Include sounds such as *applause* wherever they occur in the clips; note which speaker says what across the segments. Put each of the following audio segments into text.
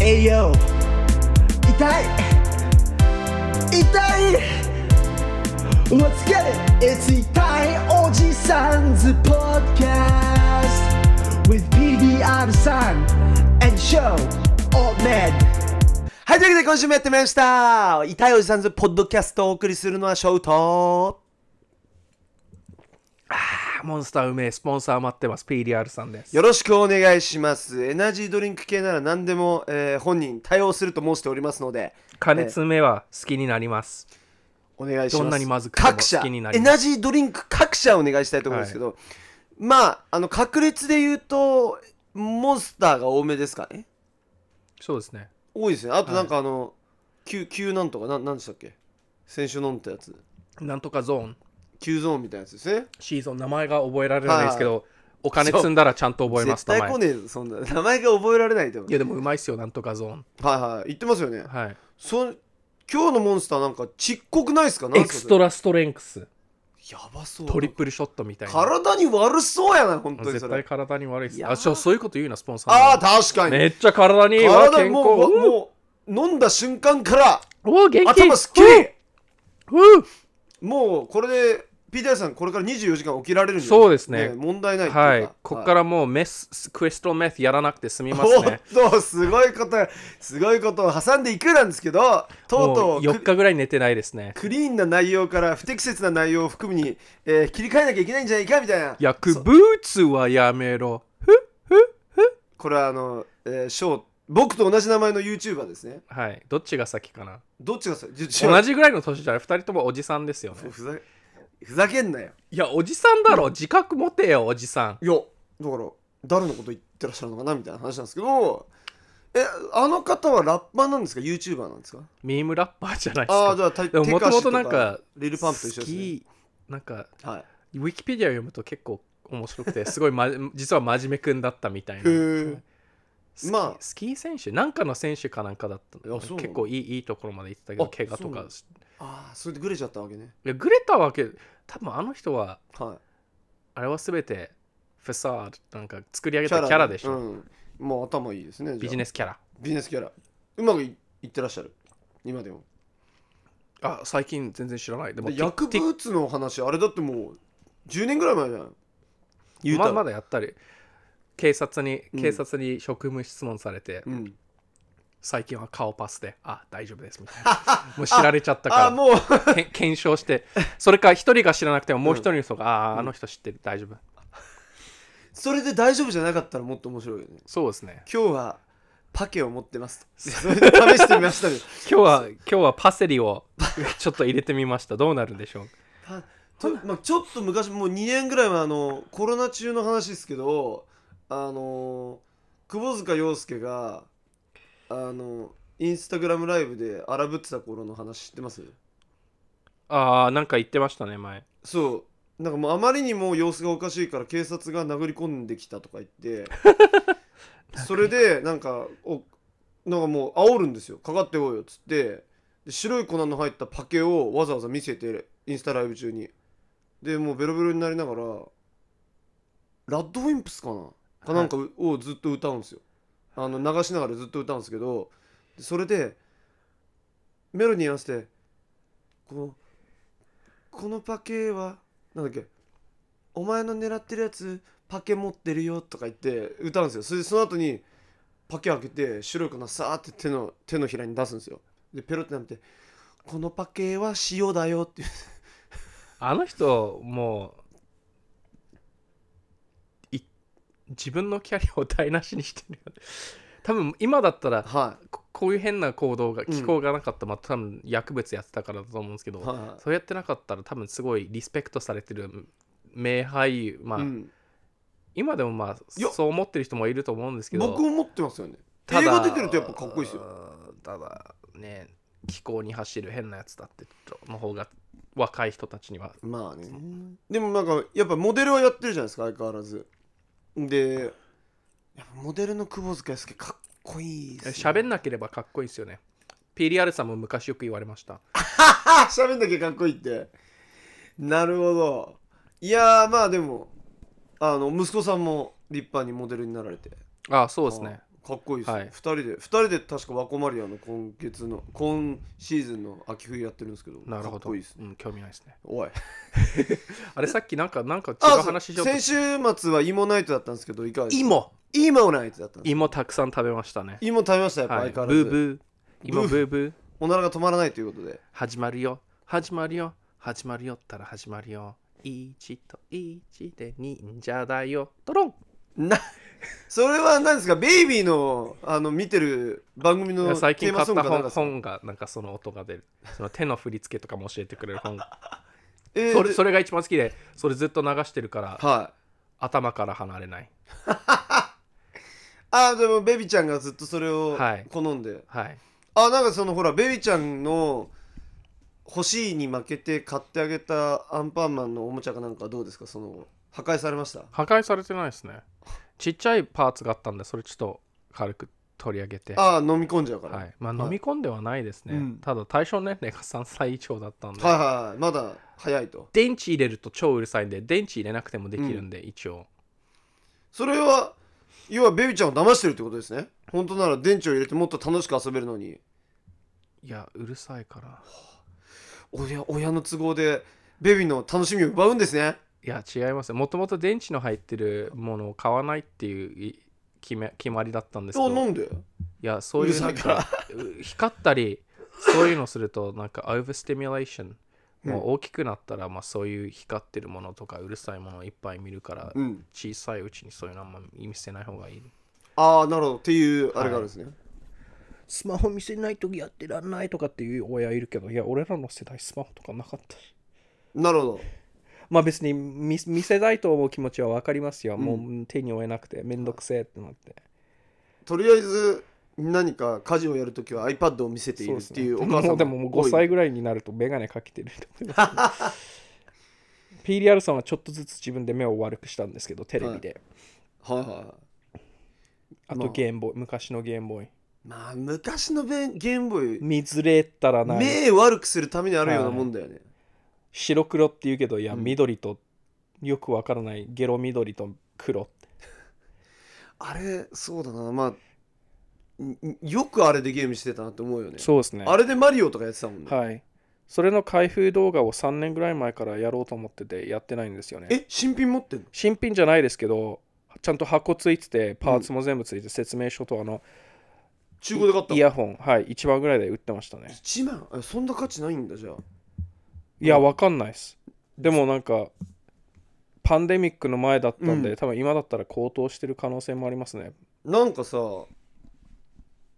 Speaker 1: 栄養痛い痛いもう疲れ It's 痛いおじさんズポッ d c a s t With BBR さん And show all men はい、というわけで今週もやってみました痛いおじさんズポッドキャストをお送りするのはショウト
Speaker 2: モンスターうめえスポンサー待ってます PDR さんです
Speaker 1: よろしくお願いします。エナジードリンク系なら何でも、えー本人対応すると申しておりますので、
Speaker 2: 加熱めは好きになります、
Speaker 1: お願いします。
Speaker 2: どんなにまずくても
Speaker 1: 各社、
Speaker 2: 好きになり
Speaker 1: エ
Speaker 2: ます
Speaker 1: ナジードリンク各社お願いしたいと思うんですけど、まあ、あの、確率で言うと、モンスターが多めですかね。
Speaker 2: そうですね
Speaker 1: 多いですね。あとなんかあの、急、急なんとか、ななんでしたっけ先週飲んだやつ。
Speaker 2: なんとかゾーン
Speaker 1: 急ゾーンみたいなやつですね。
Speaker 2: シーズン名前が覚えられないですけど、お金積んだらちゃんと覚えます
Speaker 1: 絶対
Speaker 2: 名
Speaker 1: 来
Speaker 2: 前
Speaker 1: ねえぞ、そんな。名前が覚えられないと思う
Speaker 2: い。やでもうまいっすよなんとかゾーン
Speaker 1: はいはい。言ってますよね。
Speaker 2: はい
Speaker 1: そ今日のモンスターなんかちっこくないですかなん
Speaker 2: エ
Speaker 1: すか
Speaker 2: クス
Speaker 1: それ
Speaker 2: トラストレンクス
Speaker 1: やばそう。
Speaker 2: トリプルショットみたいな
Speaker 1: 体に悪そうやな、本当にそ
Speaker 2: 絶
Speaker 1: れ
Speaker 2: 対。体に悪いっ
Speaker 1: い
Speaker 2: す
Speaker 1: やー
Speaker 2: あそうそういうこと言うなスポンサー
Speaker 1: ああ、
Speaker 2: の
Speaker 1: 確かに。
Speaker 2: めっちゃ体にいいわ
Speaker 1: 体
Speaker 2: 健
Speaker 1: も
Speaker 2: 康
Speaker 1: う、
Speaker 2: う
Speaker 1: もう、飲んだ瞬間から、
Speaker 2: おー元気
Speaker 1: 頭すっきり
Speaker 2: うんうん
Speaker 1: もう、これで、ピーターさん、これから24時間起きられるんじゃない
Speaker 2: そうですね
Speaker 1: 問題ないって
Speaker 2: は
Speaker 1: いう
Speaker 2: い
Speaker 1: か。、
Speaker 2: こっかららもうメスクエストメスやらなくて済みます
Speaker 1: お
Speaker 2: ね
Speaker 1: っと、すごいこと、すごいことを挟んでいくなんですけど、とう
Speaker 2: も
Speaker 1: と
Speaker 2: う
Speaker 1: う
Speaker 2: 4
Speaker 1: ク、
Speaker 2: 日ぐらい寝てないですね
Speaker 1: クリーンな内容から不適切な内容を含むに、えー切り替えなきゃいけないんじゃないかみたいな。
Speaker 2: 薬物はやめろ
Speaker 1: これは、あの、えーショー、僕と同じ名前の YouTuber ですね。
Speaker 2: はいどっちが先かな
Speaker 1: どっちがさ、じ
Speaker 2: 同じぐらいの年じゃない2人ともおじさんですよね
Speaker 1: ふざふざけんなよ。
Speaker 2: いやおじさんだろ自覚持てよおじさん
Speaker 1: いやだから誰のこと言ってらっしゃるのかなみたいな話なんですけどえあの方はラッパーなんですか YouTuber なんですか
Speaker 2: ミームラッパーじゃないです
Speaker 1: ああー
Speaker 2: か
Speaker 1: じゃあた
Speaker 2: でも
Speaker 1: テ
Speaker 2: も
Speaker 1: カ
Speaker 2: と
Speaker 1: シ
Speaker 2: も
Speaker 1: と
Speaker 2: となんか
Speaker 1: リルパンプと一緒
Speaker 2: 好
Speaker 1: ですね
Speaker 2: きなんか
Speaker 1: はい
Speaker 2: ウィキペディア読むと結構面白くて *laughs* すごい、ま、実は真面目くんだったみたいな
Speaker 1: へー
Speaker 2: スキー
Speaker 1: まあ
Speaker 2: スキー選手なんかの選手かなんかだった
Speaker 1: い
Speaker 2: の
Speaker 1: やそうなの
Speaker 2: 結構いいいいところまで行ってたけど
Speaker 1: あ
Speaker 2: 怪我と
Speaker 1: そうな
Speaker 2: か
Speaker 1: のああそれでグレちゃったわけね
Speaker 2: いやグレたわけ多分あの人は
Speaker 1: は
Speaker 2: あれは全てフェサードなんか作り上
Speaker 1: い
Speaker 2: げたキャラでしょ、
Speaker 1: うんもう頭いいですねじゃあ
Speaker 2: ビジネスキャラ
Speaker 1: ビジネスキャラうまくいいってらっしゃる今でも
Speaker 2: あ最近全然知らないでも
Speaker 1: で薬
Speaker 2: Tik-
Speaker 1: 物の話あれだってもう10年ぐらい前じゃん言うた
Speaker 2: ま
Speaker 1: ら
Speaker 2: まだやったり警察に
Speaker 1: うん
Speaker 2: 警察に職務質問されて、
Speaker 1: うん
Speaker 2: 最近は顔パスであ大丈夫ですみたいな *laughs* もう知られちゃった
Speaker 1: あ
Speaker 2: か
Speaker 1: もう
Speaker 2: らけん検証してそれか一人が知らなくてももう
Speaker 1: うん
Speaker 2: 一人の人が、あああの人知ってる大丈夫
Speaker 1: それで大丈夫じゃなかったらもっと面白いよね
Speaker 2: そうですね
Speaker 1: 今日はパケを持ってますとそれで試してみま *laughs* したよ
Speaker 2: 今日は今日はパセリをちょっと入れてみましたどうなるんでしょう
Speaker 1: パとまあ、ちょっと昔もう2年ぐらい前あのコロナ中の話ですけどあの窪塚洋介があのインスタグラムライブで荒ぶってた頃の話知ってます
Speaker 2: ああなんか言ってましたね前
Speaker 1: そうなんかもうあまりにも様子がおかしいから警察が殴り込んできたとか言ってそれでなんかおなんかもう煽るんですよかかってこいよっつってで白い粉の入ったパケをわざわざ見せてインスタライブ中にでもうベロベロになりながらラッドウィンプスかなかなんかをずっと歌うんですよあの流しながらずっと歌うんですけどでそれでメロディーに合わせてこうこのパケはなんだっけお前の狙ってるやつパケ持ってるよとか言って歌うんですよそれでその後にパケ開けて白い粉さーって手の手のひらに出すんですよでペロってなめて「このパケは塩だよ」って言う *laughs*
Speaker 2: あの人もうい自分のキャリアを台無しにしてるよね *laughs* 多分今だったら
Speaker 1: はい
Speaker 2: ここういう変な行動が
Speaker 1: うん
Speaker 2: 気候がなかった、まあ多分薬物やってたからだと思うんですけど、
Speaker 1: は
Speaker 2: そうやってなかったら多分すごいリスペクトされてる名俳優ま
Speaker 1: い、
Speaker 2: あ、
Speaker 1: うん、
Speaker 2: 今でもまあ
Speaker 1: いや
Speaker 2: そう思ってる人もいると思うんですけど
Speaker 1: 僕も持ってますよね
Speaker 2: た
Speaker 1: 映
Speaker 2: だ
Speaker 1: 画出てるとやっぱかっこいいですよ
Speaker 2: うんただね気候に走る変なやつだってとの方が若い人たちには
Speaker 1: まあねでもなんかやっぱモデルはやってるじゃないですか相変わらずでやっぱモデルの窪塚洋介かっこいいですね
Speaker 2: 喋んなければかっこいいですよね。PDR さんも昔よく言われました。
Speaker 1: あ *laughs* 喋んだけかっこいいってなるほどいやーまあでもあの息子さんも立派にモデルになられて
Speaker 2: ああ、そうですね。
Speaker 1: あかっこいいですよ、
Speaker 2: はい
Speaker 1: 2人で2人で確かワコマリアの今月の今シーズンの秋冬やってるんですけど
Speaker 2: なるほ
Speaker 1: かっ
Speaker 2: ど
Speaker 1: こいいですね
Speaker 2: うん、興味ないですね
Speaker 1: おい
Speaker 2: あれさっきなんかなんか違
Speaker 1: あ
Speaker 2: う話しようと
Speaker 1: 先週末は芋ナイトだったんですけどいかがですか
Speaker 2: 芋
Speaker 1: 芋ナイトだったんです
Speaker 2: 芋たくさん食べましたね
Speaker 1: 芋食べましたやっぱ
Speaker 2: はい
Speaker 1: 相
Speaker 2: ブ
Speaker 1: 変わらず、
Speaker 2: ーブー芋
Speaker 1: ブ
Speaker 2: ブ
Speaker 1: ー
Speaker 2: ーブー
Speaker 1: おならが止まらないということで
Speaker 2: 始まるよ始まるよ始まるよったら始まるよ1と1で忍者だよドロン
Speaker 1: なそれは何ですかベイビーのあの見てる番組の
Speaker 2: 最近買っ
Speaker 1: テーマソング
Speaker 2: た
Speaker 1: かなんか
Speaker 2: 本
Speaker 1: ですか
Speaker 2: 本がなんかその音が出るその手の振り付けとかも教えてくれる本
Speaker 1: えー
Speaker 2: それ
Speaker 1: で
Speaker 2: それが一番好きでそれずっと流してるから
Speaker 1: はい
Speaker 2: 頭から離れない
Speaker 1: あーでもベビちゃんがずっとそれを
Speaker 2: はい
Speaker 1: 好んで、
Speaker 2: はい
Speaker 1: あなんかそのほらベビちゃんの欲しいに負けて買ってあげたアンパンマンのおもちゃかなんかどうですかその破壊されました
Speaker 2: 破壊されてないですねちっちゃいパーツがあったんでそれちょっと軽く取り上げて
Speaker 1: ああ飲み込んじゃうから、
Speaker 2: はいまあ、
Speaker 1: はい
Speaker 2: 飲み込んではないですね、
Speaker 1: うん
Speaker 2: ただ対象年齢が3歳以上だったんで、
Speaker 1: はいはいはいまだ早いと
Speaker 2: 電池入れると超うるさいんで電池入れなくてもできるんで、一応
Speaker 1: それは要はベビちゃんを騙してるってことですね本当なら電池を入れてもっと楽しく遊べるのに
Speaker 2: いやうるさいから
Speaker 1: 親親の都合でベビの楽しみを奪うんですね
Speaker 2: いや違いますもともと電池の入ってるものを買わないっていうい決め決まりだったんですけ
Speaker 1: あ
Speaker 2: ど
Speaker 1: なんで
Speaker 2: いやそういう
Speaker 1: う
Speaker 2: な
Speaker 1: る
Speaker 2: ん
Speaker 1: さいから
Speaker 2: かう光ったりそういうのするとなんかオーバースティミュレーション
Speaker 1: うん
Speaker 2: もう大きくなったら、まあ、そういう光ってるものとかうるさいものをいっぱい見るから、
Speaker 1: うん
Speaker 2: 小さいうちにそういうのあんま見せない方がいい
Speaker 1: ああなるほどっていうあれがあるんですね、
Speaker 2: スマホ見せないとやってらんないとかっていう親いるけど、いや、俺らの世代スマホとかなかったし。
Speaker 1: なるほど
Speaker 2: まあ別に見見せたいと思う気持ちはわかりますよ。
Speaker 1: うん
Speaker 2: もう手に負えなくて、めんどくせえってなって。
Speaker 1: とりあえず何か家事をやるときは iPad を見せているっていうお母さん
Speaker 2: もうでももう5歳ぐらいになると眼鏡かけてると思います、PDR さんはちょっとずつ自分で目を悪くしたんですけど、テレビで。
Speaker 1: はいは
Speaker 2: あ
Speaker 1: まあ
Speaker 2: とゲームボーイ、昔のゲームボーイ。
Speaker 1: いまあ昔のベンゲームボーイ
Speaker 2: 見ずれったらない。
Speaker 1: 目悪くするためにあるようなもんだよね、
Speaker 2: 白黒って言うけど、いや、
Speaker 1: うん
Speaker 2: 緑と、よくわからない、ゲロ緑と黒。
Speaker 1: あれそうだなまあんんよくあれでゲームしてたなって思うよね
Speaker 2: そうですね。
Speaker 1: あれでマリオとかやってたもんね、
Speaker 2: はい。それの開封動画を3年ぐらい前からやろうと思っててやってないんですよね。
Speaker 1: え新品持ってんの
Speaker 2: 新品じゃないですけど、ちゃんと箱ついてて、パーツも全部ついて、説明書とあの、
Speaker 1: 中古で買った
Speaker 2: イヤホン、はい、1万ぐらいで売ってましたね。
Speaker 1: 1万あそんな価値ないんだじゃあ
Speaker 2: いや、わかんないです。でもなんか、パンデミックの前だったんで、
Speaker 1: うん
Speaker 2: 多分今だったら高騰してる可能性もありますね。
Speaker 1: なんかさ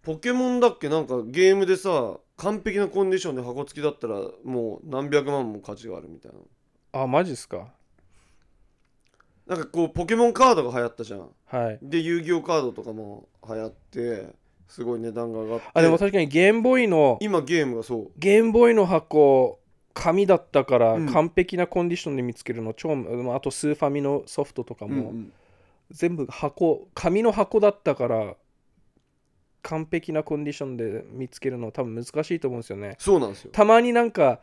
Speaker 1: ポケモンだっけなんかゲームでさ完璧なコンディションで箱付きだったらもう何百万も価値があるみたいな
Speaker 2: あ、マジっすか。
Speaker 1: なんかこうポケモンカードが流行ったじゃん
Speaker 2: はい。
Speaker 1: で遊戯王カードとかも流行ってすごい値段が上がって
Speaker 2: あ、でも確かにゲームボーイの、
Speaker 1: 今ゲームがそう
Speaker 2: ゲームボーイの箱紙だったから
Speaker 1: うん
Speaker 2: 完璧なコンディションで見つけるの超、まああとスーファミのソフトとか
Speaker 1: うん
Speaker 2: も、
Speaker 1: うん
Speaker 2: 全部箱紙の箱だったから完璧なコンディションで見つけるの多分難しいと思うんですよね
Speaker 1: そうなんですよ
Speaker 2: たまになんか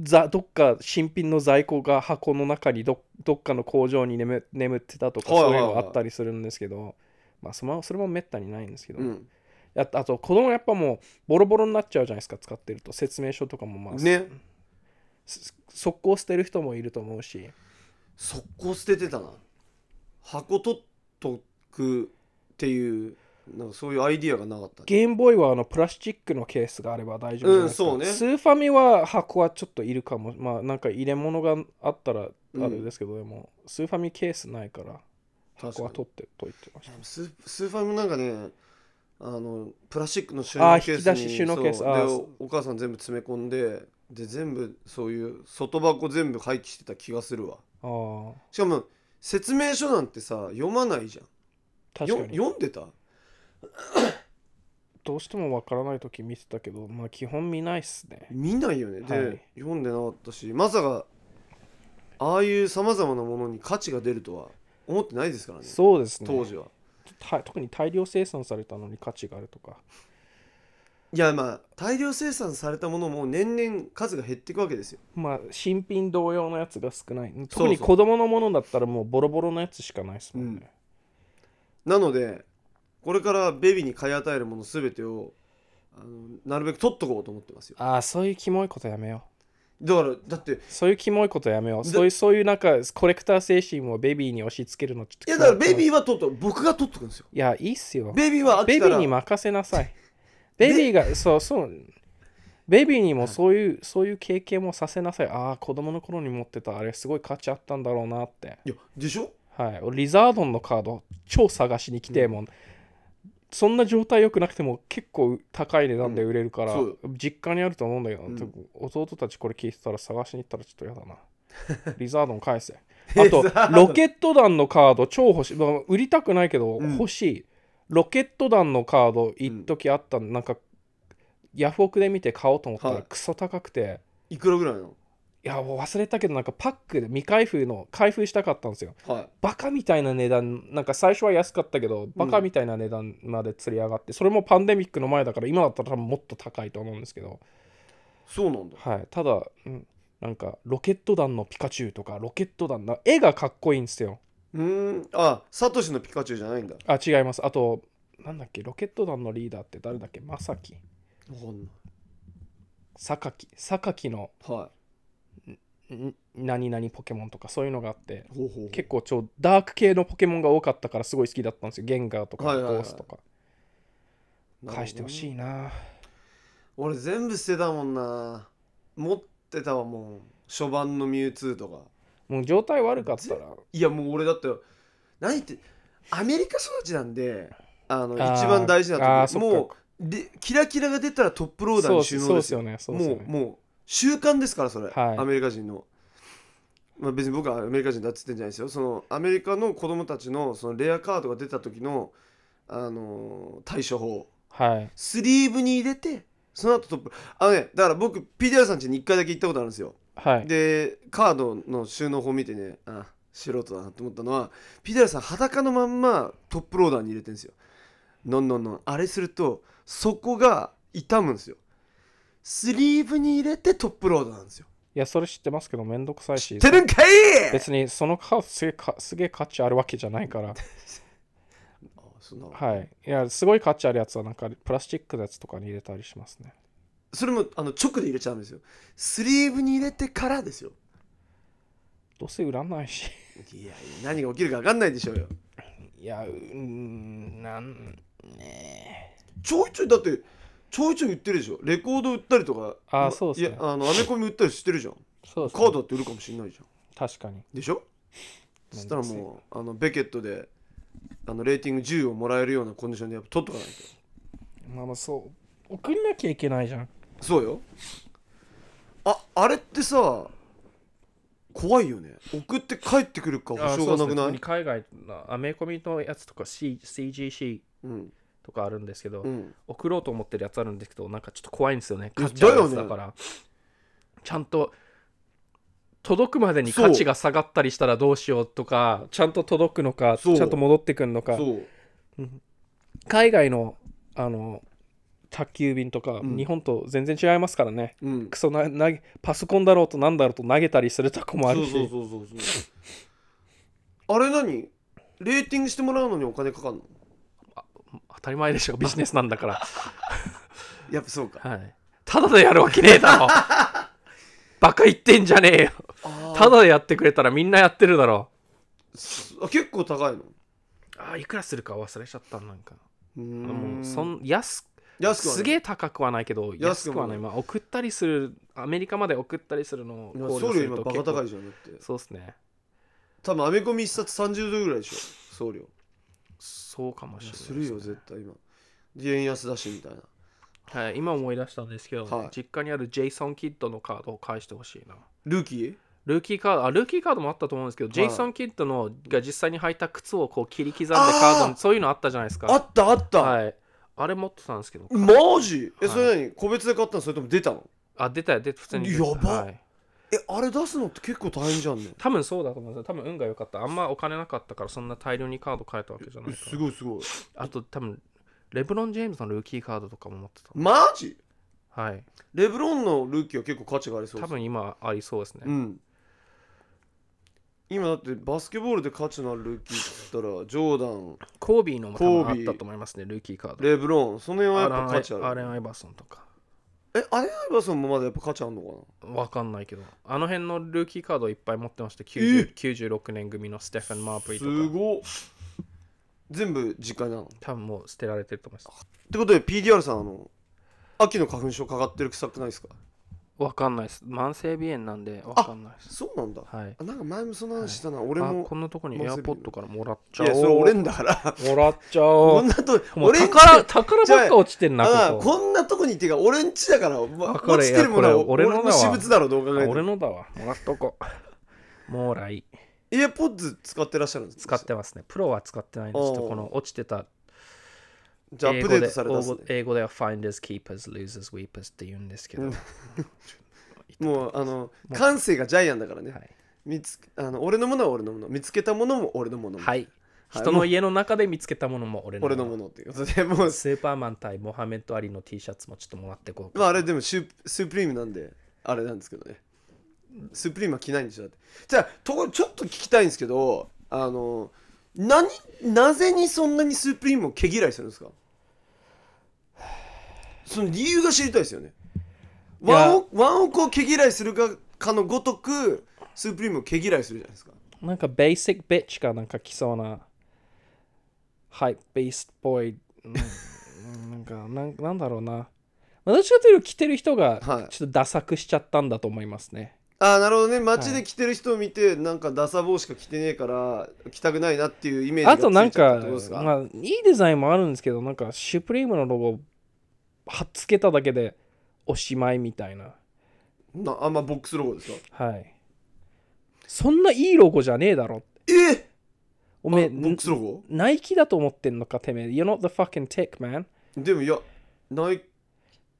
Speaker 2: ざどっか新品の在庫が箱の中にどどっかの工場に眠眠ってたとか
Speaker 1: はいは
Speaker 2: そ
Speaker 1: いうは
Speaker 2: いう
Speaker 1: い
Speaker 2: のあったりするんですけど、まあそのそれもめったにないんですけど、
Speaker 1: うん
Speaker 2: ああと子供やっぱもうボロボロになっちゃうじゃないですか使ってると説明書とかもまあ
Speaker 1: ね
Speaker 2: す速攻捨てる人もいると思うし
Speaker 1: 速攻捨ててたな箱取っとくっていうなんかそういうアイディアがなかった
Speaker 2: ゲームボーイはあのプラスチックのケースがあれば大丈夫じゃないですか、
Speaker 1: うんそうね
Speaker 2: スーファミは箱はちょっといるかもまあなんか入れ物があったらあ
Speaker 1: う
Speaker 2: れ
Speaker 1: ん
Speaker 2: ですけど、でもスーファミケースないから
Speaker 1: 確
Speaker 2: 箱は
Speaker 1: か
Speaker 2: 取ってと言ってまし
Speaker 1: にススーファミもなんかねあのプラスチックの収
Speaker 2: あ
Speaker 1: 納
Speaker 2: ー
Speaker 1: ケースに
Speaker 2: 引き出し収納ケース
Speaker 1: そう
Speaker 2: あー
Speaker 1: で
Speaker 2: そ
Speaker 1: おお母さん全部詰め込んでで全部そういう外箱全部廃棄してた気がするわ
Speaker 2: たああ
Speaker 1: しかも説明書なんてさ読まないじゃん
Speaker 2: 確
Speaker 1: よ
Speaker 2: かに
Speaker 1: 読んでた
Speaker 2: どうしてもわからない時見てたけどまあ基本見ないっすね
Speaker 1: 見ないよねで、
Speaker 2: はい
Speaker 1: 読んでなかったしまさかああいうさまざまなものに価値が出るとは思ってないですからね
Speaker 2: そうですね
Speaker 1: 当時は
Speaker 2: た特に大量生産されたのに価値があるとか
Speaker 1: いやまあ大量生産されたものも年々数が減っていくわけですよ
Speaker 2: まあ新品同様のやつが少ない
Speaker 1: そう
Speaker 2: 特に子供のものだったらもうボロボロのやつしかないですもんね、
Speaker 1: なのでこれからベビーに買い与えるもの全てをあのなるべく取っとこうと思ってますよ
Speaker 2: ああそういうキモいことやめよ
Speaker 1: だからだっていう
Speaker 2: そういうキモいことやめよ
Speaker 1: で
Speaker 2: うそういうそういうなんかコレクター精神をベビーに押し付けるのちょっと
Speaker 1: やだからベビ
Speaker 2: ーい
Speaker 1: ーは取っと僕が取っとくんですよ
Speaker 2: やいいっすよ
Speaker 1: ベビーは飽
Speaker 2: ベ
Speaker 1: き
Speaker 2: ビ
Speaker 1: たら
Speaker 2: ーに任せなさいベビーがそうそうベビーにもそういう、そういう経験もさせなさいああ子供の頃に持ってたあれすごい価値あったんだろうなって
Speaker 1: いやでしょ
Speaker 2: はい、俺リザードンのカード超探しに来て、もうそんな状態良くなくても結構高い値段で売れるから、
Speaker 1: うん
Speaker 2: 実家にあると思うんだけど、
Speaker 1: うん
Speaker 2: 多分弟たちこれ聞いてたら探しに行ったらちょっと嫌だなリザードン返せ
Speaker 1: リ
Speaker 2: あ
Speaker 1: ザ *laughs*
Speaker 2: と
Speaker 1: ードン
Speaker 2: ロケット弾のカード超欲しい、まあ売りたくないけど
Speaker 1: うん
Speaker 2: 欲しい、ロケット弾のカード一時あったの、なんかヤフオクで見て買おうと思った
Speaker 1: は
Speaker 2: ら
Speaker 1: い
Speaker 2: クソ高くて、い
Speaker 1: いくらぐらいなの
Speaker 2: やもう忘れたけどなんかパックで未開封の開封したかったんですよ
Speaker 1: はい
Speaker 2: バカみたいな値段なんか最初は安かったけどバカみたいな値段まで釣り上がって、それもパンデミックの前だから今だったら多分もっと高いと思うんですけど、
Speaker 1: そうなんだ
Speaker 2: はい、ただ、うん、なんかロケット弾のピカチュウとかロケット弾の絵がかっこいいんですよ
Speaker 1: うーんあサトシのピカチュウじゃないんだ
Speaker 2: あ違いますあとなんだっけロケット団のリーダーって誰だっけまさき
Speaker 1: わかんない
Speaker 2: 榊榊の
Speaker 1: は
Speaker 2: ん何々ポケモンとかそういうのがあって
Speaker 1: いほうほうほう
Speaker 2: 結構ちょダーク系のポケモンが多かったからすごい好きだったんですよゲンガーとか
Speaker 1: はい
Speaker 2: ゴ
Speaker 1: はいはい
Speaker 2: ースとか返してほしいな
Speaker 1: 俺全部捨てたもんな持ってたわもう初版のミュウツーとか
Speaker 2: もう状態悪かったら
Speaker 1: いやもう俺だって何言ってアメリカ育ちなんであの
Speaker 2: あー
Speaker 1: 一番大事
Speaker 2: あ
Speaker 1: な
Speaker 2: ー
Speaker 1: と
Speaker 2: そっ
Speaker 1: こ
Speaker 2: か
Speaker 1: もうでキラキラが出たらトップローダー
Speaker 2: そう
Speaker 1: に
Speaker 2: そ
Speaker 1: 収
Speaker 2: う
Speaker 1: 納
Speaker 2: そう
Speaker 1: で
Speaker 2: ですすよ
Speaker 1: よ
Speaker 2: ねそうですよ
Speaker 1: も
Speaker 2: ね
Speaker 1: うもう習慣ですからそれ、
Speaker 2: はい
Speaker 1: アメリカ人の、まあ、別に僕はアメリカ人だっつってんじゃないですよそのアメリカの子供たちのそのレアカードが出た時の、あのー対処法
Speaker 2: はい
Speaker 1: スリーブに入れてその後トップあのねだから僕 PDR さん家に1回だけ行ったことあるんですよ
Speaker 2: はい
Speaker 1: でカードの収納法見てねあ素人だなと思ったのはピデラさん裸のまんまトップローダーに入れてんですよのんのんのんあれするとそこが傷むんですよスリーブに入れてトップローダーなんですよ
Speaker 2: いやそれ知ってますけどめんどくさいし
Speaker 1: てるんかい
Speaker 2: 別にその顔すげえかすげえ価値あるわけじゃないから
Speaker 1: あそんな
Speaker 2: はいいやすごい価値あるやつはなんかプラスチックのやつとかに入れたりしますね
Speaker 1: それもあの直で入れちゃうんですよスリーブに入れてからですよ
Speaker 2: どうせ売らないし
Speaker 1: いやいや何が起きるか分かんないでしょうよ
Speaker 2: いやうーんなんね
Speaker 1: ちょいちょいだってちょいちょい売ってるでしょレコード売ったりとか
Speaker 2: あー
Speaker 1: ま
Speaker 2: そうっすね
Speaker 1: いやあのアメコミ売ったりしてるじゃん
Speaker 2: えそう
Speaker 1: カードって売るかもしれないじゃん
Speaker 2: 確かに
Speaker 1: でしょそしたら
Speaker 2: *laughs* めんど
Speaker 1: もうあのベケットであのレーティング10をもらえるようなコンディションでやっぱ取っとかないと
Speaker 2: まあまあそう送んなきゃいけないじゃん
Speaker 1: そうよああれってさ怖いよね送って帰ってくるか保証がなくない
Speaker 2: 海外のアメコミのやつとか、C、CGC
Speaker 1: うん
Speaker 2: とかあるんですけど、
Speaker 1: うん
Speaker 2: 送ろうと思ってるやつあるんですけどなんかちょっと怖いんですよね
Speaker 1: いや
Speaker 2: 価値あるやつ
Speaker 1: だよ
Speaker 2: だ
Speaker 1: ね
Speaker 2: から、ちゃんと届くまでに
Speaker 1: そう
Speaker 2: 価値が下がったりしたらどうしようとかちゃんと届くのかち
Speaker 1: そう
Speaker 2: ゃんと戻ってくるのか
Speaker 1: そう
Speaker 2: 海外のあの宅急便とか、
Speaker 1: ん
Speaker 2: 日本と全然違いますからね
Speaker 1: うん
Speaker 2: クソな投げパソコンだろうとなんだろうと投げたりするとこもあ
Speaker 1: そ
Speaker 2: る
Speaker 1: う
Speaker 2: し
Speaker 1: そうそうそうそうあれ何レーティングしてもらうのにお金かかるの
Speaker 2: 当たり前でしょビジネスなんだから、 *laughs*
Speaker 1: やっぱそうか
Speaker 2: はい、ただでやるわけねえだ *laughs* ろバカ言ってんじゃねえよただでやってくれたらみんなやってるだろ
Speaker 1: あ結構高いの
Speaker 2: あーいくらするか忘れちゃったなんか
Speaker 1: うー
Speaker 2: もうんそん安
Speaker 1: 安くはない
Speaker 2: すげえ高くはないけど
Speaker 1: 安
Speaker 2: 安
Speaker 1: く
Speaker 2: く
Speaker 1: は
Speaker 2: は
Speaker 1: な
Speaker 2: ないい、まあ、送ったりするアメリカまで送ったりするのを
Speaker 1: いや
Speaker 2: 考慮
Speaker 1: 送
Speaker 2: す
Speaker 1: 料
Speaker 2: る
Speaker 1: 今
Speaker 2: と
Speaker 1: バカ高い
Speaker 2: 結
Speaker 1: じゃんだって
Speaker 2: 構そうですね
Speaker 1: 多分アメコミ一冊30ドルぐらいでしょ送料
Speaker 2: そうかもしれない
Speaker 1: するよ
Speaker 2: ですね
Speaker 1: 絶対今円安だしみたいな
Speaker 2: はい、今思い出したんですけど、
Speaker 1: はい
Speaker 2: 実家にあるジェイソン・キッドのカードを返してほしいな
Speaker 1: ルーキー
Speaker 2: ルーキーカードあルーキーカードもあったと思うんですけど、ジェイソン・キッドのが実際に履いた靴をこう切り刻んでカード
Speaker 1: あー
Speaker 2: にそういうのあったじゃないですか
Speaker 1: あったあった、
Speaker 2: はい、あれ持ってたんですけど
Speaker 1: マジえ、
Speaker 2: はい
Speaker 1: それ何個別で買ったのそれとも出たの
Speaker 2: あ出たよで普通に出た
Speaker 1: やば
Speaker 2: い
Speaker 1: えあれ出すのって結構大変じゃんね
Speaker 2: 多分そうだと思うんですよ多分運が良かったあんまお金なかったからそんな大量にカード変えたわけじゃないか
Speaker 1: す
Speaker 2: ら
Speaker 1: ごいすごい
Speaker 2: あと多分レブロン・ジェームズのルーキーカードとかも持って
Speaker 1: マジ
Speaker 2: たはい
Speaker 1: レブロンのルーキーは結構価値がありそう
Speaker 2: 多
Speaker 1: です
Speaker 2: 分今ありそうですね、
Speaker 1: うん今だってバスケボールで価値のあるルーキーって言ったらジョーダン
Speaker 2: コービーのも多
Speaker 1: コ
Speaker 2: 分あ
Speaker 1: ー
Speaker 2: っ
Speaker 1: ビー
Speaker 2: たと思いますね、ルーキーカード。
Speaker 1: レブロンその辺はや
Speaker 2: ア
Speaker 1: っぱ価値
Speaker 2: ー
Speaker 1: あ
Speaker 2: レ
Speaker 1: る
Speaker 2: ン・アイバーソンとか。
Speaker 1: えアレン・アイバーソンもまだやっぱ価値あるのかな
Speaker 2: わかんないけど、あの辺のルーキーカードをいっぱい持ってました。
Speaker 1: え
Speaker 2: 90 96年組のステファン・マープリ
Speaker 1: す
Speaker 2: ーとか。
Speaker 1: ごっ全部実家になのっ
Speaker 2: 多分もう捨てられてると思います。
Speaker 1: てことで PDR さんあの秋の花粉症かかってる臭くないですか
Speaker 2: わかんないです。慢性鼻炎なんでわかんないです。
Speaker 1: そうなんだ
Speaker 2: はい。
Speaker 1: あなんか前もその話したな、俺
Speaker 2: あ、
Speaker 1: も
Speaker 2: こんなとこに
Speaker 1: 慢性鼻
Speaker 2: AirPod
Speaker 1: 炎
Speaker 2: からもらっち
Speaker 1: い
Speaker 2: ゃおう。
Speaker 1: やそれ俺んだから
Speaker 2: もらっちゃ
Speaker 1: こ
Speaker 2: お
Speaker 1: ん
Speaker 2: う。
Speaker 1: なと
Speaker 2: もう
Speaker 1: 俺んち
Speaker 2: 宝宝ばっか落ちてんな、
Speaker 1: あ
Speaker 2: ここ。
Speaker 1: こんなとこにっていうか俺んちだから、ま、
Speaker 2: あこれ
Speaker 1: 落ちてるもの
Speaker 2: いや
Speaker 1: は
Speaker 2: これ
Speaker 1: 俺
Speaker 2: 俺
Speaker 1: の
Speaker 2: のだわ
Speaker 1: 私物だろどう考え
Speaker 2: あ
Speaker 1: て
Speaker 2: 俺
Speaker 1: も
Speaker 2: のだわ。もらっとこう。もらい。
Speaker 1: イヤポッズ使ってらっしゃるんです
Speaker 2: 使
Speaker 1: か
Speaker 2: ってますね。プロは使ってないんで、ちょっとこの落ちてた
Speaker 1: じゃあアップデートされたん
Speaker 2: 英
Speaker 1: です
Speaker 2: 語
Speaker 1: ね
Speaker 2: で英語では Finders, Keepers, Losers, Weepers って言うんですけど、
Speaker 1: うん
Speaker 2: はい
Speaker 1: もうあの感性がジャイアンだからね、
Speaker 2: はい
Speaker 1: 見つけあの俺のものは俺のもの見つけたものも俺のものも、
Speaker 2: はい。
Speaker 1: はい
Speaker 2: 人の家の中で見つけたものも俺の
Speaker 1: 俺のものっていうことでもう、
Speaker 2: スーパーマン対モハメッド・アリの T シャツもちょっともらってこうか。
Speaker 1: まあ、あれでもシュスープリームなんであれなんですけどねスープリームは着ないんでしょだってじゃあとこちょっと聞きたいんですけどあの何なぜにそんなにスープリームを毛嫌いするんですかその理由が知りたいですよね
Speaker 2: いや
Speaker 1: ワンオワンオクを毛嫌いするがかのごとくスープリームを毛嫌いするじゃないですか
Speaker 2: なんか Basic Bitch かなんか来そうな、ハイベースっぽい、うんなんか *laughs* なんなんだろうな。まあどっちかというと着てる人が
Speaker 1: はい
Speaker 2: ちょっとダサくしちゃったんだと思いますね。
Speaker 1: ああなるほどね街で着てる人を見て、なんかダサ帽しか着てねえから着たくないなっていうイメージが
Speaker 2: あとなん
Speaker 1: ついちゃったっ
Speaker 2: か
Speaker 1: てことですか、
Speaker 2: まあ、いいデザインもあるんですけどなんかシュプリームのロゴ貼っつけただけでおしまいみたいな
Speaker 1: なあんまボックスロゴですか
Speaker 2: はいそんないいロゴじゃねえだろ
Speaker 1: えっ
Speaker 2: お
Speaker 1: ボ
Speaker 2: めえ
Speaker 1: ックスロゴ
Speaker 2: ナイキだと思ってんのかてめえ You're not the fucking tick man
Speaker 1: でもいやナイ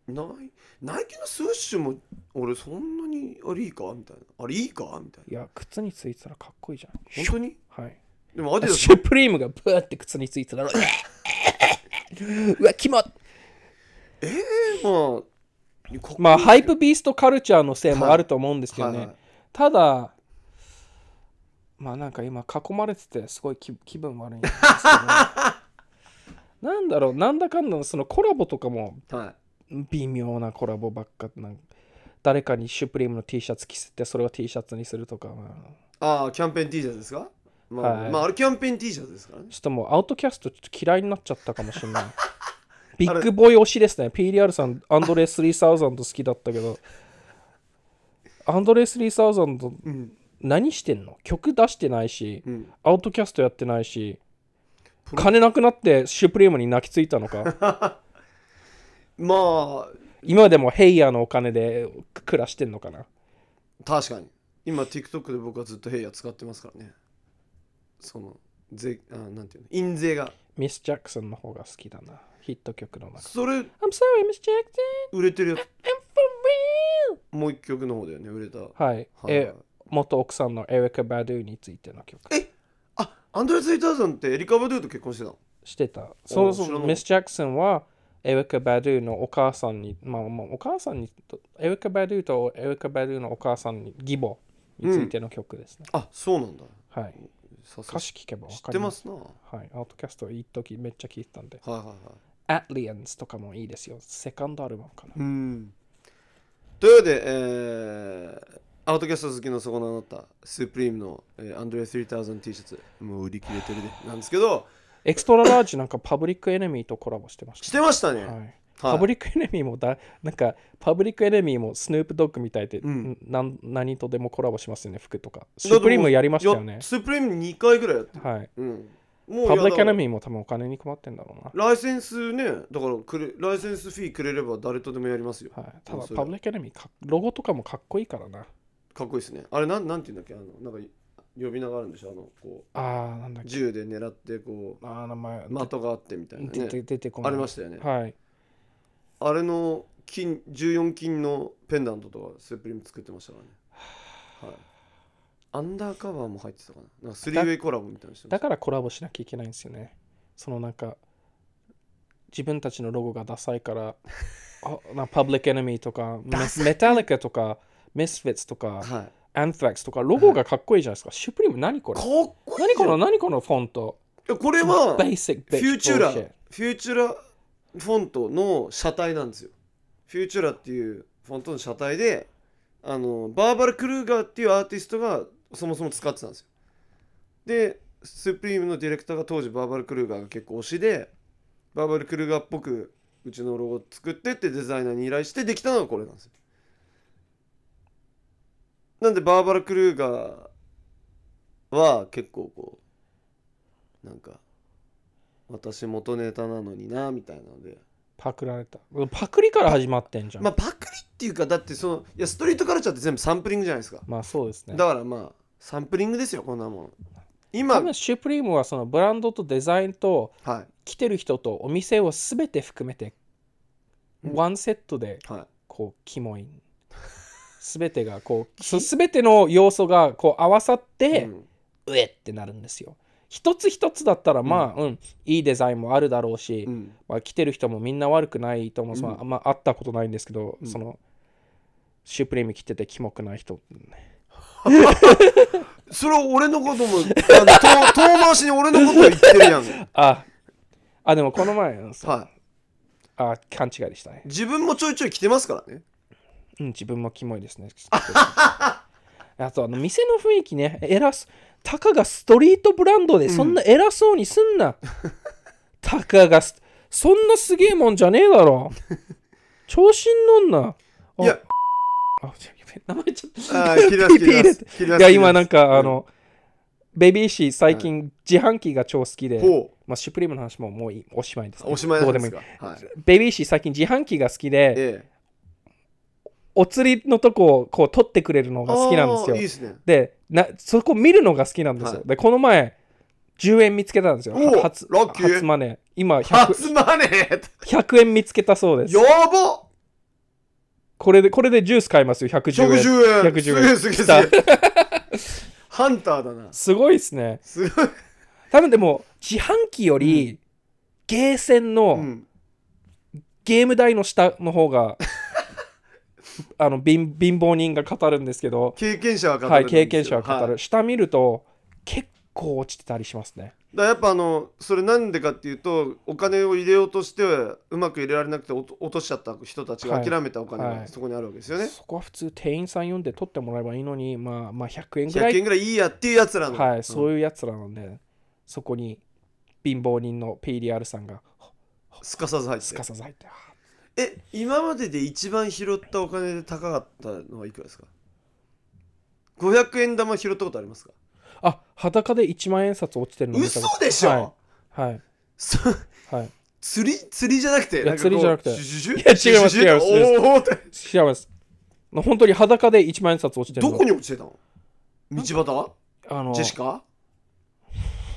Speaker 1: ナイナイキのスウッシュも俺そんなにあれいいかみたいなあれいいかみたい
Speaker 2: いや靴についてたらかっこいいじゃん
Speaker 1: な本当に
Speaker 2: はい
Speaker 1: でもアディダス
Speaker 2: シュプリームがブーって靴についてた
Speaker 1: *laughs*
Speaker 2: らうわキモ
Speaker 1: ええまあかっこいい
Speaker 2: まあハイプビーストカルチャーのせいもあると思うんですけどね、
Speaker 1: はいはい
Speaker 2: ただまあなんか今囲まれててすごい気気分悪いんです
Speaker 1: *laughs*
Speaker 2: けどなんだろうなんだかんだそのコラボとかも
Speaker 1: はい
Speaker 2: 微妙なコラボばっかなんか誰かにシュプリームの T シャツ着せてそれを T シャツにするとか、まあ
Speaker 1: ああキャンペーン T シャツですかまあ、
Speaker 2: はい
Speaker 1: まああれキャンペーン T シャツですからね
Speaker 2: ちょっともうアウトキャストちょっと嫌いになっちゃったかもしれないビ
Speaker 1: あれ
Speaker 2: ッグボーイ推しですね PDR さんアンドレス3000好きだったけどアンドレス3000
Speaker 1: うん
Speaker 2: 何してんの曲出してないし、
Speaker 1: うん
Speaker 2: アウトキャストやってないし
Speaker 1: プロ
Speaker 2: 金なくなってシュプリームに泣きついたのか *laughs*
Speaker 1: まあ
Speaker 2: 今でもヘイヤーのお金で暮らしてんのかな
Speaker 1: 確かに今 TikTok で僕はずっとヘイヤー使ってますからねその税あなんていうの印税が
Speaker 2: ミス・ジャクソンの方が好きだなヒット曲の中
Speaker 1: それ
Speaker 2: I'm sorry Miss Jackson
Speaker 1: 売れてるやつ
Speaker 2: I'm for
Speaker 1: もう一曲の方だよね売れた、は
Speaker 2: real はい、
Speaker 1: い
Speaker 2: え元奥さんのエリカ・バドゥについての曲
Speaker 1: えあアンドレス・イターさんってエリカ・バドゥと結婚してたの
Speaker 2: してたそうそ
Speaker 1: 知らなか
Speaker 2: う
Speaker 1: った
Speaker 2: ミス・ジャクソンはエリカ・バドゥのお母さんに、まあ、まあお母さんにエリカ・バドゥとエリカ・バドゥのお母さんに義母についての曲ですね、
Speaker 1: あそうなんだ
Speaker 2: はい
Speaker 1: さすが
Speaker 2: 歌
Speaker 1: 知
Speaker 2: 詞聞けば分
Speaker 1: って
Speaker 2: かり
Speaker 1: ま
Speaker 2: ます
Speaker 1: すなはい
Speaker 2: はい、アウトキャスト一時めっちゃ聞いてたんで。
Speaker 1: はいはい
Speaker 2: アリアンズとかもいいですよ。セカンドアルバムかな。
Speaker 1: うんというわけで、えー、アウトキャスト好きのそこのあなたスープリームの、えー、アンドレス・イターさん T シャツもう売り切れてるでなんですけど
Speaker 2: エクストララージなんかパブリックエネミーとコラボしてまし
Speaker 1: してましたね、
Speaker 2: た。はいパ
Speaker 1: は
Speaker 2: ブ
Speaker 1: い、
Speaker 2: リックエネミーもだ、なんかパブリックエネミーもスヌープドッグみたいで、
Speaker 1: うん
Speaker 2: なん何とでもコラボしますよね、服とか。
Speaker 1: だ
Speaker 2: シ
Speaker 1: ってもう
Speaker 2: ュプリームやりましたよね
Speaker 1: や。スープリーム2回ぐらいやって
Speaker 2: はい。
Speaker 1: うんもう
Speaker 2: パブリックエネ
Speaker 1: ー
Speaker 2: ミーも多分お金に困ってんだろうな。
Speaker 1: ライセンスねだからくれライセンスフィーくれれば誰とでもやりますよ
Speaker 2: はい、た
Speaker 1: も
Speaker 2: だ
Speaker 1: うそれ
Speaker 2: パブリックエネミーか、ロゴとかもかっこいいからな。
Speaker 1: かっこいいですねあれなんなんて言うんだっけあのなんか呼び名があるんでしょあのこ
Speaker 2: あー、なんだっ
Speaker 1: う
Speaker 2: け。
Speaker 1: 銃で狙ってこ
Speaker 2: あー、名前、
Speaker 1: う的があってみたいな
Speaker 2: 出て
Speaker 1: ね
Speaker 2: 出てこな
Speaker 1: あ
Speaker 2: い。
Speaker 1: りましたよね
Speaker 2: はい。
Speaker 1: あれの金14金のペンダントとかスープリーム作ってましたからねはいアンダーカバーも入ってたかななんかスリーウェイコラボみたいなのしてま
Speaker 2: だ
Speaker 1: し
Speaker 2: からコラボしなきゃいけないんですよね。そのなんか、自分たちのロゴがダサい
Speaker 1: *laughs*
Speaker 2: から、あなパブリックエネミーとか、メメタリカとか、ミスフィッツとか、
Speaker 1: たはい
Speaker 2: アントラックスとかロゴがかっこいいじゃないですか。シュプリーム何これ
Speaker 1: かっこい
Speaker 2: 何
Speaker 1: いじ
Speaker 2: こ
Speaker 1: ゃん
Speaker 2: の何このフォント
Speaker 1: いやこれ
Speaker 2: *laughs*
Speaker 1: は
Speaker 2: ベーシッ
Speaker 1: フ
Speaker 2: ク
Speaker 1: ューチュラ、
Speaker 2: ベーシック
Speaker 1: フューチュラフォントの車体なんですよ。フューチュラっていうフォントの車体で、あのバーバル・クルーガーっていうアーティストがそもそも使ってたんですよ。で、スプリームのディレクターが当時バーバル・クルーガーが結構推しで、バーバル・クルーガーっぽくうちのロゴ作ってってデザイナーに依頼してできたのがこれなんですよ。なんでバーバル・クルーガーは結構こう、なんか、私元ネタなのになみたいなので
Speaker 2: パクられた。パクリから始まってんじゃん。
Speaker 1: ま
Speaker 2: ま
Speaker 1: あパクリっていうかだってそのいやストリートカルチャーって全部サンプリングじゃないですか、
Speaker 2: あそうですね。
Speaker 1: だからまあサンプリングですよこんなもん今
Speaker 2: 多分シュプリームはそのブランドとデザインと
Speaker 1: は
Speaker 2: 来てる人とお店を全て含めて
Speaker 1: うん
Speaker 2: ワンセットで
Speaker 1: いは
Speaker 2: こうキ
Speaker 1: *laughs*
Speaker 2: モい。全てがこうそ全ての要素がこう合わさっ
Speaker 1: い、
Speaker 2: て、
Speaker 1: うん
Speaker 2: うえってなるんですよ。一つ一つだったらまあ、うんいいデザインもあるだろうし、
Speaker 1: うん
Speaker 2: まあ、来てる人もみんな悪くないと思う、ま
Speaker 1: うん
Speaker 2: あんま会ったことないんですけど、
Speaker 1: うん
Speaker 2: そのシュプリーム着ててキモくない人
Speaker 1: *laughs* それを俺のこともあの遠遠回しに俺のことを言ってるやんは
Speaker 2: ああでもこの前そう
Speaker 1: い
Speaker 2: あ勘違いでしたね、
Speaker 1: 自分もちょいちょい来てますからね
Speaker 2: うん、自分もキモいですね *laughs* あとあの店の雰囲気ね偉そたかがストリートブランドでそんな偉そうにすん *laughs* な、たかがすそんなすげえもんじゃねえだ *laughs* ろ調子に乗んなあ
Speaker 1: いや
Speaker 2: あちょやべ名前ちょっ *laughs* と
Speaker 1: あー切ります
Speaker 2: *laughs*
Speaker 1: 切ります切ります
Speaker 2: いや今なん
Speaker 1: 切りま
Speaker 2: か
Speaker 1: す
Speaker 2: あの、ベビーシー最近自販機が超好きで、
Speaker 1: うんほ
Speaker 2: まあ、シュプリームの話ももういいおしまいです、
Speaker 1: うおしまいなんです
Speaker 2: どう
Speaker 1: かはい
Speaker 2: でもいいベビーシー最近自販機が好きで
Speaker 1: ええ
Speaker 2: お釣りのとこをこう取ってくれるのが好きなんです
Speaker 1: あーいい
Speaker 2: よ
Speaker 1: ですね
Speaker 2: でなそこ見るのが好きなんですよ、
Speaker 1: はい
Speaker 2: でこの前10円見つけたんですよ
Speaker 1: おお
Speaker 2: 初
Speaker 1: ラッキー
Speaker 2: 初マネー今 100,
Speaker 1: 初マネー
Speaker 2: *laughs* 100円見つけたそうです
Speaker 1: やばっ
Speaker 2: これでこれでジュース買いますよ110円
Speaker 1: 110円
Speaker 2: 110円
Speaker 1: すげえすげえすげえハンターだな
Speaker 2: すごいですね
Speaker 1: すごい、
Speaker 2: 多分でも自販機より、ゲーセンの、
Speaker 1: うん、
Speaker 2: ゲーム台の下の方
Speaker 1: *laughs*
Speaker 2: があの貧貧乏人が語るんですけど
Speaker 1: 経験者は語るん
Speaker 2: は
Speaker 1: ですよ
Speaker 2: い、経験者は語る、
Speaker 1: はい
Speaker 2: 下見ると結構落ちてたりしますね
Speaker 1: だからやっぱあのそれなんでかっていうとお金を入れようとしてうまく入れられなくておと落としちゃった人たちが
Speaker 2: はい
Speaker 1: 諦めたお金
Speaker 2: は
Speaker 1: が
Speaker 2: い
Speaker 1: そこにあるわけですよね、
Speaker 2: そこは普通店員さん呼んで取ってもらえばいいのに、まあ、まあ100円ぐら
Speaker 1: 100
Speaker 2: い
Speaker 1: 円ぐらいいいやっていうやつらの、
Speaker 2: はい、そう
Speaker 1: いう
Speaker 2: いうやつらなんでそこに貧乏人の PDR さんが
Speaker 1: すかさず入っ
Speaker 2: す
Speaker 1: て
Speaker 2: かさず入ってあ
Speaker 1: え今までで一番拾ったお金で高かったのはいくらですか500円玉拾ったことありますか
Speaker 2: あ裸で1万円札落ちてるの見た
Speaker 1: 嘘
Speaker 2: こと
Speaker 1: でしょ、
Speaker 2: はいはい
Speaker 1: そ
Speaker 2: はい
Speaker 1: 釣り釣りじゃなくて
Speaker 2: いや
Speaker 1: んかこう
Speaker 2: 釣りじゃなくて
Speaker 1: シュシュシュ
Speaker 2: いや違います
Speaker 1: シュシュシュ
Speaker 2: 違います
Speaker 1: おーおーって
Speaker 2: 違います本当に裸で1万円札落ちてる
Speaker 1: ど
Speaker 2: の
Speaker 1: こに落ちてたの道
Speaker 2: あの
Speaker 1: 端ジェシカ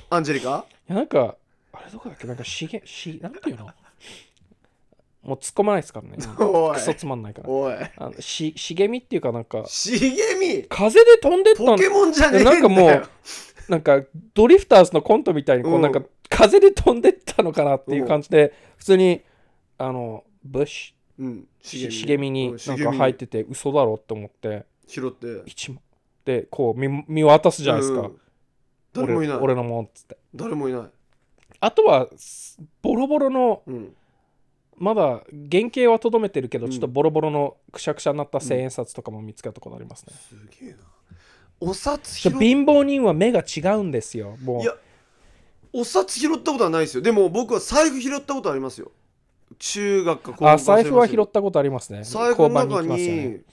Speaker 1: アンジェリカ
Speaker 2: いやなんか、あれどこだっけなんか、しげ、し、なん
Speaker 1: *laughs*
Speaker 2: ていうのもう突っ込まないですからね。
Speaker 1: おい
Speaker 2: クソつまんないから。
Speaker 1: おい
Speaker 2: あのし、茂みっていうかなんか、
Speaker 1: 茂み
Speaker 2: 風で飛んでった
Speaker 1: ポ
Speaker 2: ん
Speaker 1: ケモンじゃねえんだ
Speaker 2: なん
Speaker 1: よ
Speaker 2: かもう、なんかドリフターズのコントみたいに、こ
Speaker 1: う
Speaker 2: う、
Speaker 1: ん
Speaker 2: なんか風で飛んでったのかなっていう感じで、普通に、あの、ブッシ
Speaker 1: うん
Speaker 2: ュ、茂みに
Speaker 1: うん
Speaker 2: なん
Speaker 1: 茂
Speaker 2: か入ってて、嘘だろって思って、
Speaker 1: 拾って
Speaker 2: 一枚で、こう見、見渡すじゃないです
Speaker 1: う
Speaker 2: か。
Speaker 1: ん誰もいない
Speaker 2: 俺俺のもんっつって。
Speaker 1: 誰もいない
Speaker 2: あとは、すボロボロの、
Speaker 1: うん
Speaker 2: まだ原型はとどめてるけど、
Speaker 1: うん
Speaker 2: ちょっとボロボロのくしゃくしゃになった千円札とかも見つかったことありますね、
Speaker 1: すげえなお札
Speaker 2: ち
Speaker 1: 拾
Speaker 2: ょ
Speaker 1: っ
Speaker 2: 貧乏人は目が違うんですよも
Speaker 1: いうやお札拾ったことはないですよでも僕は財布拾ったことありますよ中学か高校か
Speaker 2: あ財布は拾っ
Speaker 1: 忘
Speaker 2: たことありますね
Speaker 1: れましたけど財布の中
Speaker 2: 交番に行きますよね
Speaker 1: に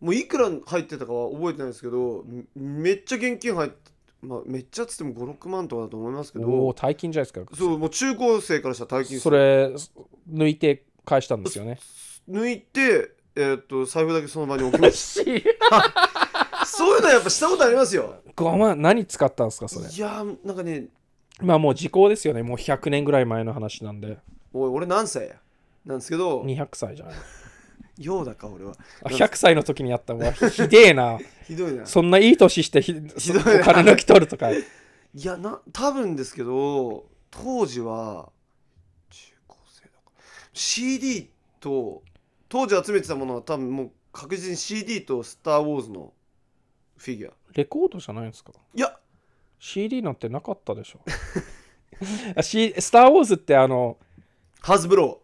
Speaker 1: もういくら入ってたかは覚えてないですけどめめっちゃ現金入ってまあめっちゃっつっても56万とかだと思いますけ
Speaker 2: おお
Speaker 1: ど
Speaker 2: 大金じゃないですか
Speaker 1: そうもう中高生からしたら大金ですよ
Speaker 2: それ抜いて返したんですよね
Speaker 1: 抜いて、えー、と財布だけその場に
Speaker 2: *laughs*
Speaker 1: 置きますそういうのはやっぱしたことありますよ
Speaker 2: ごまん何使ったんですかそれ
Speaker 1: いやーなんかね
Speaker 2: まあもう時効ですよねもう100年ぐらい前の話なんで
Speaker 1: おい俺何歳やなんですけど
Speaker 2: 200歳じゃない
Speaker 1: ようだか俺は
Speaker 2: あ100歳の時にやったもうひでえな
Speaker 1: ひどいな
Speaker 2: そんないい年してひ
Speaker 1: ひどい
Speaker 2: お
Speaker 1: な
Speaker 2: 金抜き取るとか
Speaker 1: いやな多分ですけど当時は中高生だから CD と当時集めてたものは多分もう確実に CD と「スター・ウォーズ」のフィギュア
Speaker 2: レコードじゃないんですか
Speaker 1: いや
Speaker 2: CD なんてなかったでしょ *laughs* あ、C、スター・ウォーズってあの
Speaker 1: ハズブロ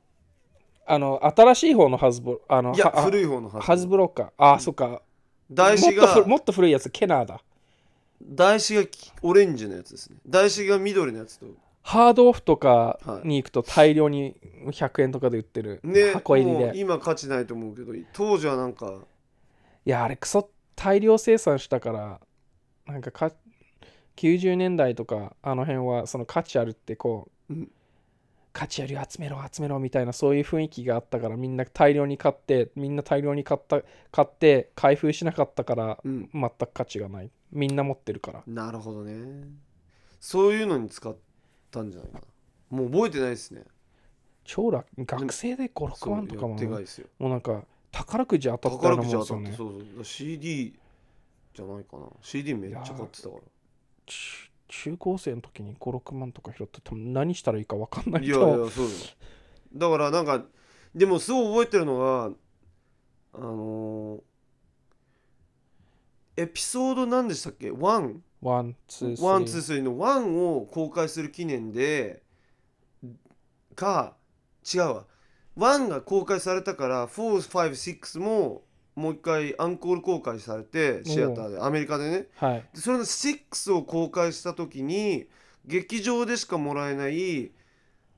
Speaker 2: あの新しい方のハズブあの
Speaker 1: ーいや
Speaker 2: は
Speaker 1: 古い方のハ
Speaker 2: ハ
Speaker 1: ズ
Speaker 2: ズ
Speaker 1: ブロ
Speaker 2: ブロかあそっか
Speaker 1: ー
Speaker 2: も
Speaker 1: 台
Speaker 2: っ
Speaker 1: 紙
Speaker 2: と
Speaker 1: が
Speaker 2: ふもっと古いやつケナーだ
Speaker 1: 台紙がオレンジのやつですね台紙が緑のやつと
Speaker 2: ハードオフとかに行くと大量に100円とかで売ってる
Speaker 1: ね
Speaker 2: 箱入りで、
Speaker 1: もう今価値ないと思うけど当時はなんか
Speaker 2: いやあれクソ大量生産したからなんかか90年代とかあの辺はその価値あるってこう、
Speaker 1: うん
Speaker 2: 価値あるよ集めろ集めろみたいなそういう雰囲気があったからみんな大量に買ってみんな大量に買った買って開封しなかったから
Speaker 1: うん
Speaker 2: 全く価値がないみんな持ってるから
Speaker 1: なるほどねそういうのに使ったんじゃないかなもう覚えてないですね
Speaker 2: 超楽学生で56万とかも
Speaker 1: 手がいですよ
Speaker 2: もうなんか宝くじ当たったよ
Speaker 1: 宝
Speaker 2: うな
Speaker 1: く
Speaker 2: もん
Speaker 1: じ
Speaker 2: で
Speaker 1: 当
Speaker 2: す
Speaker 1: た
Speaker 2: よ
Speaker 1: って
Speaker 2: ね
Speaker 1: そうそうだから CD じゃないかな CD めっちゃ買ってたか
Speaker 2: 中中高生の時に56万とか拾って多分何したらいいか分かんな
Speaker 1: ら
Speaker 2: い
Speaker 1: い
Speaker 2: け
Speaker 1: やいや
Speaker 2: ど
Speaker 1: そうだよだからなんかでもすごい覚えてるのがあのーエピソード何でしたっけ 1?
Speaker 2: ワン、ツー、スリー。
Speaker 1: ワンツースリーのワンを公開する記念でか違うわワンが公開されたから456ももう一回アンコール公開されてシアターでアメリカでね
Speaker 2: はい。
Speaker 1: でそれの6を公開した時に劇場でしかもらえない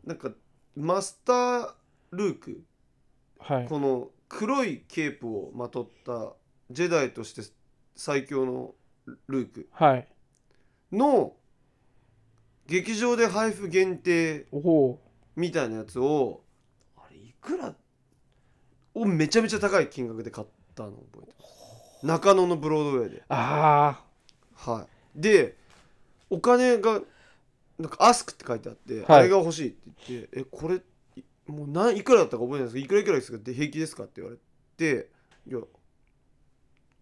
Speaker 1: なんかマスタールーク
Speaker 2: はい。
Speaker 1: この黒いケープをまとったジェダイとして最強のルーク
Speaker 2: はい。
Speaker 1: の劇場で配布限定
Speaker 2: おお
Speaker 1: みたいなやつをあれいくらをめちゃめちゃ高い金額で買ったのを覚えてます中野のブロードウェイで
Speaker 2: ー。あ
Speaker 1: はいでお金がなんか「アスクって書いてあって、
Speaker 2: い
Speaker 1: あれが欲しいって言って「えこれいもう何いくらだったか覚えてないですけどいくらいくらですか?」って平気ですかって言われていや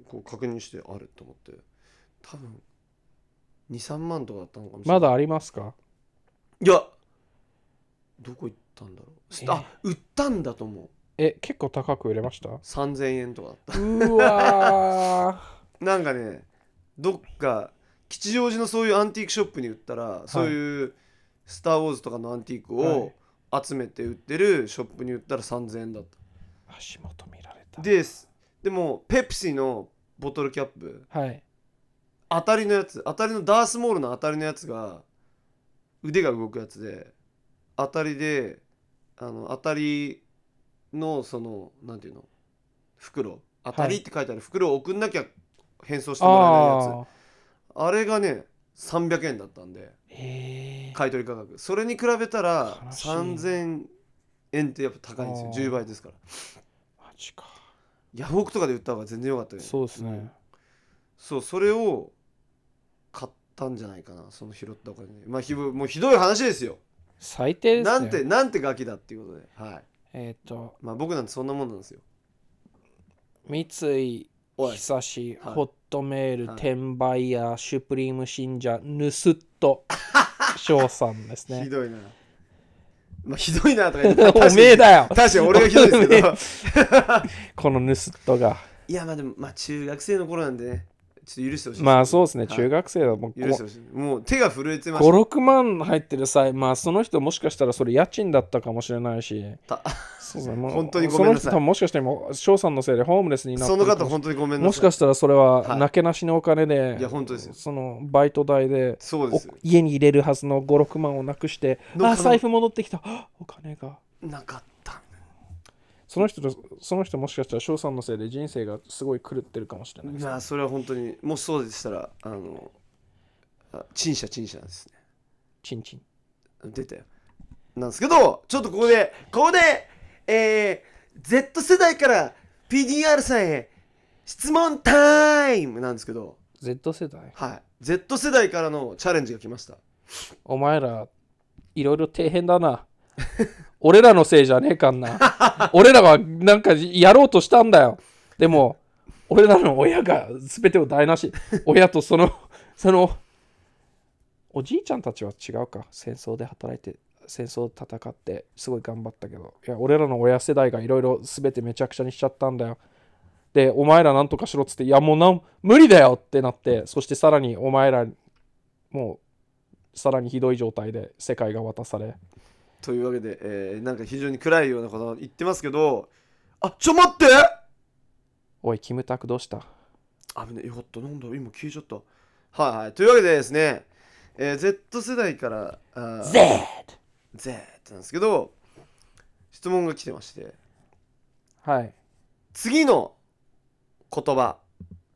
Speaker 1: こう確認してあると思って多分23万とかだったのかもし
Speaker 2: あ。
Speaker 1: れな
Speaker 2: ま
Speaker 1: い
Speaker 2: だありますか
Speaker 1: いやどこ行ったんだろうす
Speaker 2: えー
Speaker 1: あ売ったんだと思う
Speaker 2: え、結構高く売れましたう
Speaker 1: 3000円とかだった
Speaker 2: ーわ
Speaker 1: なんかねどっか吉祥寺のそういうアンティークショップに売ったら、そういう「スター・ウォーズ」とかのアンティークを集めて売ってるショップに売ったら3000円だっ
Speaker 2: ー。 *laughs* 足元見られた。
Speaker 1: たですでもペプシのボトルキャップ
Speaker 2: はい。
Speaker 1: 当たりのやつ当たりのダースモールの当たりのやつが腕が動くやつで当たりであの当たりのそのなんていうの袋当たりって書いてある袋を送んなきゃ変装してもらえないやつ
Speaker 2: ああ。
Speaker 1: あれがね300円だったんで
Speaker 2: ええー。
Speaker 1: 買い取り価格それに比べたら
Speaker 2: 悲しい
Speaker 1: 3000円ってやっぱ高いんですよ
Speaker 2: あー
Speaker 1: 10倍ですから
Speaker 2: マジか。
Speaker 1: ヤフオクとかで売った方が全然良かったよね
Speaker 2: そうですね。
Speaker 1: んそうそれを買ったんじゃないかなその拾ったお金でまあひどもうひどい話ですよ
Speaker 2: 最低ですね。
Speaker 1: なんてなんてガキだっていうことではい
Speaker 2: えっ、と、
Speaker 1: まあ僕なんてそんなもんなんですよ
Speaker 2: 三井
Speaker 1: おい
Speaker 2: 久志、
Speaker 1: はい
Speaker 2: ホットメール、
Speaker 1: はい
Speaker 2: 転売屋、シュプリーム信者、ぬすっ
Speaker 1: *laughs*
Speaker 2: と、翔さんです
Speaker 1: ひ
Speaker 2: ね。
Speaker 1: どいなまあひどいなとか言って
Speaker 2: *laughs* おめえだよ
Speaker 1: 確かに確かに俺がひどいですけど
Speaker 2: *laughs* このぬすっとが。
Speaker 1: *laughs* いやまあでもまあ中学生の頃なんでねちょっと許してほしいですね
Speaker 2: まあそうですね、
Speaker 1: はい
Speaker 2: 中学生だもん。
Speaker 1: 許してほしいもう手が震えてまし
Speaker 2: 56万入ってる際、まあその人もしかしたらそれ家賃だったかもしれないし、
Speaker 1: た
Speaker 2: そ
Speaker 1: *laughs*
Speaker 2: うそうもう
Speaker 1: 本当にごめんなさい
Speaker 2: その人多分もしかしたらもう翔さんのせいでホームレスにな
Speaker 1: た
Speaker 2: って
Speaker 1: そ
Speaker 2: る
Speaker 1: の
Speaker 2: か
Speaker 1: 方本当にごめんな
Speaker 2: もし
Speaker 1: さい
Speaker 2: かしたらそれ
Speaker 1: は
Speaker 2: はいなけなしのお金で、
Speaker 1: いや本当ですよ
Speaker 2: そのバイト代で
Speaker 1: そうで
Speaker 2: お
Speaker 1: す
Speaker 2: 家に入れるはずの56万をなくして、
Speaker 1: の可
Speaker 2: あ、
Speaker 1: 能
Speaker 2: 財布戻ってきた、あお金が。
Speaker 1: なかった
Speaker 2: その人と、その人もしかしたら翔さんのせいで人生がすごい狂ってるかもしれないです。
Speaker 1: まあそれは本当にもしそうでしたらあのあ陳謝陳謝ですね
Speaker 2: チンチン。
Speaker 1: 出たよなんですけどちょっとここでここでえー、Z 世代から PDR さんへ質問タイムなんですけど
Speaker 2: Z 世代
Speaker 1: はい Z 世代からのチャレンジが来ました
Speaker 2: お前ら、いろいろ底辺だな。 *laughs* 俺らのせいじゃねえかんな。 *laughs* 俺らはなんかやろうとしたんだよ。でも、俺らの親が全てを台無し。親とその、 *laughs* その、おじいちゃんたちは違うか。戦争で働いて、戦争で戦って、すごい頑張ったけど。いや、俺らの親世代がいろいろ全てめちゃくちゃにしちゃったんだよ。で、お前らなんとかしろっつって、いやもうなん無理だよってなって、そしてさらにお前ら、もうさらにひどい状態で世界が渡され、
Speaker 1: というわけで、えーなんか非常に暗いようなこと言ってますけどあちょ待って
Speaker 2: おい、キムタクどうした
Speaker 1: 危ねえよかったなんだ今消えちゃったはいはいというわけでですね、えー Z 世代からあー
Speaker 2: ?Z!
Speaker 1: Z なんですけど質問が来てまして
Speaker 2: はい。
Speaker 1: 次の言葉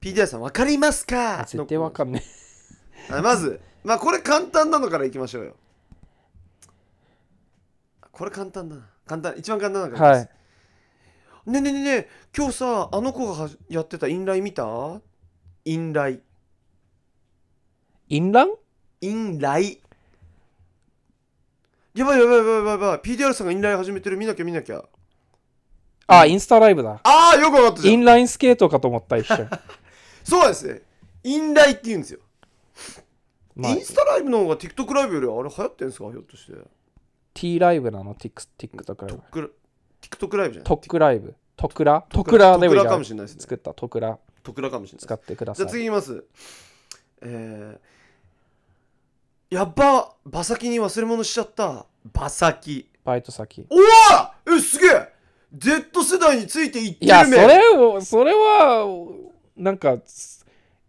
Speaker 1: PDI さん分かりますか
Speaker 2: 絶対わかんね
Speaker 1: あまず、まあこれ簡単なのからいきましょうよ。これ簡単だな。簡単、一番簡単なの
Speaker 2: え。
Speaker 1: から
Speaker 2: は
Speaker 1: で
Speaker 2: い
Speaker 1: す。。ねえねえねえねえ、今日さ、あの子がはじやってたインライン見たインライン。
Speaker 2: インラン
Speaker 1: インライン。やばいやばいやばいやばいやばい。PDR さんがインライン始めてる。見なきゃ見なきゃ。
Speaker 2: あ、インスタライブだ。
Speaker 1: ああ、よくわかったじ
Speaker 2: イ
Speaker 1: ゃん。
Speaker 2: ンラインスケートかと思った
Speaker 1: *laughs*
Speaker 2: 一瞬。
Speaker 1: そうなんですね。インラインって言うんですよ。
Speaker 2: まあ
Speaker 1: イン、スタライブの方が TikTok ライブよりあれ流行ってんすかひょっとして。
Speaker 2: T ライブなの ?Tik- ?TikTok ライブ。
Speaker 1: TikTok ライブじゃない
Speaker 2: トックライブ。トクラトクラでも
Speaker 1: ト
Speaker 2: いいじ
Speaker 1: クラ
Speaker 2: ゃ
Speaker 1: か
Speaker 2: ん
Speaker 1: もしれないですね。
Speaker 2: 作ったトクラ
Speaker 1: トクラかもしれないです
Speaker 2: 使。ってくだ
Speaker 1: じ
Speaker 2: さ
Speaker 1: ゃあ
Speaker 2: い。
Speaker 1: 次いきます。えー、やっば、馬先に忘れ物しちゃった。馬先。
Speaker 2: バイト先。
Speaker 1: おわえ、すげえ !Z 世代についていって
Speaker 2: いや、
Speaker 1: る
Speaker 2: そ
Speaker 1: め
Speaker 2: れを、それは、なんか、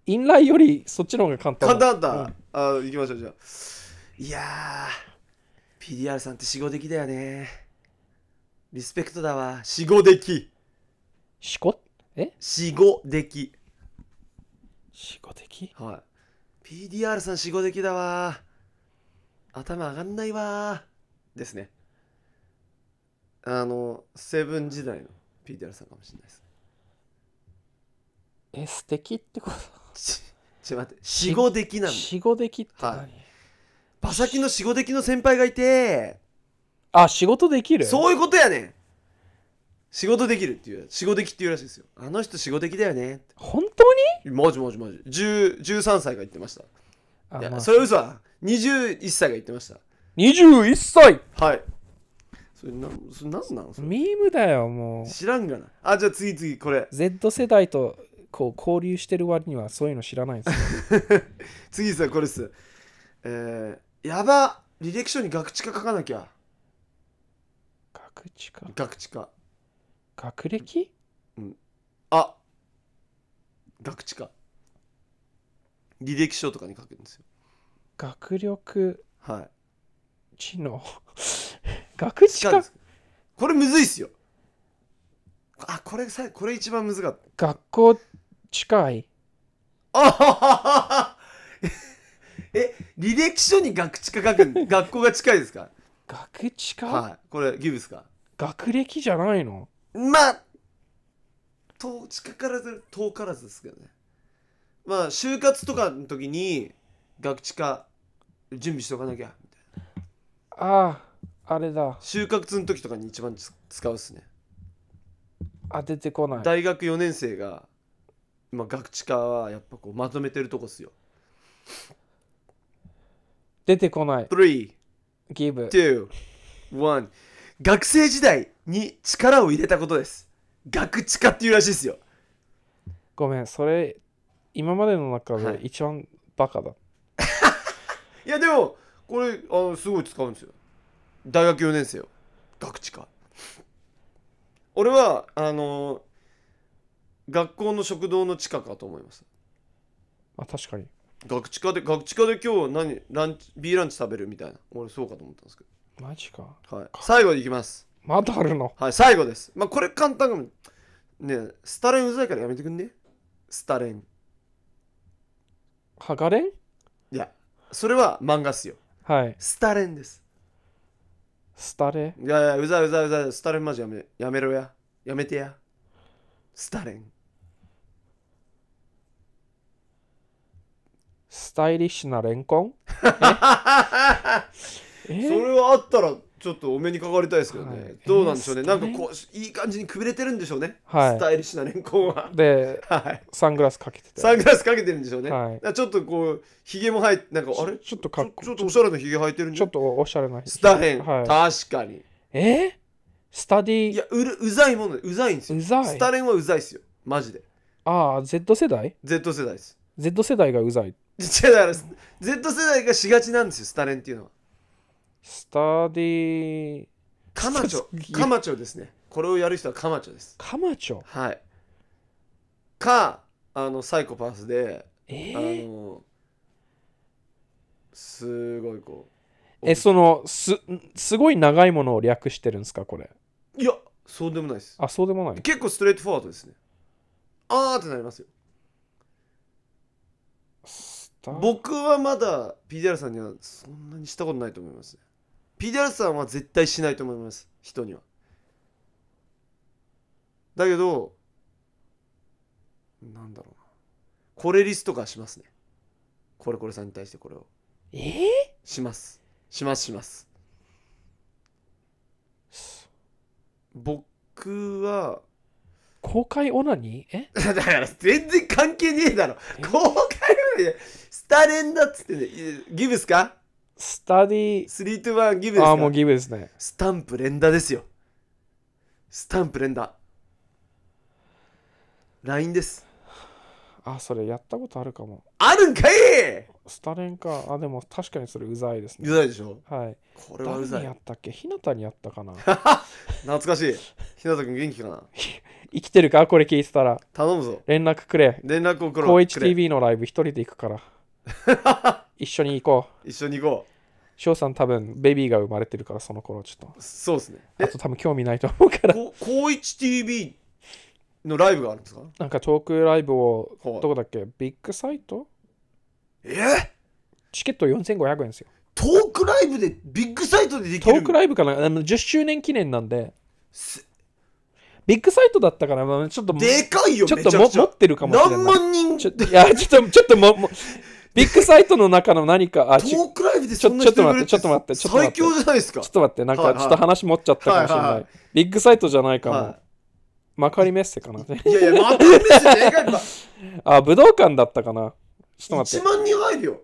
Speaker 2: インライよりそっちの方が簡単
Speaker 1: 簡
Speaker 2: だ。
Speaker 1: 単だ。あー、行きましょう、じゃあ。いやー、PDR さんって死後出来だよね。リスペクトだわ。死後出来。
Speaker 2: しこえ
Speaker 1: 死後出来。
Speaker 2: しこ的
Speaker 1: はい。PDR さん死後出来だわー。頭上がんないわー。ですね。あの、セブン時代の PDR さんかもしれないです。
Speaker 2: え、素敵ってこ
Speaker 1: ち、ちょっと待って、死後出来
Speaker 2: と
Speaker 1: なんだ。
Speaker 2: しごできって何、
Speaker 1: はい馬先の死後出来の先輩がいて、
Speaker 2: あ、仕事できる
Speaker 1: そういうことやねん。仕事できるっていう、仕後出来っていうらしいですよ。あの人仕後出来だよね。
Speaker 2: 本当に
Speaker 1: マジマジマジ。10 13歳が言ってました。
Speaker 2: あ
Speaker 1: いや、
Speaker 2: まあ
Speaker 1: それ嘘だ。21歳が言ってました。
Speaker 2: 21歳
Speaker 1: はい。それなん、それなんなんそれ
Speaker 2: ミームだよ、もう。
Speaker 1: 知らんがな。あ、じゃあ次次これ。 *laughs*
Speaker 2: Z 世代とこう交流してる割にはそういうの知らない
Speaker 1: *laughs*
Speaker 2: んですよ。
Speaker 1: 次さ、これっす。えー、やば履歴書に学知化書かなきゃ。
Speaker 2: 学知か。
Speaker 1: 学知化。
Speaker 2: 学歴
Speaker 1: あ学知化。履歴書とかに書くんですよ。
Speaker 2: 学力
Speaker 1: はい。
Speaker 2: 知能。 *laughs* 学知
Speaker 1: 知化
Speaker 2: か
Speaker 1: です。これむずいっすよ。あ、これさ、これ一番むずかった。 *laughs*
Speaker 2: 学校近い
Speaker 1: あはははえ、履歴書に学知化書く *laughs* ん学校が近いですか
Speaker 2: 学知か、
Speaker 1: はい。これ、ギブスか
Speaker 2: 学歴じゃないの
Speaker 1: まあ、遠近からず、遠からずですけどね。まあ、就活とかの時に、学知化準備しとかなきゃ。みたいな
Speaker 2: ああ、あれだ。
Speaker 1: 就活の時とかに一番つ使うっすね。
Speaker 2: あ、出てこない。
Speaker 1: 大学4年生が、まあ、学知化はやっぱこうまとめてるとこっすよ。
Speaker 2: 出てこない。
Speaker 1: 3、
Speaker 2: ギブ。
Speaker 1: 2、1。学生時代に力を入れたことです。学知化っていうらしいっすよ。
Speaker 2: ごめん、それ、今までの中
Speaker 1: は
Speaker 2: で
Speaker 1: い
Speaker 2: 一番バカだ。
Speaker 1: いやでもこれあのすごい使うんですよ大学4年生よ学知か俺はあの学校の食堂の地下かと思います
Speaker 2: あ、確かに。
Speaker 1: 学知科で学知科で今日何ランチ B ランチ食べるみたいな俺そうかと思ったんですけ
Speaker 2: マジか。
Speaker 1: ど、はい、最後でいきます
Speaker 2: まだあるの。
Speaker 1: はい最後ですまあこれ簡単かもねえスタレンうざいからやめてくんねスタレン
Speaker 2: はがれん
Speaker 1: いやそれは漫画っすよ
Speaker 2: はい。
Speaker 1: スタレンです
Speaker 2: スタレ。
Speaker 1: いやいや、うざいうざいうざい、スタレンマジやめやめろや。やめてや。スタレン。
Speaker 2: スタイリッシュなレンコンえ
Speaker 1: *laughs* そ
Speaker 2: え
Speaker 1: れはあったら、ちょっとお目にかかりたいですけどね。
Speaker 2: はい
Speaker 1: どうなんでしょうね。
Speaker 2: えー
Speaker 1: なんかこう、いい感じにくびれてるんでしょうね。
Speaker 2: はい
Speaker 1: スタイリッシュなレンコンは。 *laughs*
Speaker 2: で、
Speaker 1: はい。
Speaker 2: サングラスかけてて。
Speaker 1: サングラスかけてるんでしょうね。
Speaker 2: はい
Speaker 1: だからちょっとこう、ひげも生えて、なんかあれち
Speaker 2: ちょっとか
Speaker 1: ょ
Speaker 2: っこ
Speaker 1: ちょっとおしゃれなひげ生えてるん
Speaker 2: ち
Speaker 1: じゃ
Speaker 2: ょ
Speaker 1: ん
Speaker 2: っ。とおしゃれな人
Speaker 1: スタレン、
Speaker 2: は
Speaker 1: 確かに。
Speaker 2: い、えースタデ
Speaker 1: い
Speaker 2: ィ
Speaker 1: やうる、うざいもので、うざいんですよ。
Speaker 2: うざい
Speaker 1: スタレンはうざいっすよ。マジで
Speaker 2: ああ Z 世代
Speaker 1: Z 世代です
Speaker 2: Z 世代がうざい
Speaker 1: 違うだから Z 世代がしがちなんですよスタレンっていうのは
Speaker 2: スターディー
Speaker 1: カマ
Speaker 2: *laughs*
Speaker 1: チョ
Speaker 2: すげえ
Speaker 1: カマチョですねこれをやる人はカマチョです
Speaker 2: カマチョ
Speaker 1: はいかあのサイコパスで、
Speaker 2: え
Speaker 1: あ
Speaker 2: ー、
Speaker 1: のすごいこう
Speaker 2: えそのすすごい長いものを略してるんですかこれ
Speaker 1: いやそうでもないです
Speaker 2: あそうでもない
Speaker 1: 結構ストレートフォワードですねあーってなりますよ
Speaker 2: スター
Speaker 1: 僕はまだ PDR さんにはそんなにしたことないと思いますね PDR さんは絶対しないと思います人にはだけどなんだろうなこれリストかしますねこれこれさんに対してこれを
Speaker 2: え
Speaker 1: しますしますします
Speaker 2: ー、
Speaker 1: 僕は *laughs*
Speaker 2: 公開オナニーえ
Speaker 1: だから全然関係ねえだろ公開までスタレンだっつってねいギブスか
Speaker 2: スタディ
Speaker 1: 321ギブス
Speaker 2: あ
Speaker 1: か
Speaker 2: あもうギブですね
Speaker 1: スタンプ連打ですよ。スタンプ連打。LINE です。
Speaker 2: あそれやったことあるかも
Speaker 1: あるんかい
Speaker 2: スタレンかあでも確かにそれうざいです
Speaker 1: う
Speaker 2: ね
Speaker 1: ざいでしょ
Speaker 2: はい
Speaker 1: これは
Speaker 2: 誰
Speaker 1: うざ
Speaker 2: にや
Speaker 1: い。
Speaker 2: ったっけ日向にやったかな
Speaker 1: 懐かしい。ひなたくん元気かな
Speaker 2: 生きてるかこれ聞いてたら
Speaker 1: 頼むぞ。
Speaker 2: 連絡くれ
Speaker 1: 連絡をくれ。
Speaker 2: 高一 TV のライブ一人で行くから
Speaker 1: *laughs*
Speaker 2: 一緒に行こう
Speaker 1: 一緒に行こ
Speaker 2: 翔さん多分ベビーが生まれてるからその頃ちょっ
Speaker 1: う。そうですね。
Speaker 2: とあと多分興味ないと思う
Speaker 1: *laughs*
Speaker 2: から
Speaker 1: こ高一 TV のライブがあるんですか
Speaker 2: なんかトークライブを
Speaker 1: はい
Speaker 2: どこだっけビッグサイト
Speaker 1: え
Speaker 2: チケット4500円ですよ
Speaker 1: トークライブでビッグサイトででき
Speaker 2: ト
Speaker 1: る
Speaker 2: ークライブかなあの10周年記念なんですビッグサイトだったから、まあ、ちょっと
Speaker 1: でかいよ、
Speaker 2: ちょっと
Speaker 1: めちゃ
Speaker 2: も
Speaker 1: くち
Speaker 2: 持
Speaker 1: ゃ。
Speaker 2: ってるかもしれない
Speaker 1: 何万人
Speaker 2: ちょ
Speaker 1: ト
Speaker 2: っといやちょっとちょっとももビッグサイトの中の何かあちちょ
Speaker 1: ークライブでそんな
Speaker 2: ちょっ
Speaker 1: 人
Speaker 2: と
Speaker 1: い
Speaker 2: 待っ
Speaker 1: る
Speaker 2: て
Speaker 1: って
Speaker 2: ちょっと待ってちょっと待
Speaker 1: 最
Speaker 2: って
Speaker 1: 強じゃないですか。
Speaker 2: っと待ってなん
Speaker 1: はい
Speaker 2: か
Speaker 1: はい
Speaker 2: ちょっと話持っちゃったかもしれ
Speaker 1: はい
Speaker 2: な
Speaker 1: はいい
Speaker 2: ビッグサイトじゃないか
Speaker 1: は
Speaker 2: もマカリメッセ
Speaker 1: *laughs*
Speaker 2: かない
Speaker 1: やいや、またメッセージでかい。
Speaker 2: あ武道館だったかなちょっと待っ
Speaker 1: 1
Speaker 2: て
Speaker 1: 万人入るよ。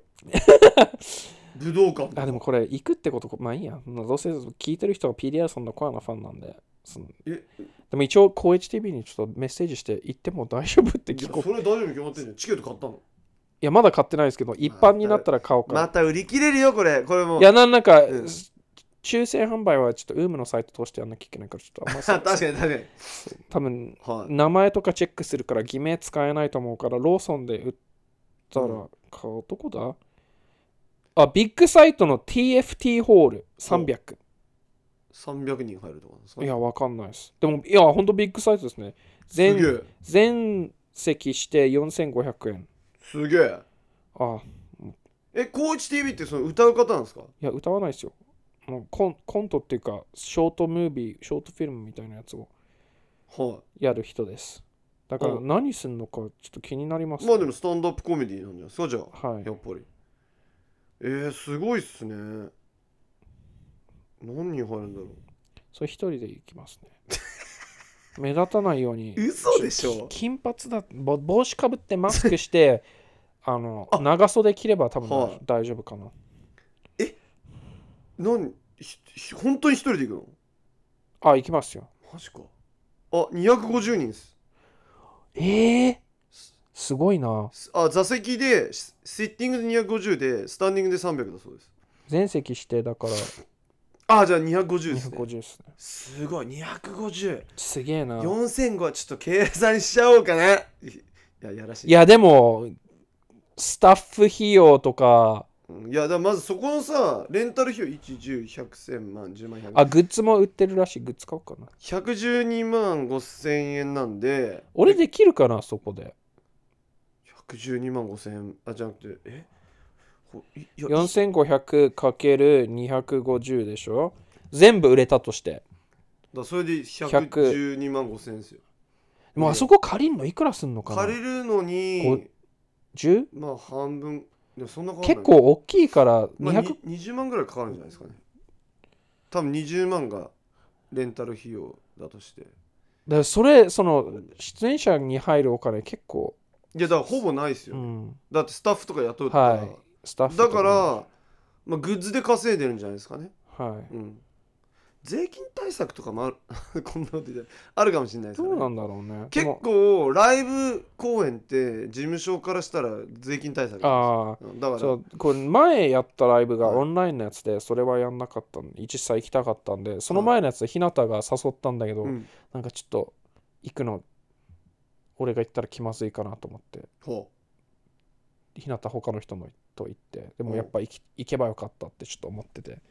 Speaker 1: 武道館。
Speaker 2: *laughs* あでもこれ行くってことまあいいやどうせ聞いてる人が PDR さんのコアなファンなんでその
Speaker 1: え
Speaker 2: でも一応高 HTV にちょっとメッセージして行っても大丈夫って
Speaker 1: い
Speaker 2: 聞
Speaker 1: や
Speaker 2: こう
Speaker 1: それ大丈夫に決まってんじゃん。チケット買ったの。
Speaker 2: いやまだ買ってないですけど一般になったら買おうか
Speaker 1: *laughs*
Speaker 2: な
Speaker 1: また売り切れるよ、これ。これもう
Speaker 2: い。や、なんなんか、
Speaker 1: うん
Speaker 2: 抽選販売はちょっと UM のサイト通してやんなきゃいけないから、ちょっとあんま
Speaker 1: *laughs* 確かに確かに。
Speaker 2: 多分、
Speaker 1: はい。
Speaker 2: 名前とかチェックするから偽名使えないと思うから、ローソンで売ったら
Speaker 1: う
Speaker 2: 買うとこだあ、ビッグサイトの TFT ホール300。
Speaker 1: 300人入るとかですか
Speaker 2: いや、わかんないです。でも、いや、ほんとビッグサイトですね。
Speaker 1: すげ
Speaker 2: 全
Speaker 1: え。
Speaker 2: 全席して4500円。
Speaker 1: すげえ。
Speaker 2: あ、
Speaker 1: え、高一 TV ってその歌う方なんですか
Speaker 2: いや、歌わないですよ。もうコンコントっていうか、ショートムービー、ショートフィルムみたいなやつを。
Speaker 1: は
Speaker 2: やる人です。だから
Speaker 1: うん
Speaker 2: 何すんのかちょっと気になります、
Speaker 1: い。まあでもスタンダップコメディなんじゃないですか、じゃあ。
Speaker 2: はい
Speaker 1: や。っぱり。えー、すごいっすね。何人入るんだろう。
Speaker 2: それ一人で行きますね。 *laughs* 目立たないように。
Speaker 1: 嘘でしょ
Speaker 2: き金髪だぼ帽子かぶってマス
Speaker 1: *laughs*
Speaker 2: クして、あの長袖着れば多分
Speaker 1: はい
Speaker 2: 大丈夫かな。
Speaker 1: 何ひひ本当に一人で行くの
Speaker 2: あ、行きますよ。
Speaker 1: マジか。あ、250人です。
Speaker 2: ええすごいな。
Speaker 1: すあ、座席で、シシッティングで250で、スタンディングで300だそうです。
Speaker 2: 全席指定だから
Speaker 1: あ、じゃあ250です、ね。
Speaker 2: 250ですね。
Speaker 1: すごい、250。
Speaker 2: すげえな。い
Speaker 1: 4005、ちょっと計算しちゃおうかな。いや、やらしい。
Speaker 2: やでも、スタッフ費用と
Speaker 1: う
Speaker 2: か、
Speaker 1: んいやだからまずそこのさ、レンタル費用1、10、100、1000万、10万、100
Speaker 2: あ、グッズも売ってるらしい。グッズ買おうかな。
Speaker 1: 112万5000円なんで、
Speaker 2: 俺できるかな、そこで。
Speaker 1: 112万5000円、あ、じゃなくて、えほいいや
Speaker 2: 4500×250 でしょ全部売れたとして。
Speaker 1: だそれで112万5000円ですよ。
Speaker 2: もうあそこ借りんのいくらすんのかな
Speaker 1: 借りるの
Speaker 2: こ
Speaker 1: に、
Speaker 2: 10?
Speaker 1: まあ半分、でもそんな変わんない
Speaker 2: 結構大きいから
Speaker 1: まあ、
Speaker 2: 200、
Speaker 1: に20万ぐらいかかるんじゃないですかね多分20万がレンタル費用だとしてい
Speaker 2: だからそれ、その出演者に入るお金結構、
Speaker 1: やだからほぼないです
Speaker 2: う
Speaker 1: よ、
Speaker 2: ん、
Speaker 1: だってスタッフとか雇うって、
Speaker 2: はいスタッフと
Speaker 1: だから、まあ、グッズで稼いでるんじゃないですかね
Speaker 2: はい、
Speaker 1: うん税金対策とかもある *laughs* こんなこと言ってあるかもしれないです
Speaker 2: ど
Speaker 1: よね
Speaker 2: うなんだろうね
Speaker 1: 結構ライブ公演って事務所からしたら税金対策
Speaker 2: でもあ
Speaker 1: うんだか
Speaker 2: あ
Speaker 1: ら
Speaker 2: そうこれ前やったライブが
Speaker 1: はい
Speaker 2: オンラインのやつでそれはやんなかったんで一切行きたかったんでその前のやつで日向が誘ったんだけど、
Speaker 1: うん
Speaker 2: なんかちょっと行くの俺が行ったら気まずいかなと思って
Speaker 1: ほ
Speaker 2: 日向他の人のと行ってで
Speaker 1: う
Speaker 2: も
Speaker 1: ん
Speaker 2: やっぱ行き行けばよかったってちょっと思ってて
Speaker 1: う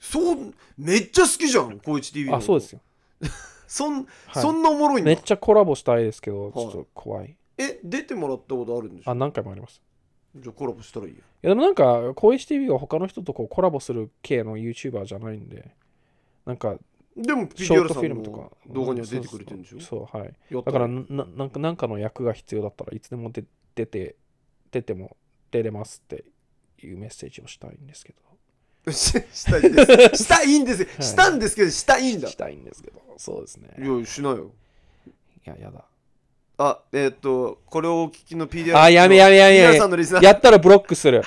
Speaker 1: そうめっちゃ好きじゃん高一 TV の
Speaker 2: あそうですよ、
Speaker 1: そん、
Speaker 2: はい
Speaker 1: そんなおもろいん
Speaker 2: め
Speaker 1: だ
Speaker 2: っちゃコラボしたいですけど
Speaker 1: い
Speaker 2: ちょっと怖い
Speaker 1: え出てもらったことあるんでし
Speaker 2: あ
Speaker 1: ょ
Speaker 2: 何回もあります
Speaker 1: じゃあコラボしたらいいよ
Speaker 2: いやでもなんか小石 TV は他の人とこうコラボする系の YouTuber じゃないんでなんか
Speaker 1: でも p
Speaker 2: シ
Speaker 1: t
Speaker 2: ョー
Speaker 1: r
Speaker 2: ト
Speaker 1: さ
Speaker 2: フ
Speaker 1: ん
Speaker 2: ィルムとか
Speaker 1: の動画には出てくれてるんでしょ
Speaker 2: そうそうそうはい
Speaker 1: やった
Speaker 2: だからなななんかなんかの役が必要だったらいつでも出出て出ても出れますっていうメッセージをしたいんですけど
Speaker 1: し *laughs* したいんです。したいんです。
Speaker 2: い
Speaker 1: したんですけど、したいんだ。い
Speaker 2: したいんですけどそうですねい
Speaker 1: や、しないよ。
Speaker 2: ややだ
Speaker 1: あ、えーっと、これをお聞きの PDR
Speaker 2: あやめやめやめやめ
Speaker 1: 皆さんのリスナー。
Speaker 2: やったらブロックす
Speaker 1: *laughs*
Speaker 2: る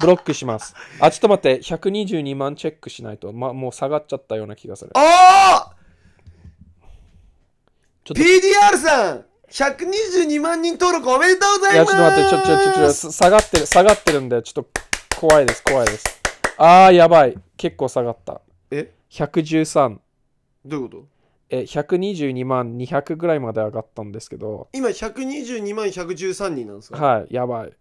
Speaker 2: ブロックしますあちょっと待って122万チェックしないと、ま、もう下がっちゃったような気がする
Speaker 1: あ
Speaker 2: ち
Speaker 1: ー
Speaker 2: ょっと
Speaker 1: !PDR さん !122 万人登録おめでとうござ
Speaker 2: い
Speaker 1: い
Speaker 2: や、
Speaker 1: ま
Speaker 2: ち
Speaker 1: す
Speaker 2: ょっと待って、ちょ、ちょ、ちょ、ちょ、下がってる、下がってるんで、ちょっと怖いです、怖いです。あー、やばい。結構下がった。
Speaker 1: え
Speaker 2: ?113、
Speaker 1: どういうこと
Speaker 2: え、122万200ぐらいまで上がったんですけど、
Speaker 1: 今、122万113人なんですか、
Speaker 2: はい、やばい。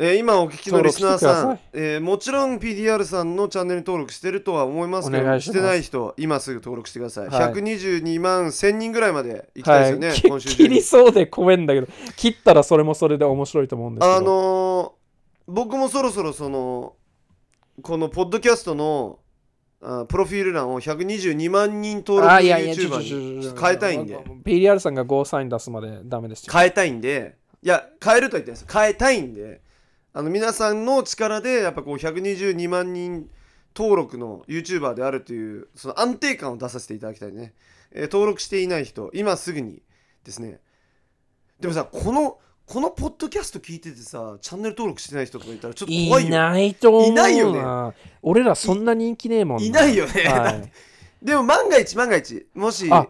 Speaker 1: えー今お聞きのリスナー
Speaker 2: 登
Speaker 1: さ
Speaker 2: 録
Speaker 1: ん
Speaker 2: して、
Speaker 1: えーもちろん PDR さんのチャンネル登録してるとは思いますけ
Speaker 2: お願
Speaker 1: ど、
Speaker 2: いし
Speaker 1: し
Speaker 2: ます
Speaker 1: てない人は今すぐ登録してください。
Speaker 2: はい
Speaker 1: 122万1000人ぐらいまで行きたい
Speaker 2: は
Speaker 1: です
Speaker 2: い、
Speaker 1: よね、今週
Speaker 2: き
Speaker 1: 中に
Speaker 2: 切 *laughs* り。そうで怖いんだけど、切ったらそれもそれで面白いと思うんですけど。
Speaker 1: あのー僕もそろそろそのこのポッドキャストのあプロフィール欄を122万人登録
Speaker 2: あー、いやいや、ち
Speaker 1: YouTuber
Speaker 2: ょちょ
Speaker 1: に
Speaker 2: ちょちょ
Speaker 1: 変えたいんで
Speaker 2: PDR さんがゴーサイン出すまでダメですよ。
Speaker 1: 変えたいんでいや変えるとは言ってないです変えたいんであの皆さんの力でやっぱこう122万人登録の YouTuber であるというその安定感を出させていただきたいね、えー登録していない人今すぐにですねでもさこのこのポッドキャスト聞いててさチャンネル登録してない人とかいたらちょっと
Speaker 2: い
Speaker 1: 怖いよ
Speaker 2: ないと思う
Speaker 1: いな
Speaker 2: な。
Speaker 1: いよ
Speaker 2: 俺らそんな人気ねえもん
Speaker 1: いないよね、
Speaker 2: はい。
Speaker 1: *laughs* でも万が一万が一もし
Speaker 2: あ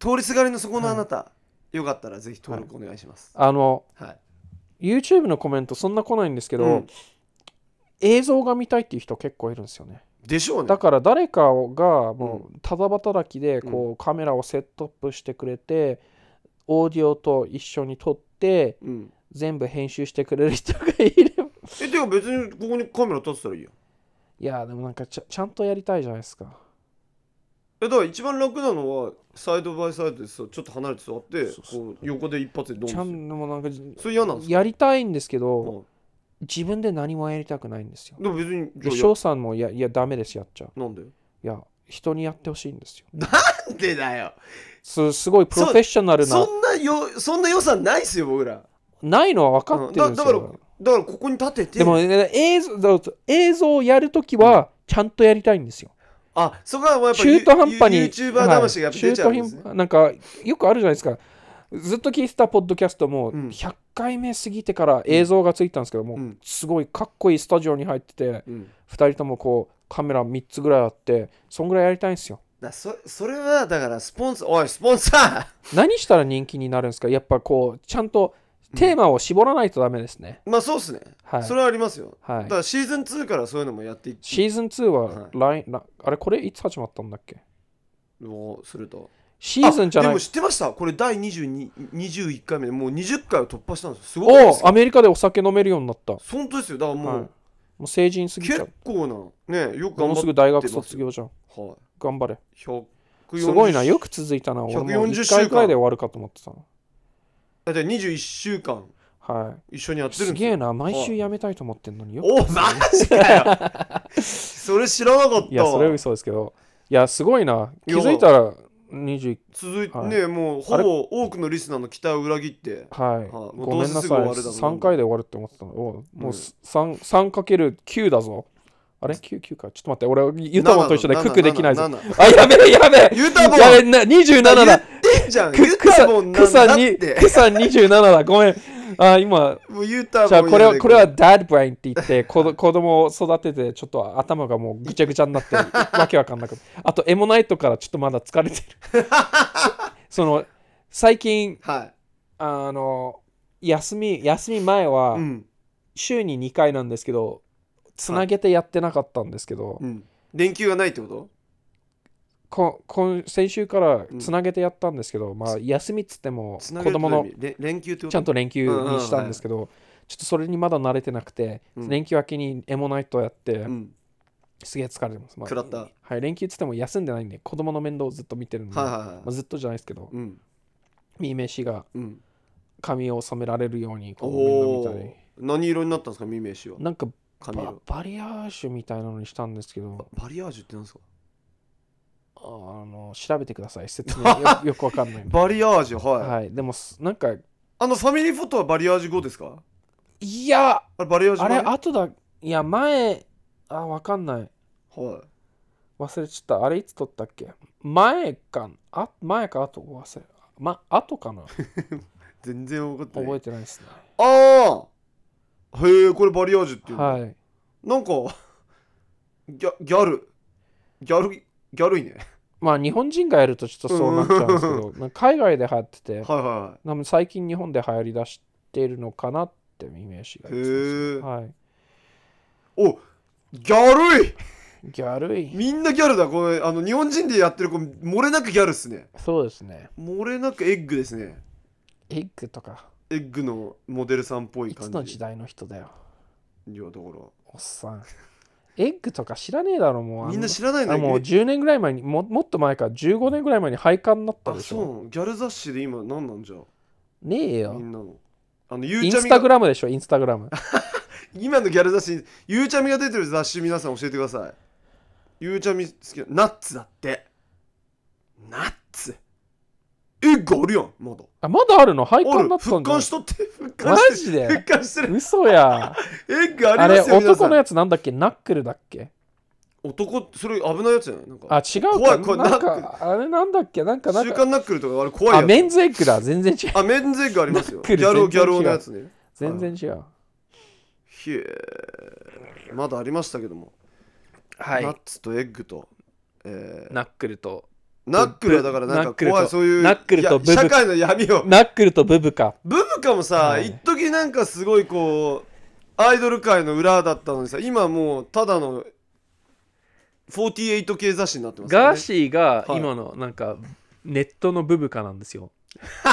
Speaker 1: 通りすがりのそこのあなた、よかったらぜひ登録お願いします
Speaker 2: あの、
Speaker 1: はい、
Speaker 2: YouTube のコメントそんな来ないんですけど、
Speaker 1: うん
Speaker 2: 映像が見たいっていう人結構いるんですよね
Speaker 1: でしょうね
Speaker 2: だから誰かがもうただ働きでこう、カメラをセットアップしてくれてオーディオと一緒に撮って
Speaker 1: うん、
Speaker 2: 全部編集してくれる人がいれば *laughs*
Speaker 1: えでも別にここにカメラ立てたらいいよ
Speaker 2: いやでもなんかちゃちゃんとやりたいじゃないですか
Speaker 1: えだから一番楽なのはサイドバイサイドでさちょっと離れて座って
Speaker 2: そうそ
Speaker 1: こう横で一発でドン
Speaker 2: ちゃ
Speaker 1: する
Speaker 2: んでもなんか
Speaker 1: それ嫌なんですか
Speaker 2: やりたいんですけど、
Speaker 1: は
Speaker 2: 自分で何もやりたくないんですよ
Speaker 1: いでも別に
Speaker 2: で
Speaker 1: じゃあ
Speaker 2: 翔さんもいやいやダメですやっちゃ
Speaker 1: やなんで
Speaker 2: いや人にやってほしいんですよ
Speaker 1: なんでだよ
Speaker 2: すすごいプロフェッショナルな
Speaker 1: そんなよそんな予算ないっすよ僕ら
Speaker 2: ないのは分かってるんですよ、
Speaker 1: うんだだからだからここに立てて
Speaker 2: でも、ね、映像だと映像をやるときはちゃんとやりたいんですよ。
Speaker 1: あそこはもうやっぱ
Speaker 2: 中途半端に。
Speaker 1: YouTuber 魂がやっぱ出ちゃうん
Speaker 2: はい
Speaker 1: ですね、
Speaker 2: 中途半端なんかよくあるじゃないですか。ずっと聞いてたポッドキャストも
Speaker 1: うん
Speaker 2: 100回目過ぎてから映像がついたんですけども、
Speaker 1: うん
Speaker 2: すごいかっこいいスタジオに入ってて
Speaker 1: うん、だか
Speaker 2: 2人ともこうカメラ3つぐらいあってそんぐらいやりたいんですよ。
Speaker 1: らそそれはだからスポンサーおいスポンサー
Speaker 2: 何したら人気になるんですかやっぱこうちゃんとテーマを絞らないとダメですね。
Speaker 1: まあそうっすね、
Speaker 2: はい
Speaker 1: それはありますよ、
Speaker 2: はい
Speaker 1: だからシーズン2からそういうのもやっていっ
Speaker 2: シーズン2
Speaker 1: は
Speaker 2: は来、なあれこれいつ始まったんだっけ
Speaker 1: をすると
Speaker 2: シーズンじゃ
Speaker 1: あ
Speaker 2: な
Speaker 1: で
Speaker 2: い
Speaker 1: も知ってましたこれ第22 21回目でもう20回を突破したんですよすごいです
Speaker 2: お
Speaker 1: よ
Speaker 2: アメリカでお酒飲めるようになった。
Speaker 1: 本当ですよだからもう、
Speaker 2: はい、もう成人すぎちゃ
Speaker 1: 結
Speaker 2: う。
Speaker 1: 構なねよく
Speaker 2: も
Speaker 1: 頑張
Speaker 2: う
Speaker 1: っ
Speaker 2: す
Speaker 1: て
Speaker 2: ぐ大学卒業じゃん。
Speaker 1: はい
Speaker 2: 頑張れ。
Speaker 1: 140
Speaker 2: すごいな、よく続いたな。俺も
Speaker 1: 140
Speaker 2: 1回ぐらいで終わるかと思ってたの。
Speaker 1: だって21週間
Speaker 2: は
Speaker 1: 一緒にやっ
Speaker 2: い。
Speaker 1: てる
Speaker 2: す
Speaker 1: んです
Speaker 2: げ
Speaker 1: よ
Speaker 2: えな、毎週やめたいと思ってんのによく。
Speaker 1: おマジかよそれ知らなかったわ
Speaker 2: いや、それは嘘ですけど。いや、すごいな。
Speaker 1: い
Speaker 2: 気
Speaker 1: や
Speaker 2: づいたら21、
Speaker 1: 続いて、
Speaker 2: はい
Speaker 1: ねもうほぼ多くのリスナーの期待を裏切って
Speaker 2: はい。
Speaker 1: もう
Speaker 2: ごめん
Speaker 1: どう
Speaker 2: な
Speaker 1: せす
Speaker 2: さ
Speaker 1: ぐ
Speaker 2: い。
Speaker 1: 終わるだろうな
Speaker 2: 3回で終わるって思ってたの。おうもううん 3, 3かける9だぞ。あれ ?9、9か。ちょっと待って、俺、ユタボンと一緒でククできないぞ。
Speaker 1: 7 7 7
Speaker 2: あ、やべえ、やべえ。
Speaker 1: ユタボン
Speaker 2: やべえ、な27だ。
Speaker 1: 言ってんじゃん
Speaker 2: く
Speaker 1: ユ
Speaker 2: く
Speaker 1: タ
Speaker 2: さ
Speaker 1: ボンな
Speaker 2: く
Speaker 1: んだ
Speaker 2: さ
Speaker 1: っ
Speaker 2: に
Speaker 1: て
Speaker 2: くさ27だごめんあ今、
Speaker 1: もう言うたら
Speaker 2: じゃあ
Speaker 1: もう
Speaker 2: これ
Speaker 1: 嫌
Speaker 2: は、
Speaker 1: で
Speaker 2: これはダッドブレインって言って、
Speaker 1: *laughs*
Speaker 2: 子ど子供を育てて、ちょっと頭がもうぐちゃぐちゃに
Speaker 1: *laughs*
Speaker 2: なって、わけわかんなくなるあと、エモナイトからちょっとまだ疲れてる。
Speaker 1: *laughs*
Speaker 2: その、最近、
Speaker 1: はい
Speaker 2: あの、休み、休み前は、
Speaker 1: うん
Speaker 2: 週に2回なんですけど、つなげてやってなかったんですけど、
Speaker 1: うん連休がないってこと
Speaker 2: こ今先週から
Speaker 1: うん
Speaker 2: つなげてやったんですけど、まあ休みっつっても
Speaker 1: つな
Speaker 2: 子
Speaker 1: げる
Speaker 2: 供
Speaker 1: と
Speaker 2: の
Speaker 1: いう意味れ連休ってこと
Speaker 2: ちゃんと連休にしたんですけど、ちょっとそれにまだ慣れてなくて、
Speaker 1: うん
Speaker 2: 連休明けにエモナイトやって、
Speaker 1: うん
Speaker 2: すげえ疲れてます、まあ
Speaker 1: 食らった
Speaker 2: はい連休っつっても休んでないんで子供の面倒をずっと見てるんで、
Speaker 1: はい
Speaker 2: ま
Speaker 1: はい
Speaker 2: あ、
Speaker 1: はい
Speaker 2: ずっとじゃないですけど
Speaker 1: うん
Speaker 2: ミーメイ氏が
Speaker 1: うん
Speaker 2: 髪を染められるように
Speaker 1: お
Speaker 2: こ
Speaker 1: お
Speaker 2: う面倒見た
Speaker 1: ー何色になったんですかミメシは
Speaker 2: りなんか
Speaker 1: 髪
Speaker 2: バ
Speaker 1: 色
Speaker 2: バリアージュみたいなのにしたんですけど
Speaker 1: バリアージュってなんですか
Speaker 2: あの調べてくださ
Speaker 1: *laughs*
Speaker 2: い説明よよくわかんないんで、
Speaker 1: バリアージュはい
Speaker 2: はい、でもすなんか
Speaker 1: あのファミリーフォトはバリアージュ後ですか
Speaker 2: いや
Speaker 1: あれバリアージュ
Speaker 2: あれ
Speaker 1: 前
Speaker 2: 後だいや前あわかんない
Speaker 1: はい
Speaker 2: 忘れちゃったあれいつ撮ったっけ前かあ前か後忘れま後
Speaker 1: *laughs*
Speaker 2: かな
Speaker 1: 全然分かってな
Speaker 2: 覚
Speaker 1: い
Speaker 2: えてないですね
Speaker 1: ああへえこれバリアージュっていうの
Speaker 2: はい
Speaker 1: なんか *laughs* ギャギャルギャルギャルいね
Speaker 2: まあ日本人がやるとちょっとそうなっちゃうんですけ
Speaker 1: *laughs*
Speaker 2: どなんか海外で流行ってて
Speaker 1: はいは
Speaker 2: 多分最近日本で流行りだしてるのかなってイメージが
Speaker 1: いはいへ
Speaker 2: です
Speaker 1: え
Speaker 2: はい
Speaker 1: おギャルい
Speaker 2: ギャルい
Speaker 1: みんなギャルだこれあの日本人でやってる子漏れなくギャルっすね
Speaker 2: そうですね
Speaker 1: 漏れなくエッグですね
Speaker 2: エッグとか
Speaker 1: エッグのモデルさんっぽい
Speaker 2: い
Speaker 1: 感じ
Speaker 2: つの時代の人だよ
Speaker 1: いやだから
Speaker 2: おっさん *laughs* エッグとか知らねえだろもうあ
Speaker 1: みんな知らないの
Speaker 2: あ
Speaker 1: よ
Speaker 2: もう10年ぐらい前にももっと前か15年ぐらい前に廃刊になった
Speaker 1: あ
Speaker 2: でし
Speaker 1: そう
Speaker 2: ょ
Speaker 1: なのギャル雑誌で今何なんじゃ
Speaker 2: ねえ
Speaker 1: み
Speaker 2: よ
Speaker 1: んなのあのゆ
Speaker 2: イ
Speaker 1: う
Speaker 2: ン
Speaker 1: ちゃ
Speaker 2: ス
Speaker 1: み
Speaker 2: タ
Speaker 1: が
Speaker 2: グラムでしょインスタグラム
Speaker 1: 今のギャル雑誌ゆうちゃみが出てる雑誌皆さん教えてくださいゆうちゃみ好きなナッツだってナッツエッグあるやんまだ
Speaker 2: あまだあるの
Speaker 1: あ
Speaker 2: 廃刊
Speaker 1: る
Speaker 2: になった
Speaker 1: 復
Speaker 2: んじゃ
Speaker 1: 刊
Speaker 2: ない
Speaker 1: しとって復刊して
Speaker 2: マジで
Speaker 1: 復刊してる
Speaker 2: 嘘や
Speaker 1: エッグ *laughs* あ
Speaker 2: あ
Speaker 1: り
Speaker 2: れ
Speaker 1: ますよ皆さ
Speaker 2: 男
Speaker 1: ん
Speaker 2: のやつなんだっけナックルだっけ
Speaker 1: 男それ危ないやつじゃないなんか
Speaker 2: あ違うか
Speaker 1: 怖い怖い
Speaker 2: なん
Speaker 1: ナ
Speaker 2: かあれなんだっけなんかなん
Speaker 1: 週
Speaker 2: か
Speaker 1: 刊ナックルとかあれ怖いや
Speaker 2: あ
Speaker 1: つ
Speaker 2: メンズエッグだ全然違う
Speaker 1: あメンズエッグありますよ
Speaker 2: *laughs* ナッ
Speaker 1: ギ
Speaker 2: クル
Speaker 1: ャル
Speaker 2: 全
Speaker 1: ギャル
Speaker 2: 然違う
Speaker 1: 男のやつね
Speaker 2: 全然違う
Speaker 1: ひえまだありましたけども、
Speaker 2: は
Speaker 1: ナッツとエッグと、えー
Speaker 2: ナックルと
Speaker 1: ナックルはだからなんか怖
Speaker 2: ナックル
Speaker 1: い
Speaker 2: と
Speaker 1: そういう
Speaker 2: ナックルと
Speaker 1: いや
Speaker 2: ブブ
Speaker 1: 社会の闇を
Speaker 2: ナックルとブブか
Speaker 1: ブブカもさ、
Speaker 2: はい
Speaker 1: 一時なんかすごいこうアイドル界の裏だったのにさ今もうただの48系雑誌になってますから
Speaker 2: ガー
Speaker 1: ね
Speaker 2: シーが
Speaker 1: はい
Speaker 2: 今のなんかネットのブブカなんですよ。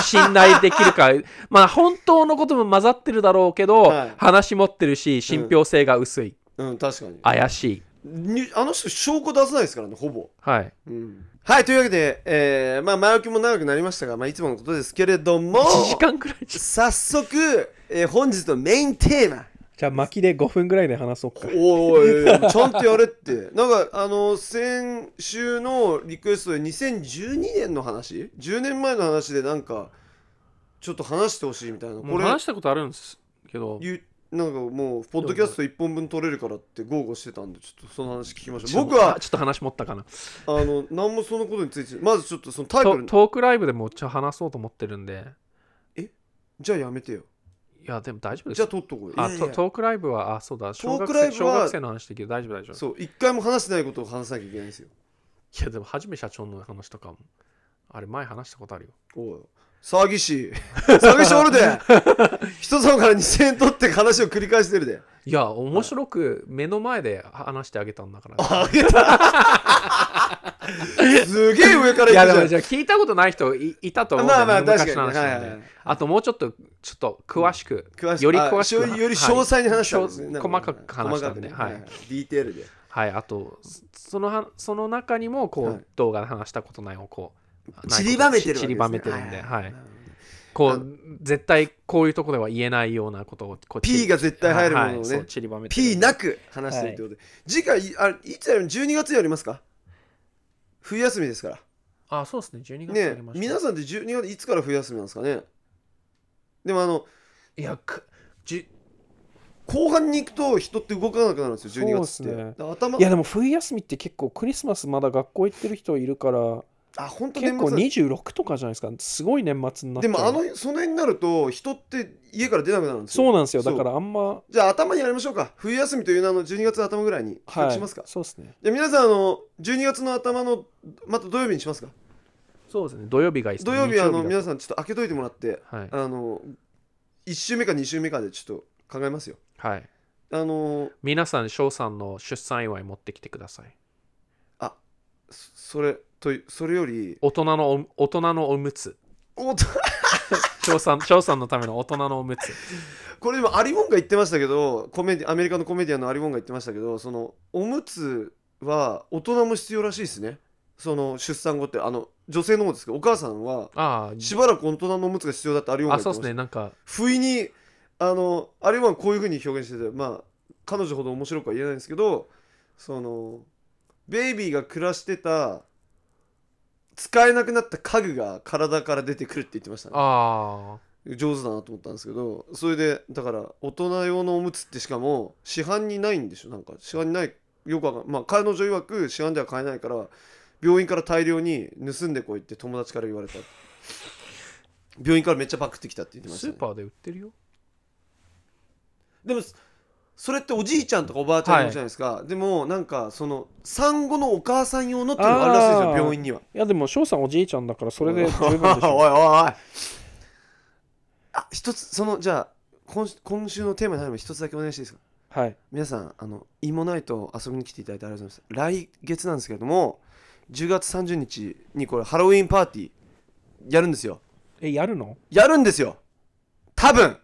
Speaker 2: 信頼できるか *laughs* まあ本当のことも混ざってるだろうけど、
Speaker 1: はい
Speaker 2: 話持ってるし信憑性が薄い、
Speaker 1: うん確かに
Speaker 2: 怪しい
Speaker 1: にあの人証拠出さないですからねほぼ
Speaker 2: はい
Speaker 1: はいというわけで、えーまあ、前置きも長くなりましたが、まあ、いつものことですけれども
Speaker 2: 1時間くらいじゃ
Speaker 1: 早速、えー本日のメインテーマ
Speaker 2: じゃあ巻きで5分くらいで話そうか
Speaker 1: おいおい *laughs* おいちゃんとやれってなんかあの先週のリクエストで2012年の話10年前の話でなんかちょっと話してほしいみたいな
Speaker 2: も
Speaker 1: こ
Speaker 2: う
Speaker 1: れ
Speaker 2: 話したことあるんですけど
Speaker 1: ゆなんかもうポッドキャスト1本分取れるからって豪語してたんでちょっとその話聞きまし
Speaker 2: ち
Speaker 1: ょ
Speaker 2: ょ
Speaker 1: う僕は
Speaker 2: あちょっと話持ったかな
Speaker 1: あの何もそのことについてまずちょっとそのタイト
Speaker 2: ト
Speaker 1: ル
Speaker 2: トークライブでもちょっと話そうと思ってるんで
Speaker 1: じゃあやめてよ
Speaker 2: いやでも大丈夫です
Speaker 1: じゃあ取っとこうよ
Speaker 2: あ
Speaker 1: いやい
Speaker 2: ト
Speaker 1: や
Speaker 2: トークライブはあそうだ小学
Speaker 1: トークライ
Speaker 2: 生
Speaker 1: ブ
Speaker 2: 小
Speaker 1: は
Speaker 2: 学生の話できる大丈夫大丈夫
Speaker 1: そう一回も話してないことを話さなきゃいけないんですよ
Speaker 2: いやでもはじめ社長の話とかもあれ前話したことあるよ
Speaker 1: おい騒ぎし *laughs* 騒ぎしおる
Speaker 2: *laughs*
Speaker 1: で人様から2000円取って話を繰り返してるで
Speaker 2: いや、面白く目の前で話してあげたんだから。
Speaker 1: あげた *laughs* すげえ上から
Speaker 2: いや、で
Speaker 1: 行
Speaker 2: も
Speaker 1: くじ
Speaker 2: じゃあ聞いたことない人いいたと
Speaker 1: ゃ
Speaker 2: 思
Speaker 1: ん
Speaker 2: うんだ
Speaker 1: まあ
Speaker 2: よね
Speaker 1: まあ確
Speaker 2: 昔
Speaker 1: か
Speaker 2: の
Speaker 1: に、
Speaker 2: 話
Speaker 1: ね、は
Speaker 2: ないん
Speaker 1: はい
Speaker 2: であともうちょっと、ちょっと詳しく、
Speaker 1: 詳しく
Speaker 2: より詳し
Speaker 1: あ
Speaker 2: く。
Speaker 1: より詳細に話したんですね、
Speaker 2: はい
Speaker 1: なん
Speaker 2: 細かく話したんで、
Speaker 1: 細
Speaker 2: は
Speaker 1: かく
Speaker 2: い
Speaker 1: ね。ディテールで
Speaker 2: はい、あと、そのはその中にも、こう、
Speaker 1: はい
Speaker 2: 動画で話したことないを、こう、
Speaker 1: 散りばめてるわけですね
Speaker 2: 散りばめてるんで、はい。
Speaker 1: なるほど
Speaker 2: こ
Speaker 1: あ
Speaker 2: う、絶対こういうとこでは言えないようなことを、こう
Speaker 1: P が絶対入るものをね
Speaker 2: はいはいそう散りばめてるんで
Speaker 1: P なく話してるってことで、次回あいつやるの12月やりますか冬休みですから
Speaker 2: あ、そうですね、12月や
Speaker 1: ね
Speaker 2: りました
Speaker 1: 皆さんって12月いつから冬休みなんですかねでもあの
Speaker 2: いや、くじ
Speaker 1: 後半に行くと人って動かなくなるんですよ12月って
Speaker 2: そうっすね
Speaker 1: だから頭
Speaker 2: いやでも冬休みって結構クリスマスまだ学校行ってる人いるから
Speaker 1: あ本当
Speaker 2: 結
Speaker 1: 年
Speaker 2: 構
Speaker 1: 末だ
Speaker 2: 26とかじゃないですかすごい年末になっち
Speaker 1: で
Speaker 2: ゃう
Speaker 1: もあのその辺になると人って家から出なくなるんですよ
Speaker 2: そうなんですよ
Speaker 1: そ
Speaker 2: だ
Speaker 1: う
Speaker 2: からあんま
Speaker 1: じゃあ頭にやりましょうか冬休みという名の12月頭ぐらいに企
Speaker 2: は
Speaker 1: 画
Speaker 2: い
Speaker 1: しますか、
Speaker 2: そうですね
Speaker 1: じゃあ皆さんあの12月の頭のまた土曜日にしますか
Speaker 2: そうですね土曜日がいいです
Speaker 1: 土
Speaker 2: ね
Speaker 1: 曜日あの
Speaker 2: 日曜
Speaker 1: 皆さんちょっと開けといてもらって
Speaker 2: だはい
Speaker 1: あの1週目か2週目かでちょっと考えますよ
Speaker 2: はい
Speaker 1: あの
Speaker 2: 皆さん翔さんの出産祝い持ってきてください
Speaker 1: そそれとそれより
Speaker 2: 大人のお大人のおむつ
Speaker 1: おっと *laughs*
Speaker 2: 翔さん翔さんのための大人のおむつ
Speaker 1: これでもアリモンが言ってましたけどコメディアメリカのコメディアンのアリモンが言ってましたけどそのおむつは大人も必要らしいですねその出産後ってあの女性の方ですけどお母さんは
Speaker 2: ああ
Speaker 1: しばらく大人のおむつが必要だってアリモンが
Speaker 2: あ
Speaker 1: 言っ
Speaker 2: そ
Speaker 1: て
Speaker 2: う
Speaker 1: まし
Speaker 2: です
Speaker 1: た
Speaker 2: ねなんか
Speaker 1: 不意にあのあれはこういうふうに表現しててまあ彼女ほど面白くは言えないんですけどそのベイビーが暮らしてた使えなくなった家具が体から出てくるって言ってましたね
Speaker 2: ああ
Speaker 1: 上手だなと思ったんですけどそれでだから大人用のおむつってしかも市販にないんでしょなんか市販にないよくわかんまあ彼女曰く市販では買えないから病院から大量に盗んでこいって友達から言われた病院からめっちゃパクってきたって言ってまし
Speaker 2: ス
Speaker 1: た、ね
Speaker 2: ー、パーで売ってるよ
Speaker 1: でもそそれっておじいちゃんとかおばあちゃん用じゃないですか、でもなんかその産後のお母さん用のっていうのがあるらしいです
Speaker 2: あ
Speaker 1: よ
Speaker 2: ー
Speaker 1: 病院にはい
Speaker 2: やでも翔さんおじいちゃんだからそれで十分で
Speaker 1: お *laughs* い
Speaker 2: しょ
Speaker 1: おいおいあ一つそのじゃあ今週今週のテーマになる前に一つだけお願いしていいですか
Speaker 2: はい
Speaker 1: 皆さんあのイモナイト遊びに来ていただいてありがとうございます来月なんですけれども10月30日にこれハロウィンパーティーやるんですよ
Speaker 2: えやるの
Speaker 1: やるんですよ多分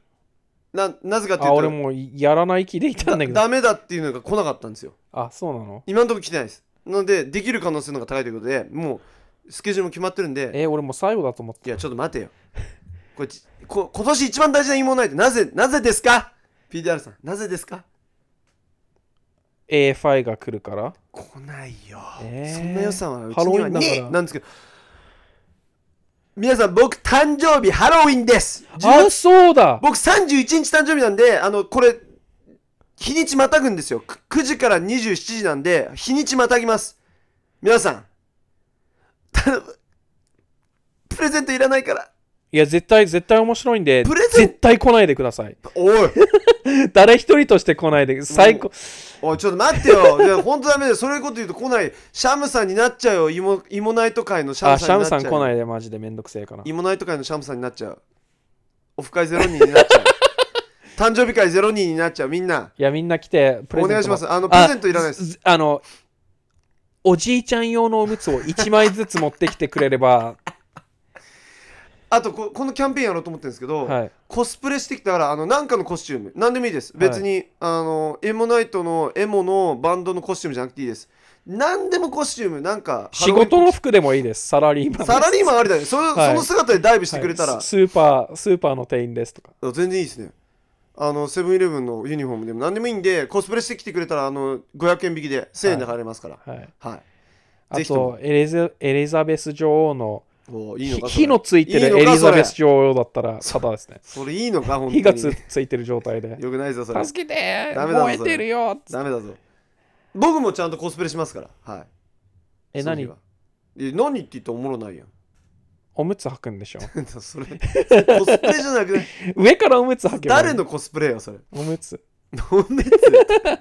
Speaker 1: ななぜかってい
Speaker 2: あ
Speaker 1: うと
Speaker 2: 俺もうやらない気でいたんだけど
Speaker 1: ダメだっていうのが来なかったんですよ
Speaker 2: あそうなの
Speaker 1: 今のところ来てないですなのでできる可能性の方が高いということでもうスケジュールも決まってるんで
Speaker 2: え俺もう最後だと思って
Speaker 1: いやちょっと待てよ *laughs* これちこ今年一番大事な芋ないってなぜなぜですか PDR さんなぜですか
Speaker 2: AFI が来るから
Speaker 1: 来ないよ、
Speaker 2: えー
Speaker 1: そんな予算はうち
Speaker 2: ハロ
Speaker 1: に
Speaker 2: ウィ
Speaker 1: は
Speaker 2: ンだから
Speaker 1: ねなんですけど皆さん僕誕生日ハロウィンです10
Speaker 2: あそうだ
Speaker 1: 僕31日誕生日なんであのこれ日にちまたぐんですよく9時から27時なんで日にちまたぎます皆さんたプレゼントいらないから
Speaker 2: いや絶対絶対面白いんで
Speaker 1: プレゼン
Speaker 2: 絶対来ないでください *laughs*
Speaker 1: おい
Speaker 2: 誰一人として来ないで最高
Speaker 1: *laughs* おいちょっと待ってよいや本当ダメだよそういうこと言うと来ないシャムさんになっちゃうよイモイモナイト会のシャ
Speaker 2: あ
Speaker 1: ム
Speaker 2: シ
Speaker 1: さ
Speaker 2: ャ
Speaker 1: んに
Speaker 2: ム
Speaker 1: なっちゃ
Speaker 2: さ
Speaker 1: うん
Speaker 2: 来ないでマジでめんどくせえから
Speaker 1: イモナイト会のシャムさんになっちゃうオフ会ゼロ人になっ
Speaker 2: *laughs*
Speaker 1: ちゃう誕生日会ゼロ人になっちゃうみんない
Speaker 2: やみんな来てプレ
Speaker 1: お
Speaker 2: ゼント
Speaker 1: 願いしますあのプ
Speaker 2: あ
Speaker 1: レゼントいらないです
Speaker 2: ずあのおじいちゃん用のおむつを1枚ずつ持ってきてくれ
Speaker 1: *laughs*
Speaker 2: れば
Speaker 1: あとここのキャンペーンやろうと思ってるんですけど、
Speaker 2: はい
Speaker 1: コスプレしてきたからあのなんかのコスチューム何でもいいです
Speaker 2: はい
Speaker 1: 別に、あのエモナイトのエモのバンドのコスチュームじゃなくていいです何でもコスチュームなんか
Speaker 2: 仕事の
Speaker 1: ハ
Speaker 2: 服でもいいですサラリーマ
Speaker 1: ロウィン
Speaker 2: ンです
Speaker 1: サラリーマンありだねそ,、
Speaker 2: はい
Speaker 1: その姿でダイブしてくれたら、
Speaker 2: はいススーパースーパーの店員ですとか
Speaker 1: 全然いいですねあのセブンイレブンのユニフォームでも何でもいいんでコスプレしてきてくれたらあの500円引きで1000円で入れますから
Speaker 2: はい
Speaker 1: はい、
Speaker 2: あ
Speaker 1: ぜひとも
Speaker 2: とエリザエリザベス女王の
Speaker 1: おいいの
Speaker 2: ひ
Speaker 1: か
Speaker 2: 火の
Speaker 1: そ
Speaker 2: つい
Speaker 1: い
Speaker 2: て
Speaker 1: いの
Speaker 2: る
Speaker 1: か
Speaker 2: エリザベス女王だったらただですね
Speaker 1: れそれいいのか本当に
Speaker 2: 火がつついてる状態で
Speaker 1: よくないぞそれ
Speaker 2: 助けて
Speaker 1: ダメだぞ
Speaker 2: 燃えてるよ
Speaker 1: ダメだぞ僕もちゃんとコスプレしますからはい
Speaker 2: え
Speaker 1: その日
Speaker 2: 何
Speaker 1: はえ何って言ったらおもろないやん *laughs*
Speaker 2: おむつ履くんでしょ *laughs*
Speaker 1: それコスプレじゃなくない
Speaker 2: 上からおむつ履けばいい
Speaker 1: 誰のコスプレよそれ *laughs*
Speaker 2: おむつ
Speaker 1: 何のやつ *laughs*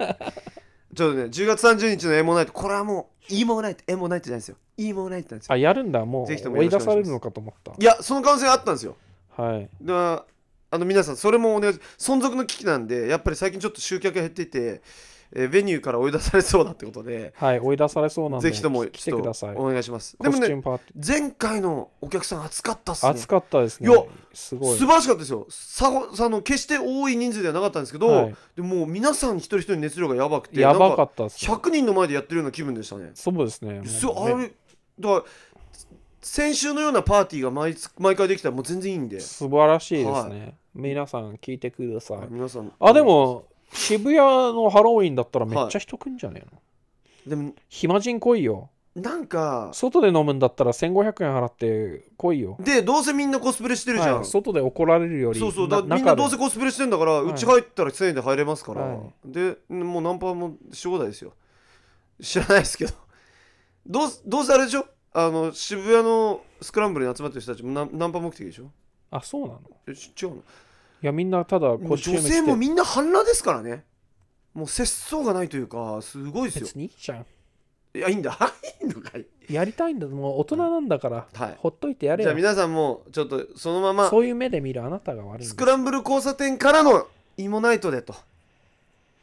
Speaker 1: ちょっとね10月30日のエモナイトこれはもうイモナイトエモナイトじゃないですよイモナイトなんですよ
Speaker 2: あやるんだもう
Speaker 1: ぜひともよ
Speaker 2: 追
Speaker 1: ろ
Speaker 2: い
Speaker 1: しくお願いしま
Speaker 2: 出
Speaker 1: す
Speaker 2: されるのかと思った
Speaker 1: いやその可能性があったんですよ
Speaker 2: はい
Speaker 1: だからあの皆さんそれもお願いし存続の危機なんでやっぱり最近ちょっと集客が減っていて、えーベニューから追い出されそうだってことで
Speaker 2: はい追い出されそうなんで
Speaker 1: ぜひとも
Speaker 2: 来て
Speaker 1: ちょ
Speaker 2: く
Speaker 1: っ
Speaker 2: だ
Speaker 1: と
Speaker 2: さい
Speaker 1: お願いしますで
Speaker 2: コ
Speaker 1: も
Speaker 2: スチュー
Speaker 1: ね
Speaker 2: ムパーティー
Speaker 1: 前回のお客さん暑かったっすね
Speaker 2: 暑かったですね
Speaker 1: いや
Speaker 2: すご
Speaker 1: 素晴
Speaker 2: い
Speaker 1: らしかったですよさほあの決して多い人数ではなかったんですけど、
Speaker 2: はい
Speaker 1: でもう皆さん一人一人熱量がやばくて
Speaker 2: やばか
Speaker 1: なんか
Speaker 2: ったっすね
Speaker 1: 100人の前でやってるような気分でしたね。
Speaker 2: そうですね
Speaker 1: そう
Speaker 2: も
Speaker 1: あ
Speaker 2: う
Speaker 1: れだから先週のようなパーティーが毎月毎回できたらもう全然いいんで、
Speaker 2: 素晴らしいです
Speaker 1: は
Speaker 2: ね、皆さん聞いてください、
Speaker 1: 皆さん
Speaker 2: あでも渋谷のハロウィンだったらめっちゃ人来んじゃねえの、
Speaker 1: でも
Speaker 2: 暇人来いよ
Speaker 1: なんか
Speaker 2: 外で飲むんだったら1500円払って来いよ、
Speaker 1: でどうせみんなコスプレしてるじゃん、
Speaker 2: はい
Speaker 1: そ
Speaker 2: 外で怒られるより
Speaker 1: うそうだ
Speaker 2: な
Speaker 1: みんな
Speaker 2: 中で
Speaker 1: どうせコスプレしてんだから、
Speaker 2: はいう
Speaker 1: ち入ったら1000円で入れますから、
Speaker 2: はい
Speaker 1: でも *laughs* うナンパもし放題ですよ知らないですけどどうせどうせあれでしょあの渋谷のスクランブルに集まってる人たちもナンナンパ目的でしょ
Speaker 2: あそうなの
Speaker 1: えち違うの
Speaker 2: いやみんなただ
Speaker 1: も
Speaker 2: コ
Speaker 1: う
Speaker 2: スチュー
Speaker 1: 女
Speaker 2: ム
Speaker 1: 性
Speaker 2: 着
Speaker 1: も
Speaker 2: て
Speaker 1: みんな半裸ですからねもう節操がないというかすごいですよ
Speaker 2: 別にいいじゃん
Speaker 1: いやいいんだ *laughs* いいのかい
Speaker 2: やりたいんだもう大人なんだから、
Speaker 1: はい
Speaker 2: ほっといてやれ
Speaker 1: じゃあ
Speaker 2: よ
Speaker 1: 皆さんもちょっとそのまま
Speaker 2: そういう目で見るあなたが悪いん
Speaker 1: ス
Speaker 2: だ
Speaker 1: クランブル交差点からのイモナイトでと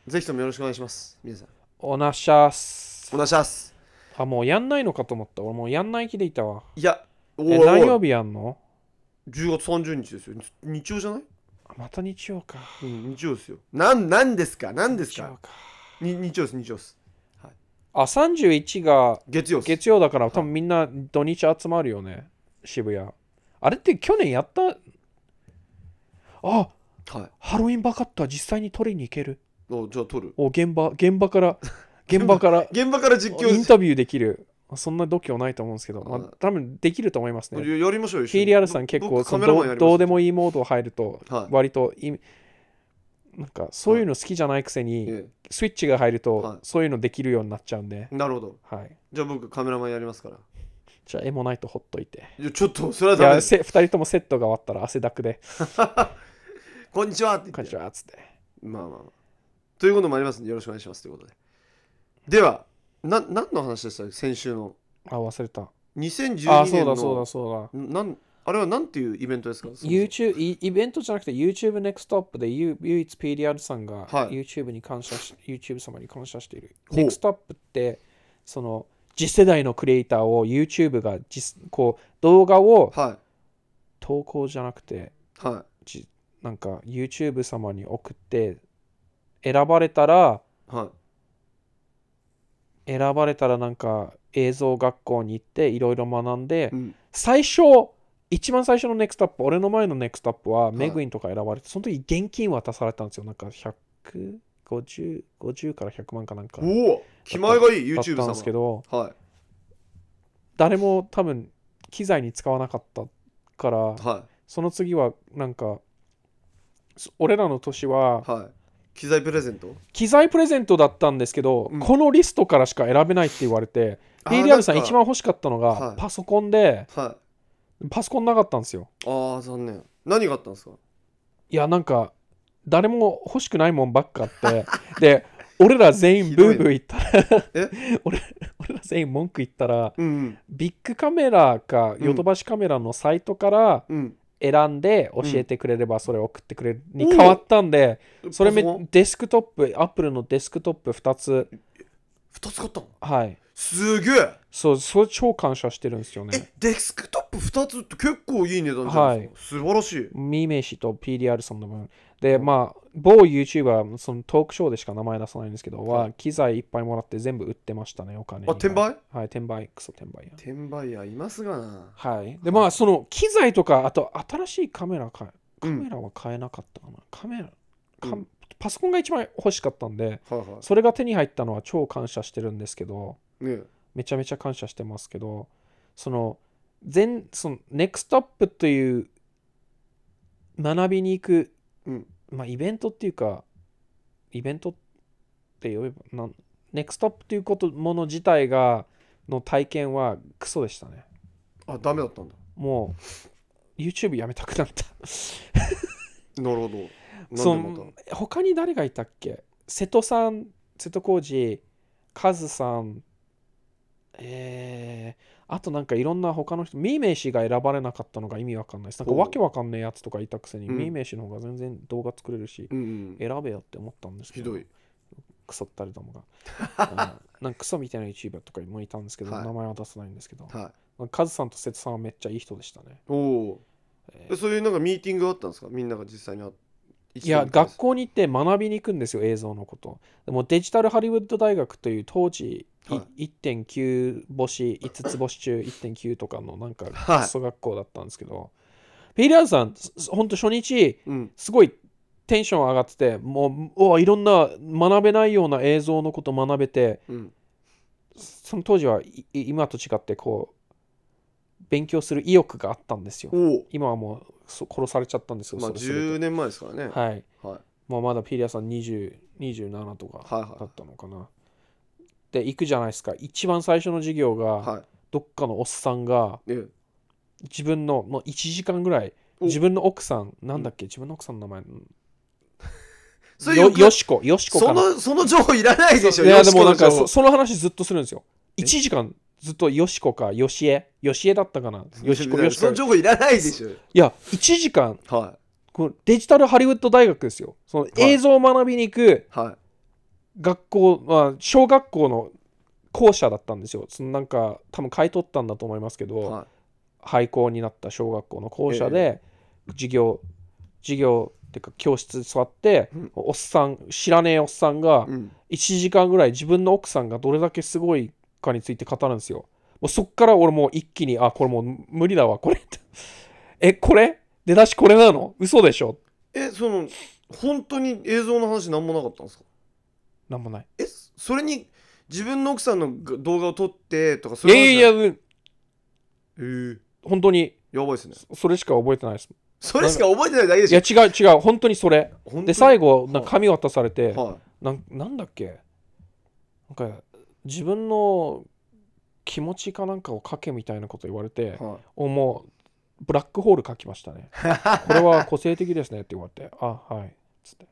Speaker 1: ぜひともよろしくお願いします皆さん
Speaker 2: おなしゃーす
Speaker 1: お願いします
Speaker 2: あもうやんないのかと思った俺もうやんない気でいたわ
Speaker 1: いやおい
Speaker 2: え
Speaker 1: おい
Speaker 2: 何曜日やんの
Speaker 1: 10月30日ですよに日曜じゃない、
Speaker 2: あまた日曜か
Speaker 1: うん、日曜ですよなんなんですかなんです
Speaker 2: 日曜
Speaker 1: か
Speaker 2: か
Speaker 1: に日曜です日曜です
Speaker 2: あ31が
Speaker 1: 月曜です
Speaker 2: 月曜だから多分みんな土日集まるよね渋谷あれって去年やったあ
Speaker 1: はい
Speaker 2: ハロウィンバカった実際に取りに行ける
Speaker 1: おじゃあ撮る
Speaker 2: お現場現場から
Speaker 1: *laughs*
Speaker 2: 現場から
Speaker 1: 現場から実況
Speaker 2: インタビューできるそんな度胸ないと思うんですけど、まあ
Speaker 1: はい、
Speaker 2: 多分できると思いますね
Speaker 1: やりましょうよ一緒に
Speaker 2: PDR さん結構
Speaker 1: 僕
Speaker 2: そ
Speaker 1: カメラ
Speaker 2: の
Speaker 1: マン
Speaker 2: ど
Speaker 1: やりま
Speaker 2: う
Speaker 1: す
Speaker 2: どうでもいいモード入ると
Speaker 1: はい
Speaker 2: 割といなんかそういうの好きじゃないくせに
Speaker 1: え
Speaker 2: スイッチが入る
Speaker 1: はい
Speaker 2: とそういうのできるようになっちゃうんで、
Speaker 1: えなるほど
Speaker 2: はい、
Speaker 1: じゃあ僕カメラマンやりますから
Speaker 2: じゃあエモナイトほっといて
Speaker 1: いやちょっと
Speaker 2: *laughs*
Speaker 1: それはいダメ
Speaker 2: や
Speaker 1: です
Speaker 2: せ2人ともセットが終わったら汗だくで
Speaker 1: こんにちはって
Speaker 2: こ
Speaker 1: 言っ
Speaker 2: んに
Speaker 1: て
Speaker 2: ちはっつって
Speaker 1: まあまあまあということもありますんでよろしくお願いしますということでではな何の話でしたっけ先週の
Speaker 2: あ忘れたあ
Speaker 1: 2012
Speaker 2: そう
Speaker 1: 年の
Speaker 2: だそうだそうだ
Speaker 1: なんあれはなんていうイベントですかそもそも
Speaker 2: YouTube イイベントじゃなくて YouTube NEXT UP でゆ唯一 PDR さん
Speaker 1: は
Speaker 2: が
Speaker 1: い
Speaker 2: YouTube に感謝し、YouTube 様に感謝している。
Speaker 1: ほう
Speaker 2: NEXT UP ってその次世代のクリエイターを YouTube が実こう動画を
Speaker 1: は
Speaker 2: 投稿じゃなくて
Speaker 1: いはい
Speaker 2: じなんか YouTube 様に送って選ばれたら
Speaker 1: は
Speaker 2: 選ばれたらなんか映像学校に行っていろいろ学んで、
Speaker 1: い、うん、
Speaker 2: 最初一番最初のネクストアップ俺の前のネクストアップはいメグインとか選ばれて、その時現金渡されたんですよなんか150 50から100万かなんかだっ
Speaker 1: おお気前がいい
Speaker 2: たん
Speaker 1: YouTube
Speaker 2: ですけ
Speaker 1: 様
Speaker 2: ど
Speaker 1: は
Speaker 2: 誰も多分機材に使わなかったから
Speaker 1: いは
Speaker 2: その次はなんかそ俺らの年はい
Speaker 1: はい機材プレゼント
Speaker 2: 機材プレゼントだったんですけど、
Speaker 1: うん
Speaker 2: このリストからしか選べないって言われて
Speaker 1: あー
Speaker 2: PDR さん
Speaker 1: なんか
Speaker 2: 一番欲しかったの
Speaker 1: は
Speaker 2: が
Speaker 1: い
Speaker 2: パソコンで
Speaker 1: はい
Speaker 2: パソコンなかったんですよ
Speaker 1: ああ残念何があったんですか
Speaker 2: いやなんか誰も欲しくないもんばっかあってで俺ら全員ブーブー言ったら *laughs* 俺俺ら全員文句言ったら
Speaker 1: うんうん
Speaker 2: ビッグカメラかヨドバシカメラのサイトから
Speaker 1: うん
Speaker 2: 選んで
Speaker 1: ん
Speaker 2: 教えてくれればそれを送ってくれるに変わったんでそれめ
Speaker 1: 2
Speaker 2: デスクトップアップルのデスクトップ2つ
Speaker 1: つ買ったの
Speaker 2: はい
Speaker 1: すげえ
Speaker 2: そうそれ超感謝してるんですよね
Speaker 1: えデスクトップ2つって結構いい値段じゃないですか、素晴らしい
Speaker 2: ミーメイ氏と PDR さんの分でまあ某 YouTuber そのトークショーでしか名前出さないんですけど
Speaker 1: は
Speaker 2: は機材いっぱいもらって全部売ってましたねお金に
Speaker 1: あ転売
Speaker 2: はい転売クソ転売や
Speaker 1: 転売屋いますがな
Speaker 2: はいでまあその機材とかあと新しいカメラ買えカメラは買えなかったかな、カメラか
Speaker 1: うん
Speaker 2: パソコンが一番欲しかったんで
Speaker 1: はいは
Speaker 2: それが手に入ったのは超感謝してるんですけど
Speaker 1: いね
Speaker 2: めちゃめちゃ感謝してますけどその全そのネクストアップという学びに行く、
Speaker 1: うん
Speaker 2: まあイベントっていうかイベントって呼べばなんネクストアップということもの自体がの体験はクソでしたね
Speaker 1: あダメだったんだ
Speaker 2: もう YouTube やめたくなった
Speaker 1: なるほどなんで
Speaker 2: そ
Speaker 1: また
Speaker 2: の他に誰がいたっけ瀬戸さん瀬戸康史カズさんえー、あとなんかいろんな他の人ミーメイ氏が選ばれなかったのが意味わかんないですなんか
Speaker 1: ほう
Speaker 2: わけわかんねえやつとかいたくせに、
Speaker 1: うん
Speaker 2: ミーメイ氏の方が全然動画作れるし
Speaker 1: うんうん
Speaker 2: 選べよって思ったんですけ
Speaker 1: ひ
Speaker 2: ど
Speaker 1: どい
Speaker 2: クソったれど
Speaker 1: *laughs*
Speaker 2: もがあーなんかクソみたいな YouTuber とかもいたんですけど、
Speaker 1: はい
Speaker 2: 名前は出さないんですけど
Speaker 1: はい
Speaker 2: カズさんと瀬戸さんはめっちゃいい人でしたね
Speaker 1: おお
Speaker 2: え
Speaker 1: えそういうなんかミーティングがあったんですかみんなが実際にあ
Speaker 2: いや学
Speaker 1: 校
Speaker 2: 校に行って学びに行くんですよ映像のことでもデジタルハリウッド大学という当時、い
Speaker 1: は
Speaker 2: 1.9星5つ星中1.9とかのなんか
Speaker 1: はい
Speaker 2: クソ学校だったんですけど、ピーリアーズさん本当初日
Speaker 1: うん
Speaker 2: すごいテンション上がっててもううわいろんな学べないような映像のこと学べて
Speaker 1: うん
Speaker 2: その当時はいい今と違ってこう勉強する意欲があったんですよ
Speaker 1: おお
Speaker 2: 今はもうそう殺されちゃったんですよ、
Speaker 1: まあ
Speaker 2: それ全て
Speaker 1: 10年前ですからねは
Speaker 2: はい
Speaker 1: いはい
Speaker 2: まあ、まだピリアさん20 27とか
Speaker 1: はいはい
Speaker 2: だったのかな。で行くじゃないですか一番最初の授業が
Speaker 1: はい
Speaker 2: どっかのおっさんが
Speaker 1: ええ
Speaker 2: 自分のもう1時間ぐらい
Speaker 1: お
Speaker 2: 自分の奥さんなんだっけ自分の奥さんの名
Speaker 1: そ
Speaker 2: 前
Speaker 1: れ
Speaker 2: よ
Speaker 1: よ
Speaker 2: よしこよしこ
Speaker 1: そ
Speaker 2: かな
Speaker 1: のその情報いらないでしょ
Speaker 2: いや
Speaker 1: よ
Speaker 2: で
Speaker 1: しこ
Speaker 2: もな
Speaker 1: の
Speaker 2: んか
Speaker 1: 情報
Speaker 2: そその話ずっとするんですよ
Speaker 1: え
Speaker 2: 1時間ずっとよしこかよしえよしえだったかなよしこよ
Speaker 1: *laughs*
Speaker 2: し
Speaker 1: そ
Speaker 2: こ
Speaker 1: の情報いらないでしょ
Speaker 2: いや1時間
Speaker 1: は
Speaker 2: このデジタルハリウッド大学ですよその映像を学びに行く
Speaker 1: いは
Speaker 2: 学校、まあ、小学校の校舎だったんですよそのなんか多分買い取ったんだと思いますけ
Speaker 1: い
Speaker 2: ど、
Speaker 1: は
Speaker 2: 廃校になった小学校の校舎で、授業授業っていうか教室座って、
Speaker 1: うん
Speaker 2: おっさん知らねえおっさんが
Speaker 1: いうん
Speaker 2: 1時間ぐらい自分の奥さんがどれだけすごいかについて語るんですよもうそっから俺もう一気にあこれもう無理だわこれって *laughs* えこれ出だしこれなの嘘でしょ
Speaker 1: えその本当に映像の話何もなかったんですか
Speaker 2: なんもない
Speaker 1: えそれに自分の奥さんのが動画を撮ってとか
Speaker 2: い
Speaker 1: そう
Speaker 2: や
Speaker 1: いう話
Speaker 2: い
Speaker 1: じゃ
Speaker 2: やいや
Speaker 1: ええ
Speaker 2: 本当に
Speaker 1: やばいですね
Speaker 2: それしか覚えてないです
Speaker 1: それしか覚えてないだけで
Speaker 2: い
Speaker 1: し
Speaker 2: *laughs* や
Speaker 1: ょ
Speaker 2: 違う違う本当にそれで最
Speaker 1: 後
Speaker 2: 後なんか紙渡されて
Speaker 1: は
Speaker 2: なんなんだっけなんか自分の気持ちかなんかを書けみたいなこと言われ
Speaker 1: い
Speaker 2: て
Speaker 1: は
Speaker 2: おもうブラックホール書きましたねこれは個性的ですねって言われて *laughs* あはいつって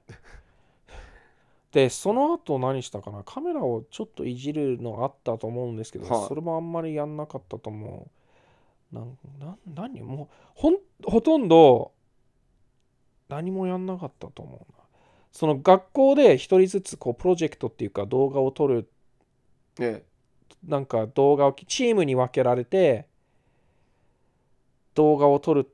Speaker 2: でその後何したかなカメラをちょっといじるのあったと思うんですけど、
Speaker 1: はい
Speaker 2: それもあんまりやんなかったと思うなんなん何もうほんほとんど何もやんなかったと思うなその学校で一人ずつこうプロジェクトっていうか動画を撮る
Speaker 1: いえ
Speaker 2: なんか動画をチームに分けられて動画を撮る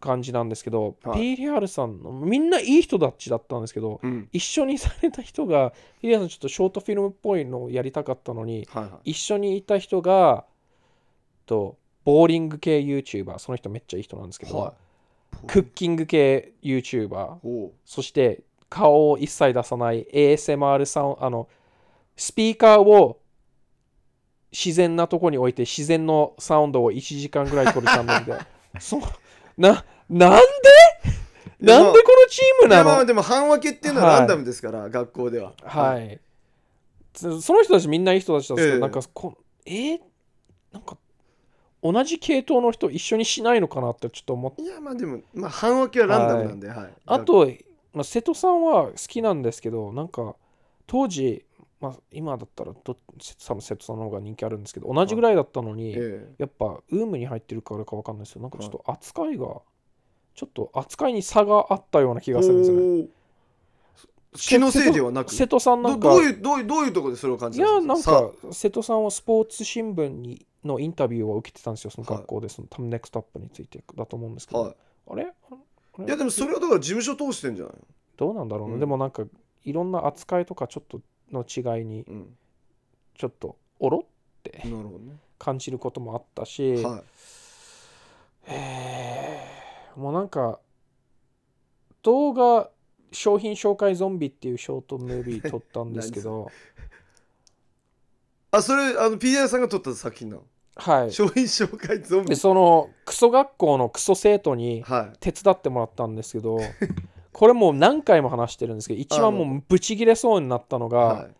Speaker 2: 感じなんですけど、
Speaker 1: はい
Speaker 2: PDR さんのみんないい人たちだったんですけど
Speaker 1: えうん
Speaker 2: 一緒にされた人が PDR さんちょっとショートフィルムっぽいのをやりたかったのに
Speaker 1: はいはい
Speaker 2: 一緒にいた人がとボーリング系 YouTuber その人めっちゃいい人なんですけど、
Speaker 1: はい
Speaker 2: クッキング系 YouTuber
Speaker 1: おう
Speaker 2: そして顔を一切出さない ASMR さんあのスピーカーを自然なとこに置いて自然のサウンドを1時間ぐらい撮るチャンネ
Speaker 1: *laughs*
Speaker 2: ルでそうななんで
Speaker 1: でも
Speaker 2: なんでこのチーム
Speaker 1: いや
Speaker 2: な
Speaker 1: まあ
Speaker 2: の
Speaker 1: でも半分けっていうの
Speaker 2: は
Speaker 1: はいランダムですから、学校では
Speaker 2: はいいつその人たちみんないい人たちなんですけど、
Speaker 1: ええ
Speaker 2: なんかこえーなんか同じ系統の人一緒にしないのかなってちょっと思って
Speaker 1: いやまあでもまあ半分けはランダムなんで、はい
Speaker 2: あと、まあ、瀬戸さんは好きなんですけど、なんか当時、まあ、今だったらど瀬戸さんも瀬戸さんの方が人気あるんですけど、同じぐらいだったのに、
Speaker 1: ええ
Speaker 2: やっぱウームに入ってるからかわかんないですけど、なんかちょっと扱いが、ちょっと扱いに差があったような気がするんですよね。
Speaker 1: おー気のせいではなく
Speaker 2: 瀬戸さんな
Speaker 1: ど
Speaker 2: んか、
Speaker 1: どういうどういうどういうところでそれを感
Speaker 2: い
Speaker 1: じた
Speaker 2: や、
Speaker 1: ん
Speaker 2: な
Speaker 1: で
Speaker 2: ん
Speaker 1: すか
Speaker 2: か瀬戸さんはスポーツ新聞にのインタビューを受けてたんですよ、その学校で、その多分ネクストアップについてだと思うんですけ
Speaker 1: さ
Speaker 2: ど、
Speaker 1: はい
Speaker 2: あれあれ
Speaker 1: いやでもそれはだから事務所通してんじゃない
Speaker 2: どうなんだろうね、
Speaker 1: うん
Speaker 2: でもなんかいろんな扱いとかちょっとの違いに
Speaker 1: の、
Speaker 2: ちょっとおろ
Speaker 1: うん、なるほどね、
Speaker 2: 感じることもあったし、
Speaker 1: はい
Speaker 2: えーもうなんか動画商品紹介ゾンビっていうショートムービー撮ったんですけ
Speaker 1: *laughs*
Speaker 2: ど
Speaker 1: あそれあの PI さんが撮った作品なの、
Speaker 2: はい
Speaker 1: 商品紹介ゾンビ
Speaker 2: でそのクソ学校のクソ生徒に
Speaker 1: はい
Speaker 2: 手伝ってもらったんですけ
Speaker 1: *laughs*
Speaker 2: どこれもう何回も話してるんですけど一番もうブチギレそうになったのが、
Speaker 1: はい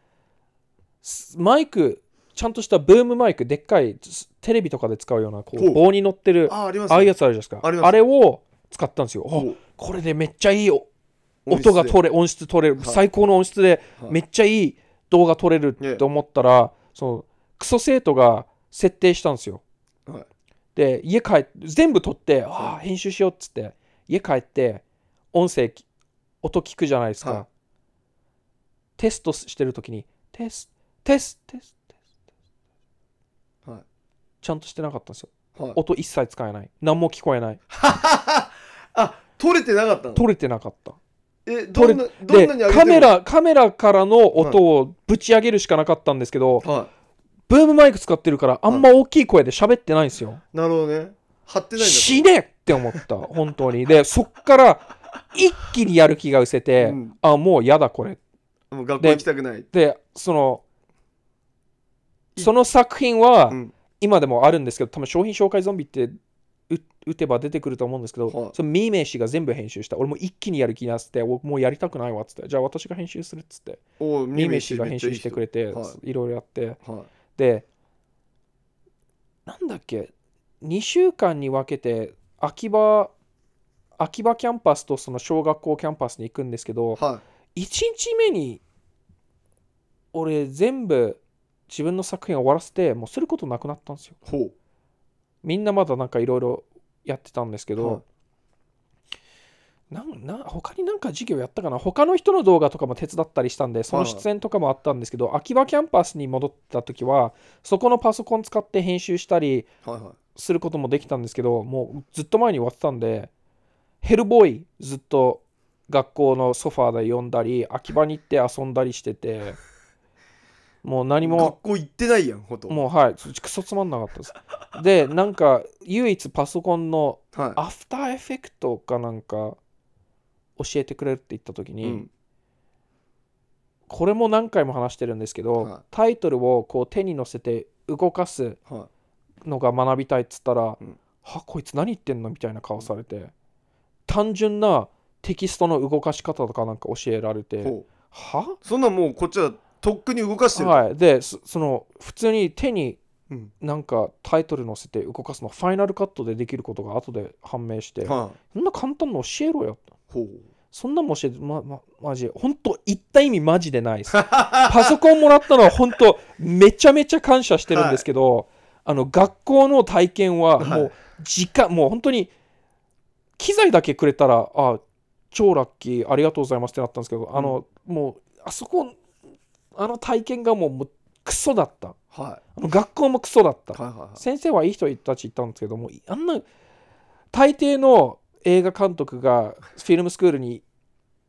Speaker 2: すマイクちゃんとしたブームマイクでっかいすテレビとかで使うようなこ
Speaker 1: ほ
Speaker 2: う
Speaker 1: う
Speaker 2: 棒に乗ってるあ
Speaker 1: ああります、
Speaker 2: あいうや
Speaker 1: つ
Speaker 2: つあるじゃないですか
Speaker 1: あります
Speaker 2: れを使ったんですよあこれでめっちゃいいお音が取れ音質取れる、
Speaker 1: はい
Speaker 2: 最高の音質でめ
Speaker 1: ち
Speaker 2: っちゃいい動画撮れるって思ったら、そのクソ生徒が設定したんですよ、
Speaker 1: はい
Speaker 2: で家帰って全部撮って、ああ編集しようっつって家帰って音声き音聞くじゃないですか、
Speaker 1: はい
Speaker 2: テストしてる時にテステステステス
Speaker 1: ゃ、はい
Speaker 2: ちゃんとしてなかったんですよ
Speaker 1: はい、
Speaker 2: 音一切使えない何も聞こえない
Speaker 1: あ取れてなかったの
Speaker 2: 撮れてなかった
Speaker 1: え
Speaker 2: 撮
Speaker 1: ど
Speaker 2: れ
Speaker 1: んなどん
Speaker 2: で
Speaker 1: なに上げても
Speaker 2: カメラカメラからの音をぶち上げるしかなかったんですけど、
Speaker 1: は
Speaker 2: ブームマイク使ってるからあんま大きい声で喋ってないんですよ、
Speaker 1: いなるほどね貼ってないんだ
Speaker 2: 死ねって思った本当にでそっから一気にやる気が失せて、
Speaker 1: うん
Speaker 2: あもうやだこれ
Speaker 1: もう学校行きたくない
Speaker 2: でその
Speaker 1: い
Speaker 2: その作品は
Speaker 1: うん
Speaker 2: 今でもあるんですけど多分商品紹介ゾンビって打打てば出てくると思うんですけど、
Speaker 1: はい
Speaker 2: そのミーメイ氏が全部編集した俺もう一気にやる気になってておもうやりたくないわっつってじゃあ私が編集するっつって
Speaker 1: おう
Speaker 2: ミーメイ氏が編集してく
Speaker 1: れ
Speaker 2: れて
Speaker 1: はい
Speaker 2: ろいろやって
Speaker 1: はい
Speaker 2: でなんだっけ2週間に分けて秋葉秋葉キャンパスとその小学校キャンパスに行くんですけど
Speaker 1: は
Speaker 2: 1日目に俺全部自分の作品を終わらせてもうすることなくなったんですよ
Speaker 1: いほう
Speaker 2: みんなまだなんかいろいろやってたんですけど、
Speaker 1: はい
Speaker 2: なんな他になんか授業やったかな他の人の動画とかも手伝ったりしたんでその出演とかもあったんですけど、秋葉キャンパスに戻った時はそこのパソコン使って編集したり
Speaker 1: はいはい
Speaker 2: することもできたんですけどもうずっと前に終わってたんでヘルボーイずっと学校のソファーで読んだり秋葉に行って遊んだりしててもう何も
Speaker 1: 学校行ってないやんほと
Speaker 2: もうはいクソつまんなかったですでなんか唯一パソコンの
Speaker 1: は
Speaker 2: アフターエフェクトかなんか教えてくれるって言った時
Speaker 1: い
Speaker 2: に、
Speaker 1: うん
Speaker 2: これも何回も話してるんですけど、
Speaker 1: はい
Speaker 2: タイトルをこう手に乗せて動かす
Speaker 1: は
Speaker 2: のが学びたいっつったら「
Speaker 1: うん
Speaker 2: はこいつ何言ってんの?」みたいな顔されて、単純なテキストの動かし方とかなんか教えられ
Speaker 1: い
Speaker 2: て
Speaker 1: ほ
Speaker 2: 「は?
Speaker 1: うそんなんもうこっちはとっくに動かし」てる
Speaker 2: はいでそその普通に手に
Speaker 1: うん
Speaker 2: なんかタイトル載せて動かすのファイナルカットでできることが後で判明して、
Speaker 1: はい
Speaker 2: そんな簡単なの教えろよ
Speaker 1: ほう
Speaker 2: そんなんも教えてままマジ本当言った意味マジでないですパソコンもらったのは本当めちゃめちゃ感謝してるんですけど、あの学校の体験は
Speaker 1: はい
Speaker 2: もう時間、もう本当に機材だけくれたらあ超ラッキーありがとうございますってなったんですけど、あのもうあそこあの体験がもうもうクソだった
Speaker 1: は
Speaker 2: あの学校もクソだった
Speaker 1: いはいはい
Speaker 2: 先生はいい人たちいたんですけどもあんな大抵の映画監督がフィルムスクールに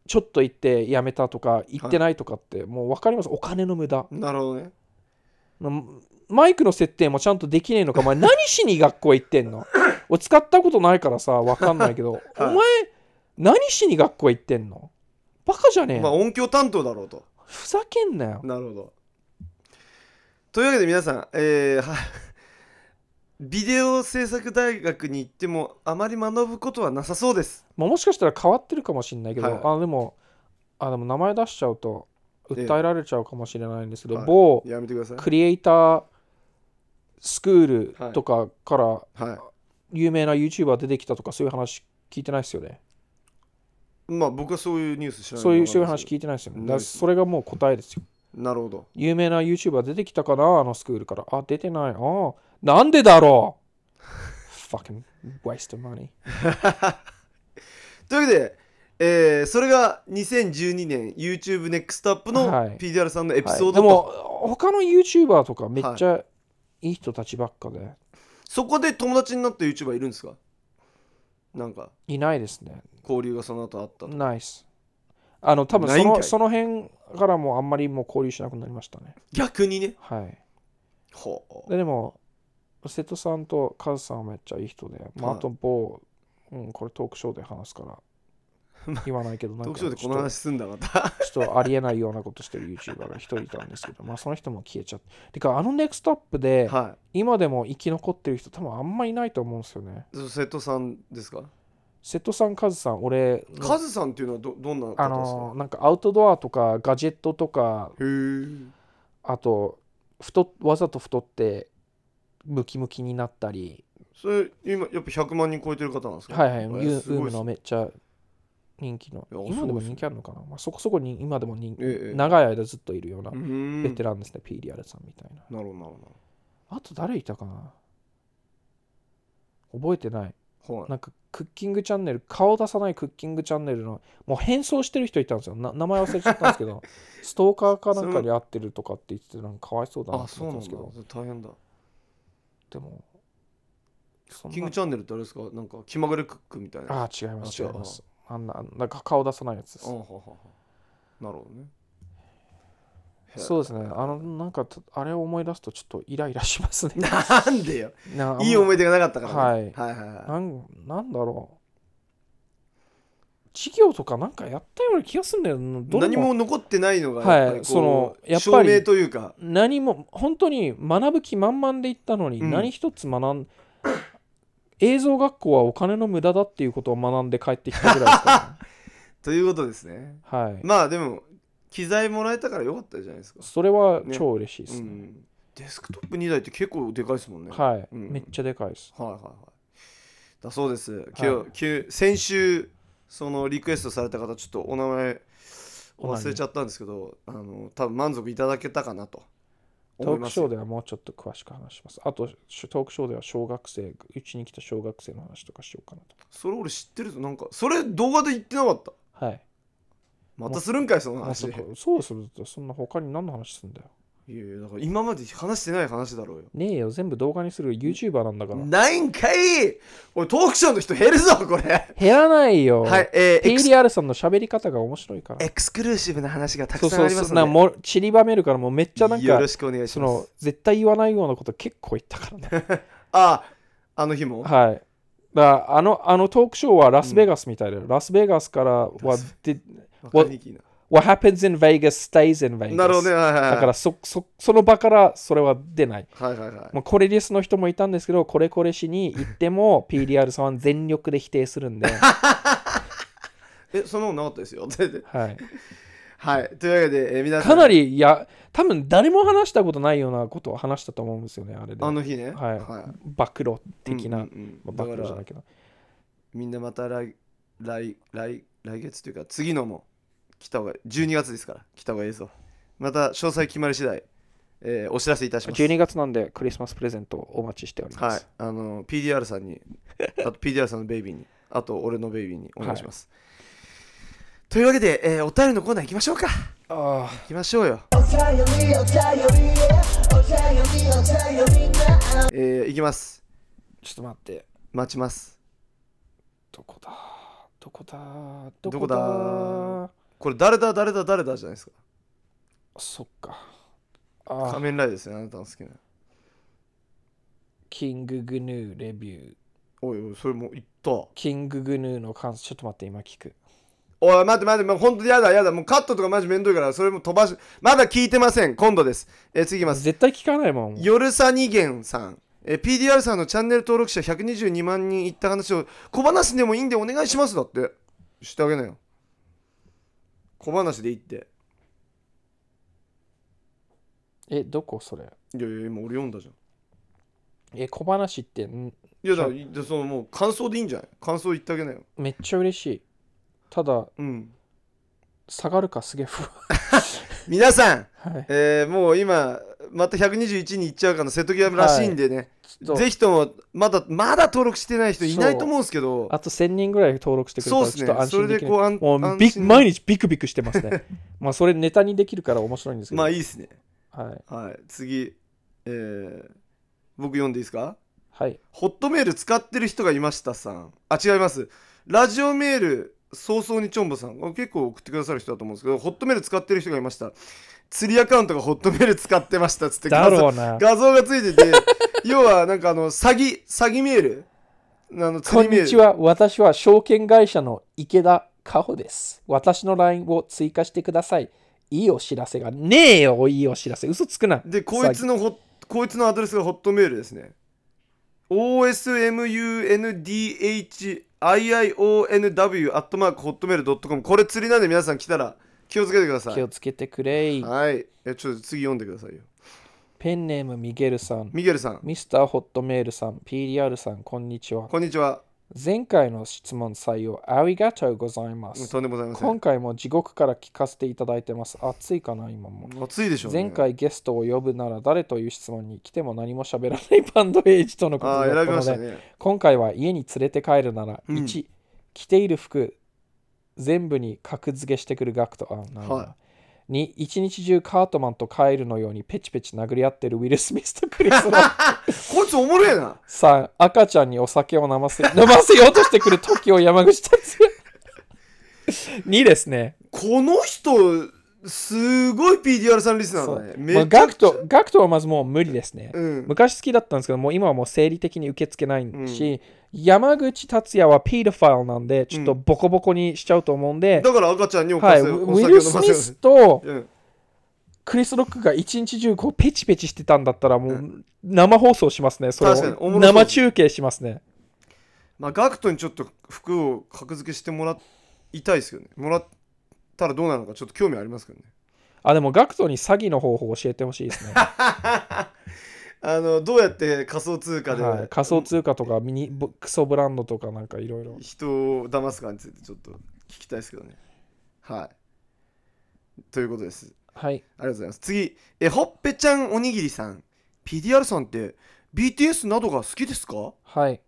Speaker 2: ちょっと行って辞めたとか行ってないとかってもう分かりますお金の無駄
Speaker 1: なるほどね
Speaker 2: なマイクの設定もちゃんとできねえのかお前何しに学校行ってんの俺使ったことないからさ分かんないけど、お前何しに学校行ってんのバカじゃねえ
Speaker 1: まあ
Speaker 2: の、
Speaker 1: 音響担当だろうと
Speaker 2: ふざけんなよ
Speaker 1: なるほどというわけで皆さんえーは *laughs* ビデオ制作大学に行ってもあまり学ぶことはなさそうです
Speaker 2: まあ、もしかしたら変わってるかもしれないけど、
Speaker 1: は
Speaker 2: あでもあでも名前出しちゃうと訴えられちゃうかもしれないんですけど、
Speaker 1: はい
Speaker 2: 某
Speaker 1: やめてください
Speaker 2: クリエイタースクールとかから
Speaker 1: は
Speaker 2: 有名な YouTuber 出てきたとかそういう話聞いてないですよね、
Speaker 1: いまあ僕はそういうニュース知らない
Speaker 2: そういうそういう話聞いてないですよね
Speaker 1: ない
Speaker 2: だからそれがもう答えですよ
Speaker 1: なるほど
Speaker 2: 有名な YouTuber 出てきたかなあのスクールからあ出てないあーなんでだろう fucking waste of money
Speaker 1: というわけで、えーそれが2012年 YouTube NEXT UP の
Speaker 2: はい
Speaker 1: PDR さんのエピ
Speaker 2: はい
Speaker 1: ソー
Speaker 2: で
Speaker 1: ドと、
Speaker 2: も他の YouTuber とかめっちゃいい人たちばっかで、
Speaker 1: そこで友達になった YouTuber いるんですかなんか
Speaker 2: いないですね。
Speaker 1: 交流がその後あったと
Speaker 2: ナイス。あの、多分
Speaker 1: ない
Speaker 2: そ
Speaker 1: んか
Speaker 2: の
Speaker 1: い
Speaker 2: その辺からもうあんまりもう交流しなくなりましたね。
Speaker 1: 逆にね
Speaker 2: はい。
Speaker 1: ほう
Speaker 2: ででも、瀬戸さんとカズさんはめっちゃいい人で、まあ、
Speaker 1: は
Speaker 2: あ
Speaker 1: い
Speaker 2: と某、うん、これトークショーで話
Speaker 1: *laughs*
Speaker 2: すから、言わないけど、なん
Speaker 1: 特
Speaker 2: かち
Speaker 1: 徴で
Speaker 2: ょっ
Speaker 1: この話
Speaker 2: と
Speaker 1: すんだまた
Speaker 2: ちょっとありえないようなことしてる YouTuber が一人いたんですけど、まあその人も消えちゃって。てか、あのネクストアップで、
Speaker 1: *laughs* は
Speaker 2: 今でも生き残ってる人、多分あんまいないと思うんですよね。
Speaker 1: い瀬戸さんですか
Speaker 2: 瀬戸さん、カズさん、俺の、
Speaker 1: カズさんっていうのはどどんな方ですか
Speaker 2: あの、なんかアウトドアとかガジェットとか、
Speaker 1: へー
Speaker 2: あと太っわざと太ってムキムキになったり、
Speaker 1: それ今やっぱ100万人超えてる方なんですか
Speaker 2: はいはい、ユ
Speaker 1: えーす
Speaker 2: ーウ
Speaker 1: ごい
Speaker 2: ーム
Speaker 1: っす
Speaker 2: のめっちゃ人気の、
Speaker 1: いや
Speaker 2: 今でも
Speaker 1: すごいっす
Speaker 2: 人気あるのかな、まあ、そこそこに今でも人、
Speaker 1: ええええ
Speaker 2: 長い間ずっといるような
Speaker 1: うーん
Speaker 2: ベテランですね、PDR さんみたいな。
Speaker 1: なるほどなるほ
Speaker 2: あと誰いたかな覚えてない。
Speaker 1: どはい
Speaker 2: なんかクッキングチャンネル、顔出さないクッキングチャンネルの、もう変装してる人いたんですよ。な名前忘れちゃったんですけど、
Speaker 1: *laughs*
Speaker 2: ストーカーかなんかに会ってるとかって言ってて、なんかかわいそうだな
Speaker 1: あ
Speaker 2: と
Speaker 1: そう
Speaker 2: 思っ
Speaker 1: なん
Speaker 2: たん
Speaker 1: だそ
Speaker 2: ですけ
Speaker 1: れ
Speaker 2: ど、
Speaker 1: 大変だ
Speaker 2: でも、そんな
Speaker 1: キングチャンネルってあれですかなんか気まぐれクックみたいな。
Speaker 2: ああ、違います、
Speaker 1: あ
Speaker 2: 違
Speaker 1: 違う
Speaker 2: います。あんな、なんか顔出さないやつで
Speaker 1: あ
Speaker 2: す
Speaker 1: は。ははなるほどね。へえ
Speaker 2: そうですね。あの、なんかと、あれを思い出すと、ちょっとイライラしますね。
Speaker 1: *laughs*
Speaker 2: *laughs*
Speaker 1: なんでよ。
Speaker 2: なあんま
Speaker 1: いい思い出がなかったから、
Speaker 2: はい
Speaker 1: はいはいは
Speaker 2: なんなんだろう。授業とかなんかやったような気がするんだよな。
Speaker 1: い。
Speaker 2: どれ
Speaker 1: 何も残ってないのが
Speaker 2: はい
Speaker 1: やっぱりこう、
Speaker 2: そのやっぱ
Speaker 1: 証
Speaker 2: り
Speaker 1: 明というか。
Speaker 2: 何も、本当に学ぶ気満々で行ったのに、
Speaker 1: うん
Speaker 2: 何一つ学ん、映像学校はお金の無駄だっていうことを学んで帰ってきたぐらいですか
Speaker 1: ということですね。 *laughs*
Speaker 2: ら、ね。はい。
Speaker 1: まあでも、機材もらえたからよかったじゃないですか。
Speaker 2: それは超嬉しいです
Speaker 1: う
Speaker 2: ね。
Speaker 1: んデスクトップ2台って結構でかいですもんね。はい
Speaker 2: はい、
Speaker 1: うん
Speaker 2: めっちゃでかいです
Speaker 1: はいはい。だそうです。今日、きゅ先週、そのリクエストされた方、ちょっとお名前
Speaker 2: お名前
Speaker 1: 忘れちゃったんですけど、あの多分満足いただけたかなと
Speaker 2: ト
Speaker 1: 思い
Speaker 2: ーク
Speaker 1: ま
Speaker 2: シ
Speaker 1: す
Speaker 2: ョー。ではもうちょっと詳しく話しますあとしトークショーでは小学生うちに来た小学生の話とかしようかなと
Speaker 1: それ俺知ってるぞ。なんか、それ動画で言ってなかった。
Speaker 2: はい
Speaker 1: またするんかい、その
Speaker 2: あ
Speaker 1: 話。
Speaker 2: そ
Speaker 1: い
Speaker 2: こそうするとそんな他に何の話すんだよ
Speaker 1: やいや、だから今まで話してない話だろうよ。
Speaker 2: ねえよ全部動画にする YouTuber なんだから
Speaker 1: ないんかいおい、トークショーの人減るぞ、これ。
Speaker 2: 減らないよ
Speaker 1: はい、えー、
Speaker 2: テ
Speaker 1: エ
Speaker 2: イ
Speaker 1: クス
Speaker 2: リアルさんの喋り方が面白いから
Speaker 1: エクスクルーシブな話がたく
Speaker 2: そう
Speaker 1: さん
Speaker 2: そ
Speaker 1: あ
Speaker 2: う
Speaker 1: りま
Speaker 2: そ
Speaker 1: す
Speaker 2: うな
Speaker 1: ので、
Speaker 2: もう散りばめるからもうめっちゃなん
Speaker 1: よ
Speaker 2: か
Speaker 1: ろしくお願いし
Speaker 2: そ
Speaker 1: ま
Speaker 2: の
Speaker 1: す。
Speaker 2: 絶対言わないようなこと結構言ったからね
Speaker 1: あ、あの日も
Speaker 2: はいだからあのあのトークショーはラスベガスみたいだよ、ラスベガスからは
Speaker 1: ラス
Speaker 2: did-
Speaker 1: わかりにくいな
Speaker 2: What happens in Vegas stays in Vegas
Speaker 1: なるほどね、はいはいはい
Speaker 2: だからそそその場からそれは出ない
Speaker 1: はいはいはい。
Speaker 2: もうこれですの人もいたんですけど、これこれしに行って *laughs* も PDR さんは全力で否定する *laughs* んで、は
Speaker 1: え、そんなのなかったですよ。 *laughs* 全然
Speaker 2: い、
Speaker 1: はい。というわけで、えー皆さん、
Speaker 2: かなり、いや、多分誰も話したことないようなことを話したと思うんですよね、あれで。
Speaker 1: あの日ね、
Speaker 2: はい暴露的な、
Speaker 1: うんうんうん
Speaker 2: まあ暴
Speaker 1: だ
Speaker 2: 露じ
Speaker 1: か
Speaker 2: ゃない
Speaker 1: ら、
Speaker 2: けど。
Speaker 1: みんなまた来、来、来、来月というか、次のも来た方が、12月ですから、来た方がいいぞ。また、詳細決まり次第、えーお知らせいたします。
Speaker 2: 12月なんでクリスマスプレゼントをお待ちしておりま
Speaker 1: はい
Speaker 2: す。。
Speaker 1: あの、PDR さん *laughs* に、あと PDR さんのベイビーに、あと俺のベイビーにお願いします。というわけで、えーお便りのコーナー行きましょうか。
Speaker 2: あ
Speaker 1: 行きましょうよ。えー、行きます。
Speaker 2: あ、ちょっと待って、
Speaker 1: 待ちます。
Speaker 2: どこだどこだど
Speaker 1: どこ
Speaker 2: こだ
Speaker 1: だこれ誰だ誰だ誰だじゃないですか。
Speaker 2: そっか。ああ
Speaker 1: 仮、面ライダーですよね、あなたの好きな。
Speaker 2: キンググヌーレビュー。
Speaker 1: おいおい、それもう言った。お
Speaker 2: キンググヌーの感想、ちょっと待って、今聞く。
Speaker 1: い、待って待って、もう本当にやだやだ、もうカットとかマジめんどいから、それも飛ばし、まだ聞いてません、今度です。えー、次行きます。
Speaker 2: 絶対聞かないもん。
Speaker 1: 夜さにげんさん。えー PDR さんのチャンネル登録者122万人いった話を小話でもいいんでお願いしますだってしてあげなよ小話でいいって
Speaker 2: え、どこそれ
Speaker 1: いやいや今俺読んだじゃん
Speaker 2: え、小話ってん
Speaker 1: いやだからいでそのもう感想でいいんじゃない感想言ってあげなよ
Speaker 2: めっちゃ嬉しい。ただ、
Speaker 1: うん
Speaker 2: 下がるかすげえ不安。
Speaker 1: 皆さん、
Speaker 2: *laughs* はい。
Speaker 1: えーもう今また121に行っちゃうかの瀬戸際らしいんでね、
Speaker 2: ちょっと
Speaker 1: ぜひともまだまだ登録してない人いないと思うんですけど
Speaker 2: あと1000人ぐらい登録してくれた
Speaker 1: そう
Speaker 2: ら
Speaker 1: です
Speaker 2: ちょっと
Speaker 1: ね
Speaker 2: 安
Speaker 1: それ
Speaker 2: 心で
Speaker 1: で
Speaker 2: きる。
Speaker 1: こうあん
Speaker 2: もう
Speaker 1: 安
Speaker 2: ビ
Speaker 1: 心
Speaker 2: 毎日ビクビクしてま
Speaker 1: *laughs*
Speaker 2: すね。まあそれネタにできるから面白いんですけど。
Speaker 1: まあいいですね
Speaker 2: はい。
Speaker 1: はい次えー僕読んでいいですか
Speaker 2: はい。
Speaker 1: ホットメール使ってる人がいましたさん。あ、違います。ラジオメール早々にちょんぼさん。これ結構送ってくださる人だと思うんですけど、ホットメール使ってる人がいました。釣りアカウントがホットメール使ってましたっつって
Speaker 2: だ
Speaker 1: 画像
Speaker 2: ろうな。
Speaker 1: 画像がついてて、要はなんかあの、詐欺、詐欺メールあの、釣
Speaker 2: こ
Speaker 1: り
Speaker 2: ん
Speaker 1: メール。
Speaker 2: にちは。私は証券会社の池田加穂です。私の LINE を追加してください。いいお知らせがねえよ、いいお知らせ。嘘つくな。
Speaker 1: で、こいつのホこいつのアドレスがホットメールですね。osmundhiionw.hotmail.com これ釣りなんで皆さん来たら気をつけてください
Speaker 2: 気。をつけてくれい。
Speaker 1: はい。え、ちょっと次読んでくださいよ。
Speaker 2: ペンネームミゲルさん。
Speaker 1: ミゲルさん、
Speaker 2: ミスターホットメールさん、PDR さん、こんにちは。
Speaker 1: こんにちは。
Speaker 2: 前回の質問採用、ありがとうございます。
Speaker 1: とんでもございません
Speaker 2: 今。回も地獄から聞かせていただいてます。暑いかな、今も。
Speaker 1: 暑いでしょうね。
Speaker 2: 前回ゲストを呼ぶなら誰という質問に来ても何も喋らないバンドエイジとのこと
Speaker 1: ああ、
Speaker 2: だ
Speaker 1: 選
Speaker 2: った
Speaker 1: びま
Speaker 2: の
Speaker 1: した
Speaker 2: で、
Speaker 1: ね。
Speaker 2: 今回は家に連れて帰るなら、
Speaker 1: うん
Speaker 2: 1、着ている服全部に格付けしてくるガクト。あなるほど
Speaker 1: はい
Speaker 2: 2、一日中カートマンとカエルのようにペチペチ殴り合ってるウィル・スミスとクリス
Speaker 1: *laughs*
Speaker 2: の
Speaker 1: こいつおもろいな。
Speaker 2: 3赤ちゃんにお酒を飲ませ飲ませようとしてくる時を山口達
Speaker 1: *laughs*
Speaker 2: 也2ですね
Speaker 1: この人、すごい PDR さんリスナーだね。
Speaker 2: まあ、
Speaker 1: めちゃ
Speaker 2: ガ
Speaker 1: く
Speaker 2: ク
Speaker 1: ちゃ
Speaker 2: トガクトはまずもう無理ですね、
Speaker 1: うん。
Speaker 2: 昔好きだったんですけどもう今はもう生理的に受け付けないし、山口達也はピードファイルなんでちょっとボコボコにしちゃうと思うんで、
Speaker 1: だから赤ちゃんにお
Speaker 2: は
Speaker 1: 菓
Speaker 2: い、
Speaker 1: 子
Speaker 2: ウ
Speaker 1: を
Speaker 2: ィ
Speaker 1: お
Speaker 2: ウィ
Speaker 1: 酒を
Speaker 2: ル・
Speaker 1: 飲
Speaker 2: ス
Speaker 1: ま
Speaker 2: ミ
Speaker 1: せ
Speaker 2: ス
Speaker 1: る。
Speaker 2: と
Speaker 1: うん
Speaker 2: クリス・ロックが一日中こうペチペチしてたんだったらもう生放送しますねそれ
Speaker 1: 確かにおも
Speaker 2: を
Speaker 1: ろそう
Speaker 2: 生中継しますね
Speaker 1: まあ、ガクトにちょっと服を格付けしてもらいたいですけどね。もらったらどうなるのかちょっと興味ありますけどね。
Speaker 2: あでもガクトに詐欺の方法を教えてほしいですね
Speaker 1: *laughs* あのどうやって仮想通貨
Speaker 2: はい
Speaker 1: で
Speaker 2: 仮想通貨とかミニボクソブランドとかなんかいろいろ
Speaker 1: 人を騙すかについてちょっと聞きたいですけどねはいということです
Speaker 2: はい
Speaker 1: ありがとうございます。次、えほっぺちゃんおにぎりさん。PDR さんって BTS などが好きです
Speaker 2: *laughs*
Speaker 1: かお
Speaker 2: はい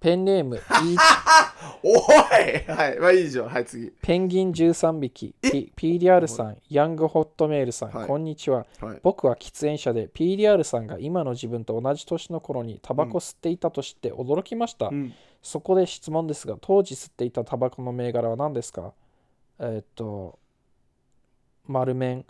Speaker 2: ペ
Speaker 1: *laughs*
Speaker 2: ンネームい
Speaker 1: いはい、まあいいじゃん。はい、次。
Speaker 2: ペンギン13匹
Speaker 1: え
Speaker 2: P- PDR さんヤングホットメールさん、
Speaker 1: はい
Speaker 2: こんにちは
Speaker 1: はい、
Speaker 2: 僕は喫煙者で PDR さんが今の自分と同じ年の頃にタバコ吸っていたと知って驚きました、
Speaker 1: うん、
Speaker 2: そこで質問ですが当時吸っていたタバコの銘柄は何ですかえーっと丸面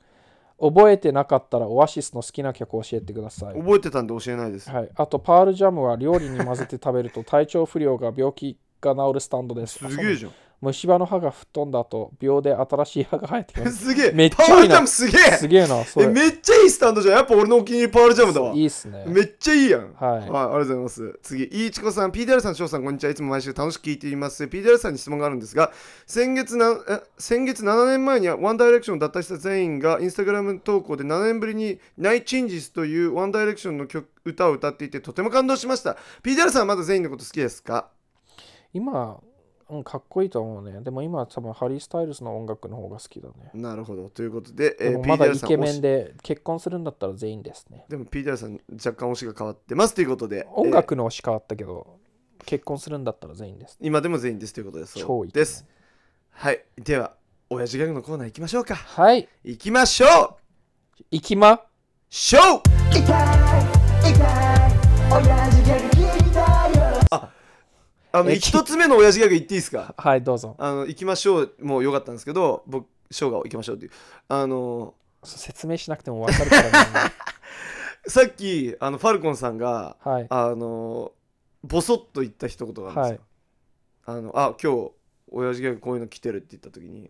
Speaker 2: 覚えてなかったらオアシスの好きな曲教えてください
Speaker 1: 覚えてたんで教えないです。
Speaker 2: はい、あとパールジャムは料理に混ぜて食べると体調不良が病気が治るスタンドです。
Speaker 1: すげえじゃ
Speaker 2: 虫歯の歯が吹っ飛んだ後、秒で新しい歯が生えてきま
Speaker 1: ん。
Speaker 2: す。
Speaker 1: *laughs* すげえ。
Speaker 2: めっちゃい
Speaker 1: パール
Speaker 2: いな
Speaker 1: ジャムすげえ
Speaker 2: すげえな、そ
Speaker 1: え
Speaker 2: れ。
Speaker 1: めっちゃいいスタンドじゃん。やっぱ俺のお気に入りパールジャムだわ。
Speaker 2: いいっすね。
Speaker 1: めっちゃいいやん。
Speaker 2: はい
Speaker 1: ありがとうございます。次、いいちこさん、PDR さん、翔さん、こんにちは。いつも毎週楽しく聞いています。PDR さんに質問があるんですが、先月なえ先月7年前にはワンダイレクションを脱退した全員が、インスタグラム投稿で7年ぶりに Night Changes というワンダイレクションの曲歌を歌っていて、とても感動しました。PDR さんはまだ全員のこと好きですか
Speaker 2: 今、うん、かっこいいと思うね。でも今、多分ハリー・スタイルスの音楽の方が好きだね。
Speaker 1: なるほど。ということで、え
Speaker 2: で
Speaker 1: ー
Speaker 2: もまだ
Speaker 1: PDR
Speaker 2: イ
Speaker 1: さん
Speaker 2: ケメン
Speaker 1: 推し
Speaker 2: で結婚するんだったら全員ですね。
Speaker 1: でも PDR さん、若干推しが変わってますということで、
Speaker 2: 音楽の推し変わったけど、結婚するんだったら全員です、
Speaker 1: えー今でも全員ですということです。
Speaker 2: 超いい、
Speaker 1: です。。はい。では、親父ギャグのコーナー行きましょうか。
Speaker 2: はい、
Speaker 1: 行きましょう
Speaker 2: 行きま。
Speaker 1: ショー
Speaker 3: 痛い痛い親父ギャグ聞きたいよ
Speaker 1: あの
Speaker 2: え
Speaker 1: 一つ目の親父ギャグ言っていいですか
Speaker 2: はい、どうぞ。
Speaker 1: あの行きましょうもう良かったんですけど僕ショーが行きましょうっていうあの
Speaker 2: 説明しなくても分か
Speaker 1: *laughs*
Speaker 2: るからね。
Speaker 1: さっきあのファルコンさんが
Speaker 2: は
Speaker 1: *laughs*
Speaker 2: い。
Speaker 1: あのボソッと言った一言があるんですよ、あのあ今日親父ギャグこういうの来てるって言った時に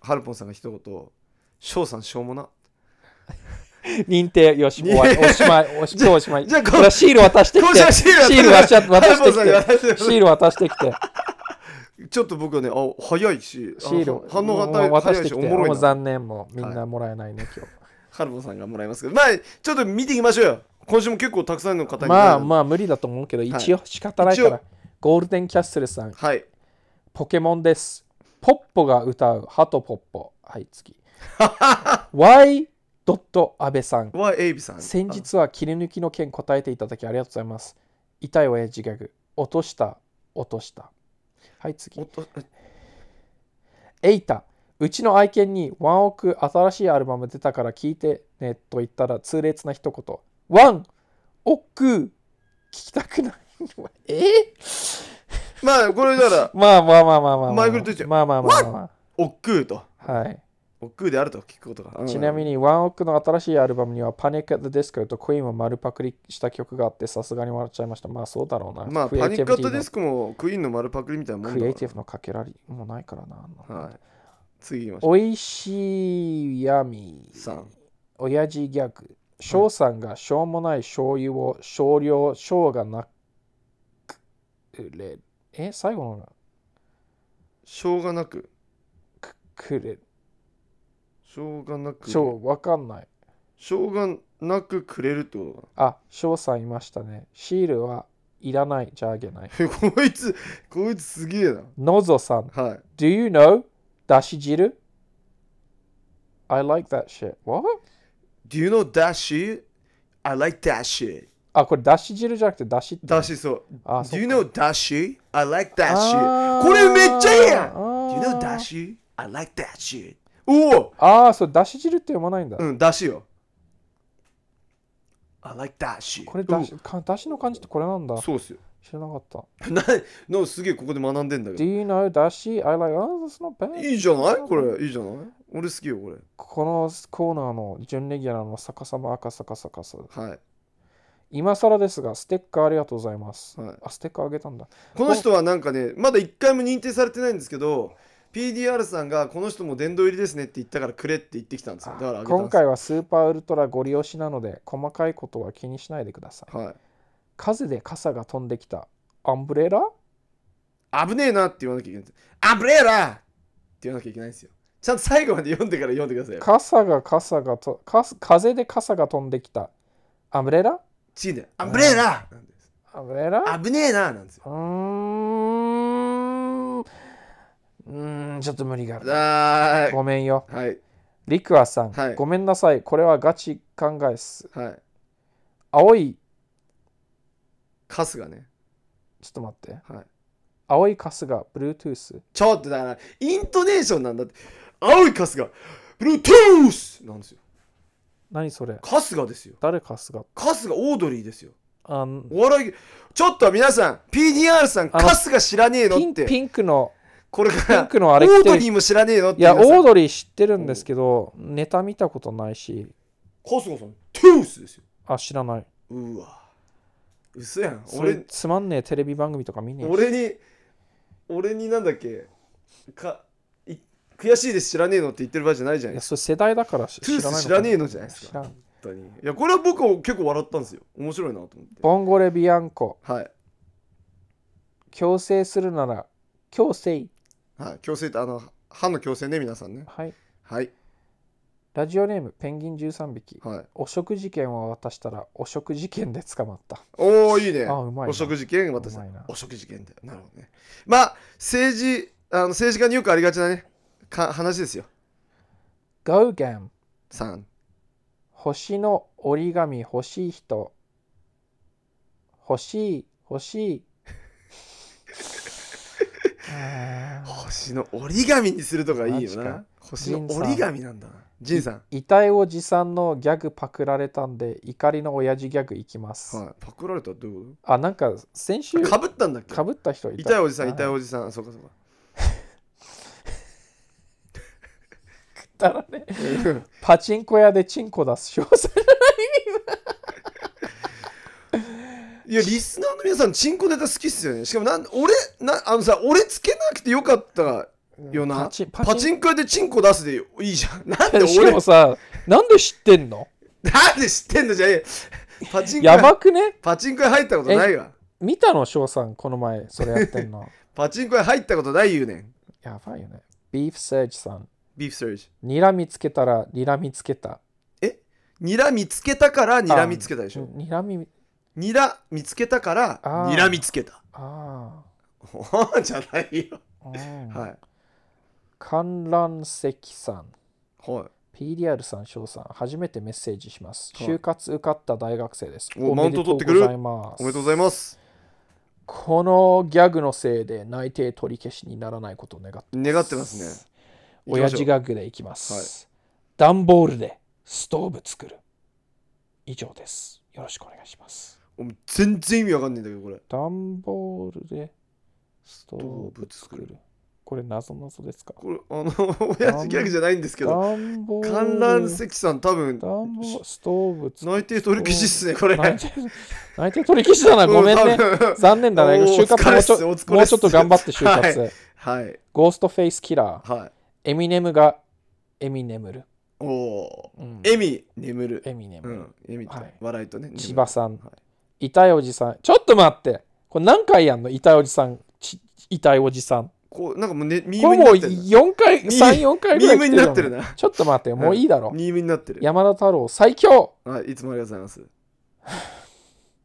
Speaker 1: ハルポンさんが一言「翔さんしょうもな」
Speaker 2: 認定
Speaker 1: *laughs*
Speaker 2: よし、
Speaker 1: 認
Speaker 2: 終わりおしまい、おし
Speaker 1: じゃ
Speaker 2: 今日おしまい。
Speaker 1: じゃあこ
Speaker 2: ほら *laughs* シール渡してき
Speaker 1: 今
Speaker 2: て
Speaker 1: 週、はシール
Speaker 2: シール
Speaker 1: 渡
Speaker 2: 渡し
Speaker 1: して
Speaker 2: 渡し
Speaker 1: ハ
Speaker 2: て
Speaker 1: ルポンさんに渡して
Speaker 2: きて、シール渡してきて、
Speaker 1: ちょっと僕はねあ早いしあ
Speaker 2: シール
Speaker 1: 反応が
Speaker 2: もう
Speaker 1: 早
Speaker 2: 渡し
Speaker 1: い
Speaker 2: て
Speaker 1: し
Speaker 2: き
Speaker 1: お
Speaker 2: て、
Speaker 1: もろい
Speaker 2: もう
Speaker 1: な
Speaker 2: 残念もうみんなもらえないね、今
Speaker 1: ハルボンさんがもらいますけど、まあ、ちょっと見ていきましょうよ。今週も結構たくさんの方
Speaker 2: 日。
Speaker 1: に。
Speaker 2: まあまあ無理だと思うけど、一応仕方ないか
Speaker 1: 一
Speaker 2: ら、ゴールデンキャッスルさん、
Speaker 1: あ。はい。
Speaker 2: ポケモンです。ポッポが歌う、ハトポッポ。はい、 *laughs* 次。Y. ドット安倍さん、
Speaker 1: は、エイビさん。
Speaker 2: 先日は切り抜きの件答えていただきありがとうございます。痛い親父ギャグ、落とした、落とした。はい、次
Speaker 1: あ。おっとえ
Speaker 2: エイタうちの愛犬にワンオク新しいアルバム出たから聞いてねと言ったら痛烈な一言ワンオク聞きたくないえ
Speaker 1: まあ、これだから、
Speaker 2: まあまあまあまあまあまあ
Speaker 1: 前振りとして
Speaker 2: まあまあまあま
Speaker 1: おっくうと。
Speaker 2: あはい
Speaker 1: おっくうであると聞くことが。
Speaker 2: ちなみ
Speaker 1: に。
Speaker 2: にワンオクの新しいアルバムにはパニック・アット・ディスコとクイーンを丸パクリした曲があってさすがに笑っちゃいましたまあそうだろうな
Speaker 1: まあ、
Speaker 2: クリエ
Speaker 1: パ
Speaker 2: イ
Speaker 1: ニ
Speaker 2: ティ
Speaker 1: ック
Speaker 2: ブ
Speaker 1: アットディスクもクイーンの丸パクリみたいなもんだ
Speaker 2: の
Speaker 1: か
Speaker 2: ク
Speaker 1: ら
Speaker 2: リエイティブのかけらりもうないからな、
Speaker 1: はい。次行きましょ
Speaker 2: おいしい闇
Speaker 1: う。さん。
Speaker 2: 親父ギャグ翔さんがしょうもない醤油を少量翔がなくれえ最後のが
Speaker 1: しょうがなく。
Speaker 2: くくれ
Speaker 1: しょうがなく。
Speaker 2: 翔わかんない
Speaker 1: しょうがなくくれるってことか
Speaker 2: あ翔さんいましたねシールはいらないじゃああげない
Speaker 1: な。こいつ、 *laughs* こいつすげえな。
Speaker 2: のぞさん
Speaker 1: はい。
Speaker 2: Do you know だし汁 I like that shit What?
Speaker 1: Do you know that shit? I like that shit.
Speaker 2: あこれだし汁じゃなくてだし
Speaker 1: だしそう。
Speaker 2: あ
Speaker 1: Do you know dashi? I like
Speaker 2: だ
Speaker 1: dashi. これめっちゃいいやん !Do
Speaker 2: ん
Speaker 1: you know dashi? I like dashi. おお
Speaker 2: ああそうだし汁って読まないんだ
Speaker 1: うん、だしよ。I like dashi.
Speaker 2: これだしかだしの漢字ってこれなんだ
Speaker 1: うんそうっすよ。
Speaker 2: 知らなかった。
Speaker 1: な、のすげえここで学んでんだけ
Speaker 2: Do
Speaker 1: ど。
Speaker 2: you know だし ?I like, oh, that's not bad.
Speaker 1: いいじゃないこれ、いいじゃない俺好きよ、これ。
Speaker 2: このコーナーの準レギュラーの逆さま赤逆さ逆さ。
Speaker 1: はい。
Speaker 2: 今更ですが、ステッカーありがとうございます。
Speaker 1: はい
Speaker 2: あ、ステッカーあげたんだ。
Speaker 1: この人はなんかね、まだ一回も認定されてないんですけど、PDR さんがこの人も殿堂入りですねって言ったからくれって言ってきたんですよ。だからあげたんです
Speaker 2: 今
Speaker 1: よ
Speaker 2: 回はスーパーウルトラご利用しなので、細かいことは気にしないでください。
Speaker 1: はい。
Speaker 2: 風で傘が飛んできた。アンブレラ
Speaker 1: 危ねえなって言わなきゃいけないんです。アブレラって言わなきゃいけないんですよ。ちゃんと最後まで読んでから読んでくださいよ。
Speaker 2: 傘が傘がとかす風で傘が飛んできたアンブレラ
Speaker 1: チーね。アンブレラなんです
Speaker 2: アンブレラ
Speaker 1: 危ねえななんですよ。
Speaker 2: うーんうーんちょっと無理がある
Speaker 1: あー
Speaker 2: ごめんよ
Speaker 1: はい。
Speaker 2: リクアさん、
Speaker 1: はい
Speaker 2: ごめんなさいこれはガチ考えっす
Speaker 1: はい。
Speaker 2: 青い
Speaker 1: カスがね。
Speaker 2: ちょっと待って
Speaker 1: はい。
Speaker 2: 青いカスが Bluetooth
Speaker 1: ちょっとだから、イントネーションなんだって。青いカスが、ブルートゥースなんですよ。
Speaker 2: 何それ
Speaker 1: カスがですよ。
Speaker 2: 誰カスが
Speaker 1: カスがオードリーですよ。
Speaker 2: あん
Speaker 1: お笑い、ちょっと皆さん、PDR さん、
Speaker 2: あの
Speaker 1: カスが知らねえの
Speaker 2: ピン
Speaker 1: っ
Speaker 2: ピ
Speaker 1: て、
Speaker 2: ンクの
Speaker 1: これか
Speaker 2: ピ
Speaker 1: ら
Speaker 2: ン、クの
Speaker 1: オ
Speaker 2: あれ着
Speaker 1: ード
Speaker 2: て
Speaker 1: リ
Speaker 2: る
Speaker 1: ーも知らねえのって。
Speaker 2: いやオ
Speaker 1: 皆さん
Speaker 2: ードリー知ってるんですけどネタ見たことないし
Speaker 1: カスがさん、トゥースですよ。
Speaker 2: あ知らないう
Speaker 1: わ。嘘やん。
Speaker 2: それ
Speaker 1: 俺、
Speaker 2: つまんねえテレビ番組とか見ねえし
Speaker 1: 俺に俺になんだっけかい悔しいです知らねえのって言ってる場合じゃないじゃないいで
Speaker 2: や
Speaker 1: すか
Speaker 2: それ世代だからし
Speaker 1: トゥー
Speaker 2: らない
Speaker 1: ス
Speaker 2: の
Speaker 1: 知
Speaker 2: からな
Speaker 1: ねえのじゃないです
Speaker 2: 知
Speaker 1: から本
Speaker 2: ん
Speaker 1: 当にいやこれは僕は結構笑ったんですよ面白いなと思って
Speaker 2: ボンゴレビアンコ
Speaker 1: はい
Speaker 2: 強制するなら強制
Speaker 1: はい強制ってあの歯の矯正ね皆さんね
Speaker 2: はい
Speaker 1: はい
Speaker 2: ラジオネームペンギン13匹
Speaker 1: はい
Speaker 2: 汚職事件を渡したら汚職事件で捕まった
Speaker 1: おおいいね
Speaker 2: あうまいな
Speaker 1: 汚職事件私
Speaker 2: うまいな
Speaker 1: 汚職事件だよなるほどねまあ政治あの政治家によくありがちなねか話ですよ
Speaker 2: ガウゲン
Speaker 1: 3
Speaker 2: 星の折り紙欲しい人欲しい欲
Speaker 1: *laughs*
Speaker 2: しいあー
Speaker 1: 星の折り紙にするとかいいよ
Speaker 2: マジか
Speaker 1: な星の
Speaker 2: ジンさん
Speaker 1: 折り紙なんだなジンさん
Speaker 2: 遺体を持参のギャグパクられたんで怒りの親父ギャグいきます、
Speaker 1: はい、パクられたらどういうこ
Speaker 2: あなんか先週
Speaker 1: とかぶったんだっけ
Speaker 2: かぶった人いた
Speaker 1: 痛いおじさん痛い
Speaker 2: じ
Speaker 1: おじさんそうかそうか
Speaker 2: さんねパチンコ屋でチンコ出す少佐
Speaker 1: いやリスナーの皆さんチンコネタ好きっすよねしかもなん俺なあのさ俺つけなくてよかったよな
Speaker 2: パチンパ
Speaker 1: パ
Speaker 2: チン
Speaker 1: チンコ屋でチンコ出すでいいじゃんなんで
Speaker 2: しか
Speaker 1: 俺
Speaker 2: もさなんで知ってんの
Speaker 1: なんで知ってんのじゃねえパチンコ
Speaker 2: や
Speaker 1: 屋
Speaker 2: ばくね
Speaker 1: パチンコ屋入ったことないわ
Speaker 2: 見たの翔さんこの前それやって
Speaker 1: *laughs*
Speaker 2: んの
Speaker 1: パチンコ屋入ったことない言うねん
Speaker 2: やばいよねビーフセージさん
Speaker 1: ビーフサージ
Speaker 2: にらみつけたらにらみつけた
Speaker 1: ニラ見つけたからニラ見つけたでしょ
Speaker 2: にらみ
Speaker 1: ニラ見つけたから
Speaker 2: あー
Speaker 1: ニラ見つけた *laughs*
Speaker 2: あ
Speaker 1: じゃないよ
Speaker 2: あ、うん、
Speaker 1: はい
Speaker 2: 観覧席さん
Speaker 1: は
Speaker 2: PDR さん翔さん初めてメッセージします
Speaker 1: はい
Speaker 2: 就活受かった大学生です
Speaker 1: お
Speaker 2: めでとう
Speaker 1: マウント取ってくる
Speaker 2: ございま
Speaker 1: い
Speaker 2: す
Speaker 1: おめでとうございます
Speaker 2: このギャグのせいで内定取り消しにならないことを願って
Speaker 1: 願ってますね行きましょう
Speaker 2: 親父ギャグでいきます、段ボールでストーブ作る以上ですよろしくお願いします
Speaker 1: お前全然意味わかんねえんだけどこれ
Speaker 2: 段ボールでスト
Speaker 1: 動
Speaker 2: ーブ
Speaker 1: 物
Speaker 2: 作
Speaker 1: 作る
Speaker 2: るこれ謎謎ですか
Speaker 1: これあの *laughs* 親父ギャグじゃないんですけど
Speaker 2: 段ボール
Speaker 1: 観覧席さん多分
Speaker 2: 段ボールストーブ作る
Speaker 1: 内定取り消しっすねこれ
Speaker 2: 内定 *laughs* 内定取り消しだなごめんね
Speaker 1: うん多分
Speaker 2: 残念だね
Speaker 1: おー
Speaker 2: 就活もうち
Speaker 1: お疲れっ
Speaker 2: ょ
Speaker 1: すお疲
Speaker 2: も
Speaker 1: れ
Speaker 2: う
Speaker 1: っす
Speaker 2: ちょっと頑張って就活、
Speaker 1: ははい
Speaker 2: ゴーストフェイスキラー
Speaker 1: はい
Speaker 2: エミネムがエミネムル、
Speaker 1: おお
Speaker 2: うん
Speaker 1: ーエミ眠る
Speaker 2: エミネム
Speaker 1: う
Speaker 2: ル、
Speaker 1: んエミと
Speaker 2: はい
Speaker 1: 笑いとね眠る
Speaker 2: 千葉さん
Speaker 1: は
Speaker 2: 痛いおじさんちょっと待ってこれ何回やんの痛いおじさんち痛いおじさん
Speaker 1: こうなんかもうねミー
Speaker 2: こ
Speaker 1: ム
Speaker 2: れ
Speaker 1: に
Speaker 2: も
Speaker 1: なっ
Speaker 2: う
Speaker 1: てるな
Speaker 2: 4回
Speaker 1: ミー
Speaker 2: 34回ぐら
Speaker 1: ミー
Speaker 2: い来
Speaker 1: ム
Speaker 2: て
Speaker 1: に
Speaker 2: るよ
Speaker 1: なってるな
Speaker 2: ちょっと待ってよもういいだろ *laughs*
Speaker 1: ミームになってる
Speaker 2: 山田太郎最強
Speaker 1: はいいつもありがとうございます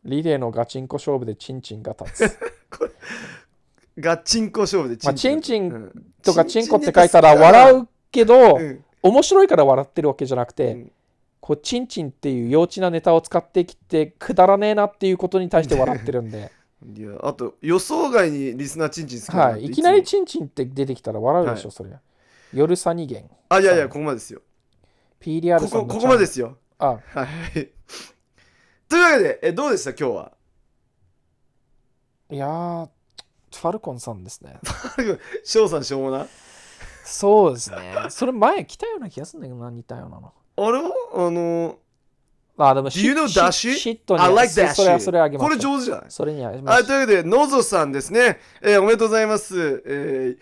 Speaker 2: リレーのガチンコ勝負でチンチンが
Speaker 1: *laughs*
Speaker 2: 立つ
Speaker 1: ガチンコ勝負で
Speaker 2: まあチンチン
Speaker 1: うん
Speaker 2: とかチンコって書いたら笑うけど
Speaker 1: うん
Speaker 2: 面白いから笑ってるわけじゃなくて、
Speaker 1: うん
Speaker 2: こうチンチンっていう幼稚なネタを使ってきてくだらねえなっていうことに対して笑ってるんで、
Speaker 1: いやあと予想外にリスナーチンチ *laughs* ン好きだなっ
Speaker 2: は
Speaker 1: て
Speaker 2: い、い
Speaker 1: つも
Speaker 2: きなりチンチンって出てきたら笑うでしょ、
Speaker 1: は
Speaker 2: それ夜サニゲン
Speaker 1: あいやいやここまでですよ
Speaker 2: PDR さん
Speaker 1: こ
Speaker 2: の
Speaker 1: こ
Speaker 2: チャンネル
Speaker 1: ここまでですよ
Speaker 2: あ
Speaker 1: はい。 *laughs* というわけで、えどうでした今日は。
Speaker 2: いやーファルコンさんですね *laughs*
Speaker 1: 翔さんしょうもな。
Speaker 2: そうですねそれ前来たような気がするんだけどな似たようなの
Speaker 1: あれはあの
Speaker 2: あでも
Speaker 1: Do you know
Speaker 2: シッ
Speaker 1: Dashi？
Speaker 2: シットに
Speaker 1: I like that
Speaker 2: それはそれはあげ
Speaker 1: shit.
Speaker 2: ます
Speaker 1: これ上手じゃない
Speaker 2: それにはしま
Speaker 1: はい、
Speaker 2: す
Speaker 1: というわけで、のぞさんですね。えーおめでとうございます。えー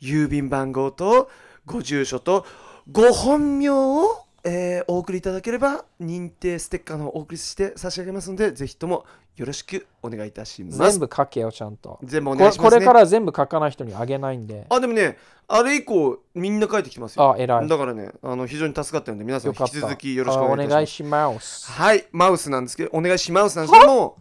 Speaker 1: 郵便番号と、ご住所と、ご本名を、ええーお送りいただければ認定ステッカーの方をお送りして差し上げますのでぜひともよろしくお願いいたします
Speaker 2: 全部書けよ、ちゃんと。
Speaker 1: 全部お
Speaker 2: こ
Speaker 1: 願いします、ね、
Speaker 2: これから全部書かない人にあげないんで。
Speaker 1: あでもねあれ以降みんな帰ってきてますよ
Speaker 2: あ、偉い。
Speaker 1: だからねあの非常に助かったので皆さん
Speaker 2: よ
Speaker 1: 引
Speaker 2: かっ
Speaker 1: き
Speaker 2: た。
Speaker 1: 続きよろしくお願いい
Speaker 2: あ
Speaker 1: た
Speaker 2: お願い
Speaker 1: し
Speaker 2: しま
Speaker 1: ます
Speaker 2: す。
Speaker 1: はいマウスなんですけどお願いしますなんですけども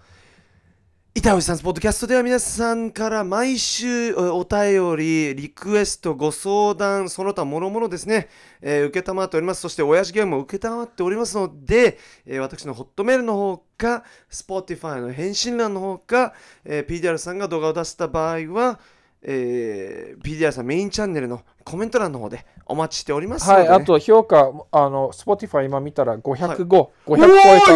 Speaker 1: 板尾さんスポッドキャストでは皆さんから毎週えお便り、リクエスト、ご相談、その他諸々ですね、えー、承っております。そして、親父ゲームも承っておりますので、えー私のホットメールの方か、Spotify の返信欄の方か、えー PDR さんが動画を出した場合は、えー PDR さんメインチャンネルのコメント欄の方でお待ちしておりますの
Speaker 2: は
Speaker 1: で、
Speaker 2: い、
Speaker 1: ね。
Speaker 2: あと評価、あの、Spotify 今見たら505、
Speaker 1: お
Speaker 2: 500超えたん
Speaker 1: ー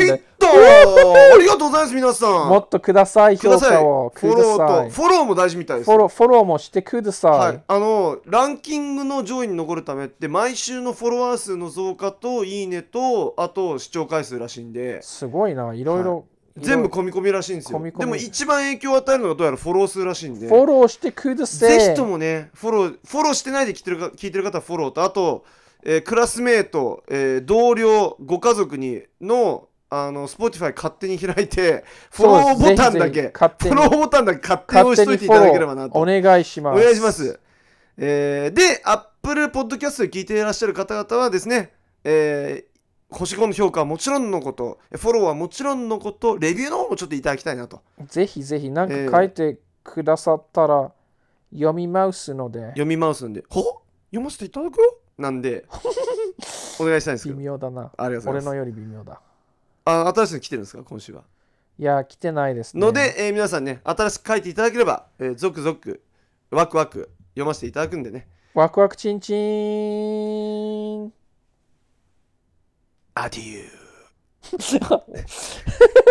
Speaker 1: ヒッ
Speaker 2: で、
Speaker 1: トありがとうございます、皆さん。
Speaker 2: もっとください、
Speaker 1: く
Speaker 2: 評
Speaker 1: ださい。
Speaker 2: 価
Speaker 1: フ
Speaker 2: を。く
Speaker 1: ォロ
Speaker 2: ださ
Speaker 1: ーと、
Speaker 2: い。
Speaker 1: フォローも大事みたいです
Speaker 2: フォ。ロー、フォローもしてくださ
Speaker 1: はいい。、あのランキングの上位に残るためって毎週のフォロワー数の増加といいねとあと視聴回数らしいんです
Speaker 2: ごいな、いろいろ。いろいろ
Speaker 1: 全部込み込みらしいんですよ
Speaker 2: 込み込み
Speaker 1: でも一番影響を与えるのがどうやらフォロー数らしいんで
Speaker 2: フォローしてください。
Speaker 1: ぜひともねフォローフォローしてないで聞いてるか聞いてる方はフォローとあと、えークラスメート、えー同僚ご家族にのあの Spotify 勝手に開い
Speaker 2: *laughs*
Speaker 1: てフォローボタンだ
Speaker 2: ぜひぜ
Speaker 1: け
Speaker 2: ひ勝
Speaker 1: フォ
Speaker 2: 手に
Speaker 1: ローボタンだけ勝手に押
Speaker 2: 勝
Speaker 1: し
Speaker 2: 手
Speaker 1: とい
Speaker 2: に
Speaker 1: てい
Speaker 2: フォ
Speaker 1: た
Speaker 2: ロ
Speaker 1: だ
Speaker 2: ー
Speaker 1: ければなと
Speaker 2: お願いします。
Speaker 1: お願いします。。えーで、Apple Podcast で聞いていらっしゃる方々はですね、えー星5の評価はもちろんのこと、フォローはもちろんのこと、レビューの方もちょっといただきたいなと。
Speaker 2: ぜひぜひなんか書いてくださったら読みますので、
Speaker 1: 読みマウスなんで、ほ読ませていただくよなん
Speaker 2: *laughs*
Speaker 1: で、お願いしたいんですけ
Speaker 2: 微
Speaker 1: ど。
Speaker 2: 妙だな。
Speaker 1: ありがとうご
Speaker 2: 俺
Speaker 1: ざいます。
Speaker 2: のより微妙だ。
Speaker 1: あ新しいの来てるんですか、今週は。
Speaker 2: いや、来てないですね。
Speaker 1: ので、えー皆さんね、新しく書いていただければ、えー、ゾクゾク、ワクワク、読ませていただくんでね。
Speaker 2: ワクワクチンチン。
Speaker 1: アディュー。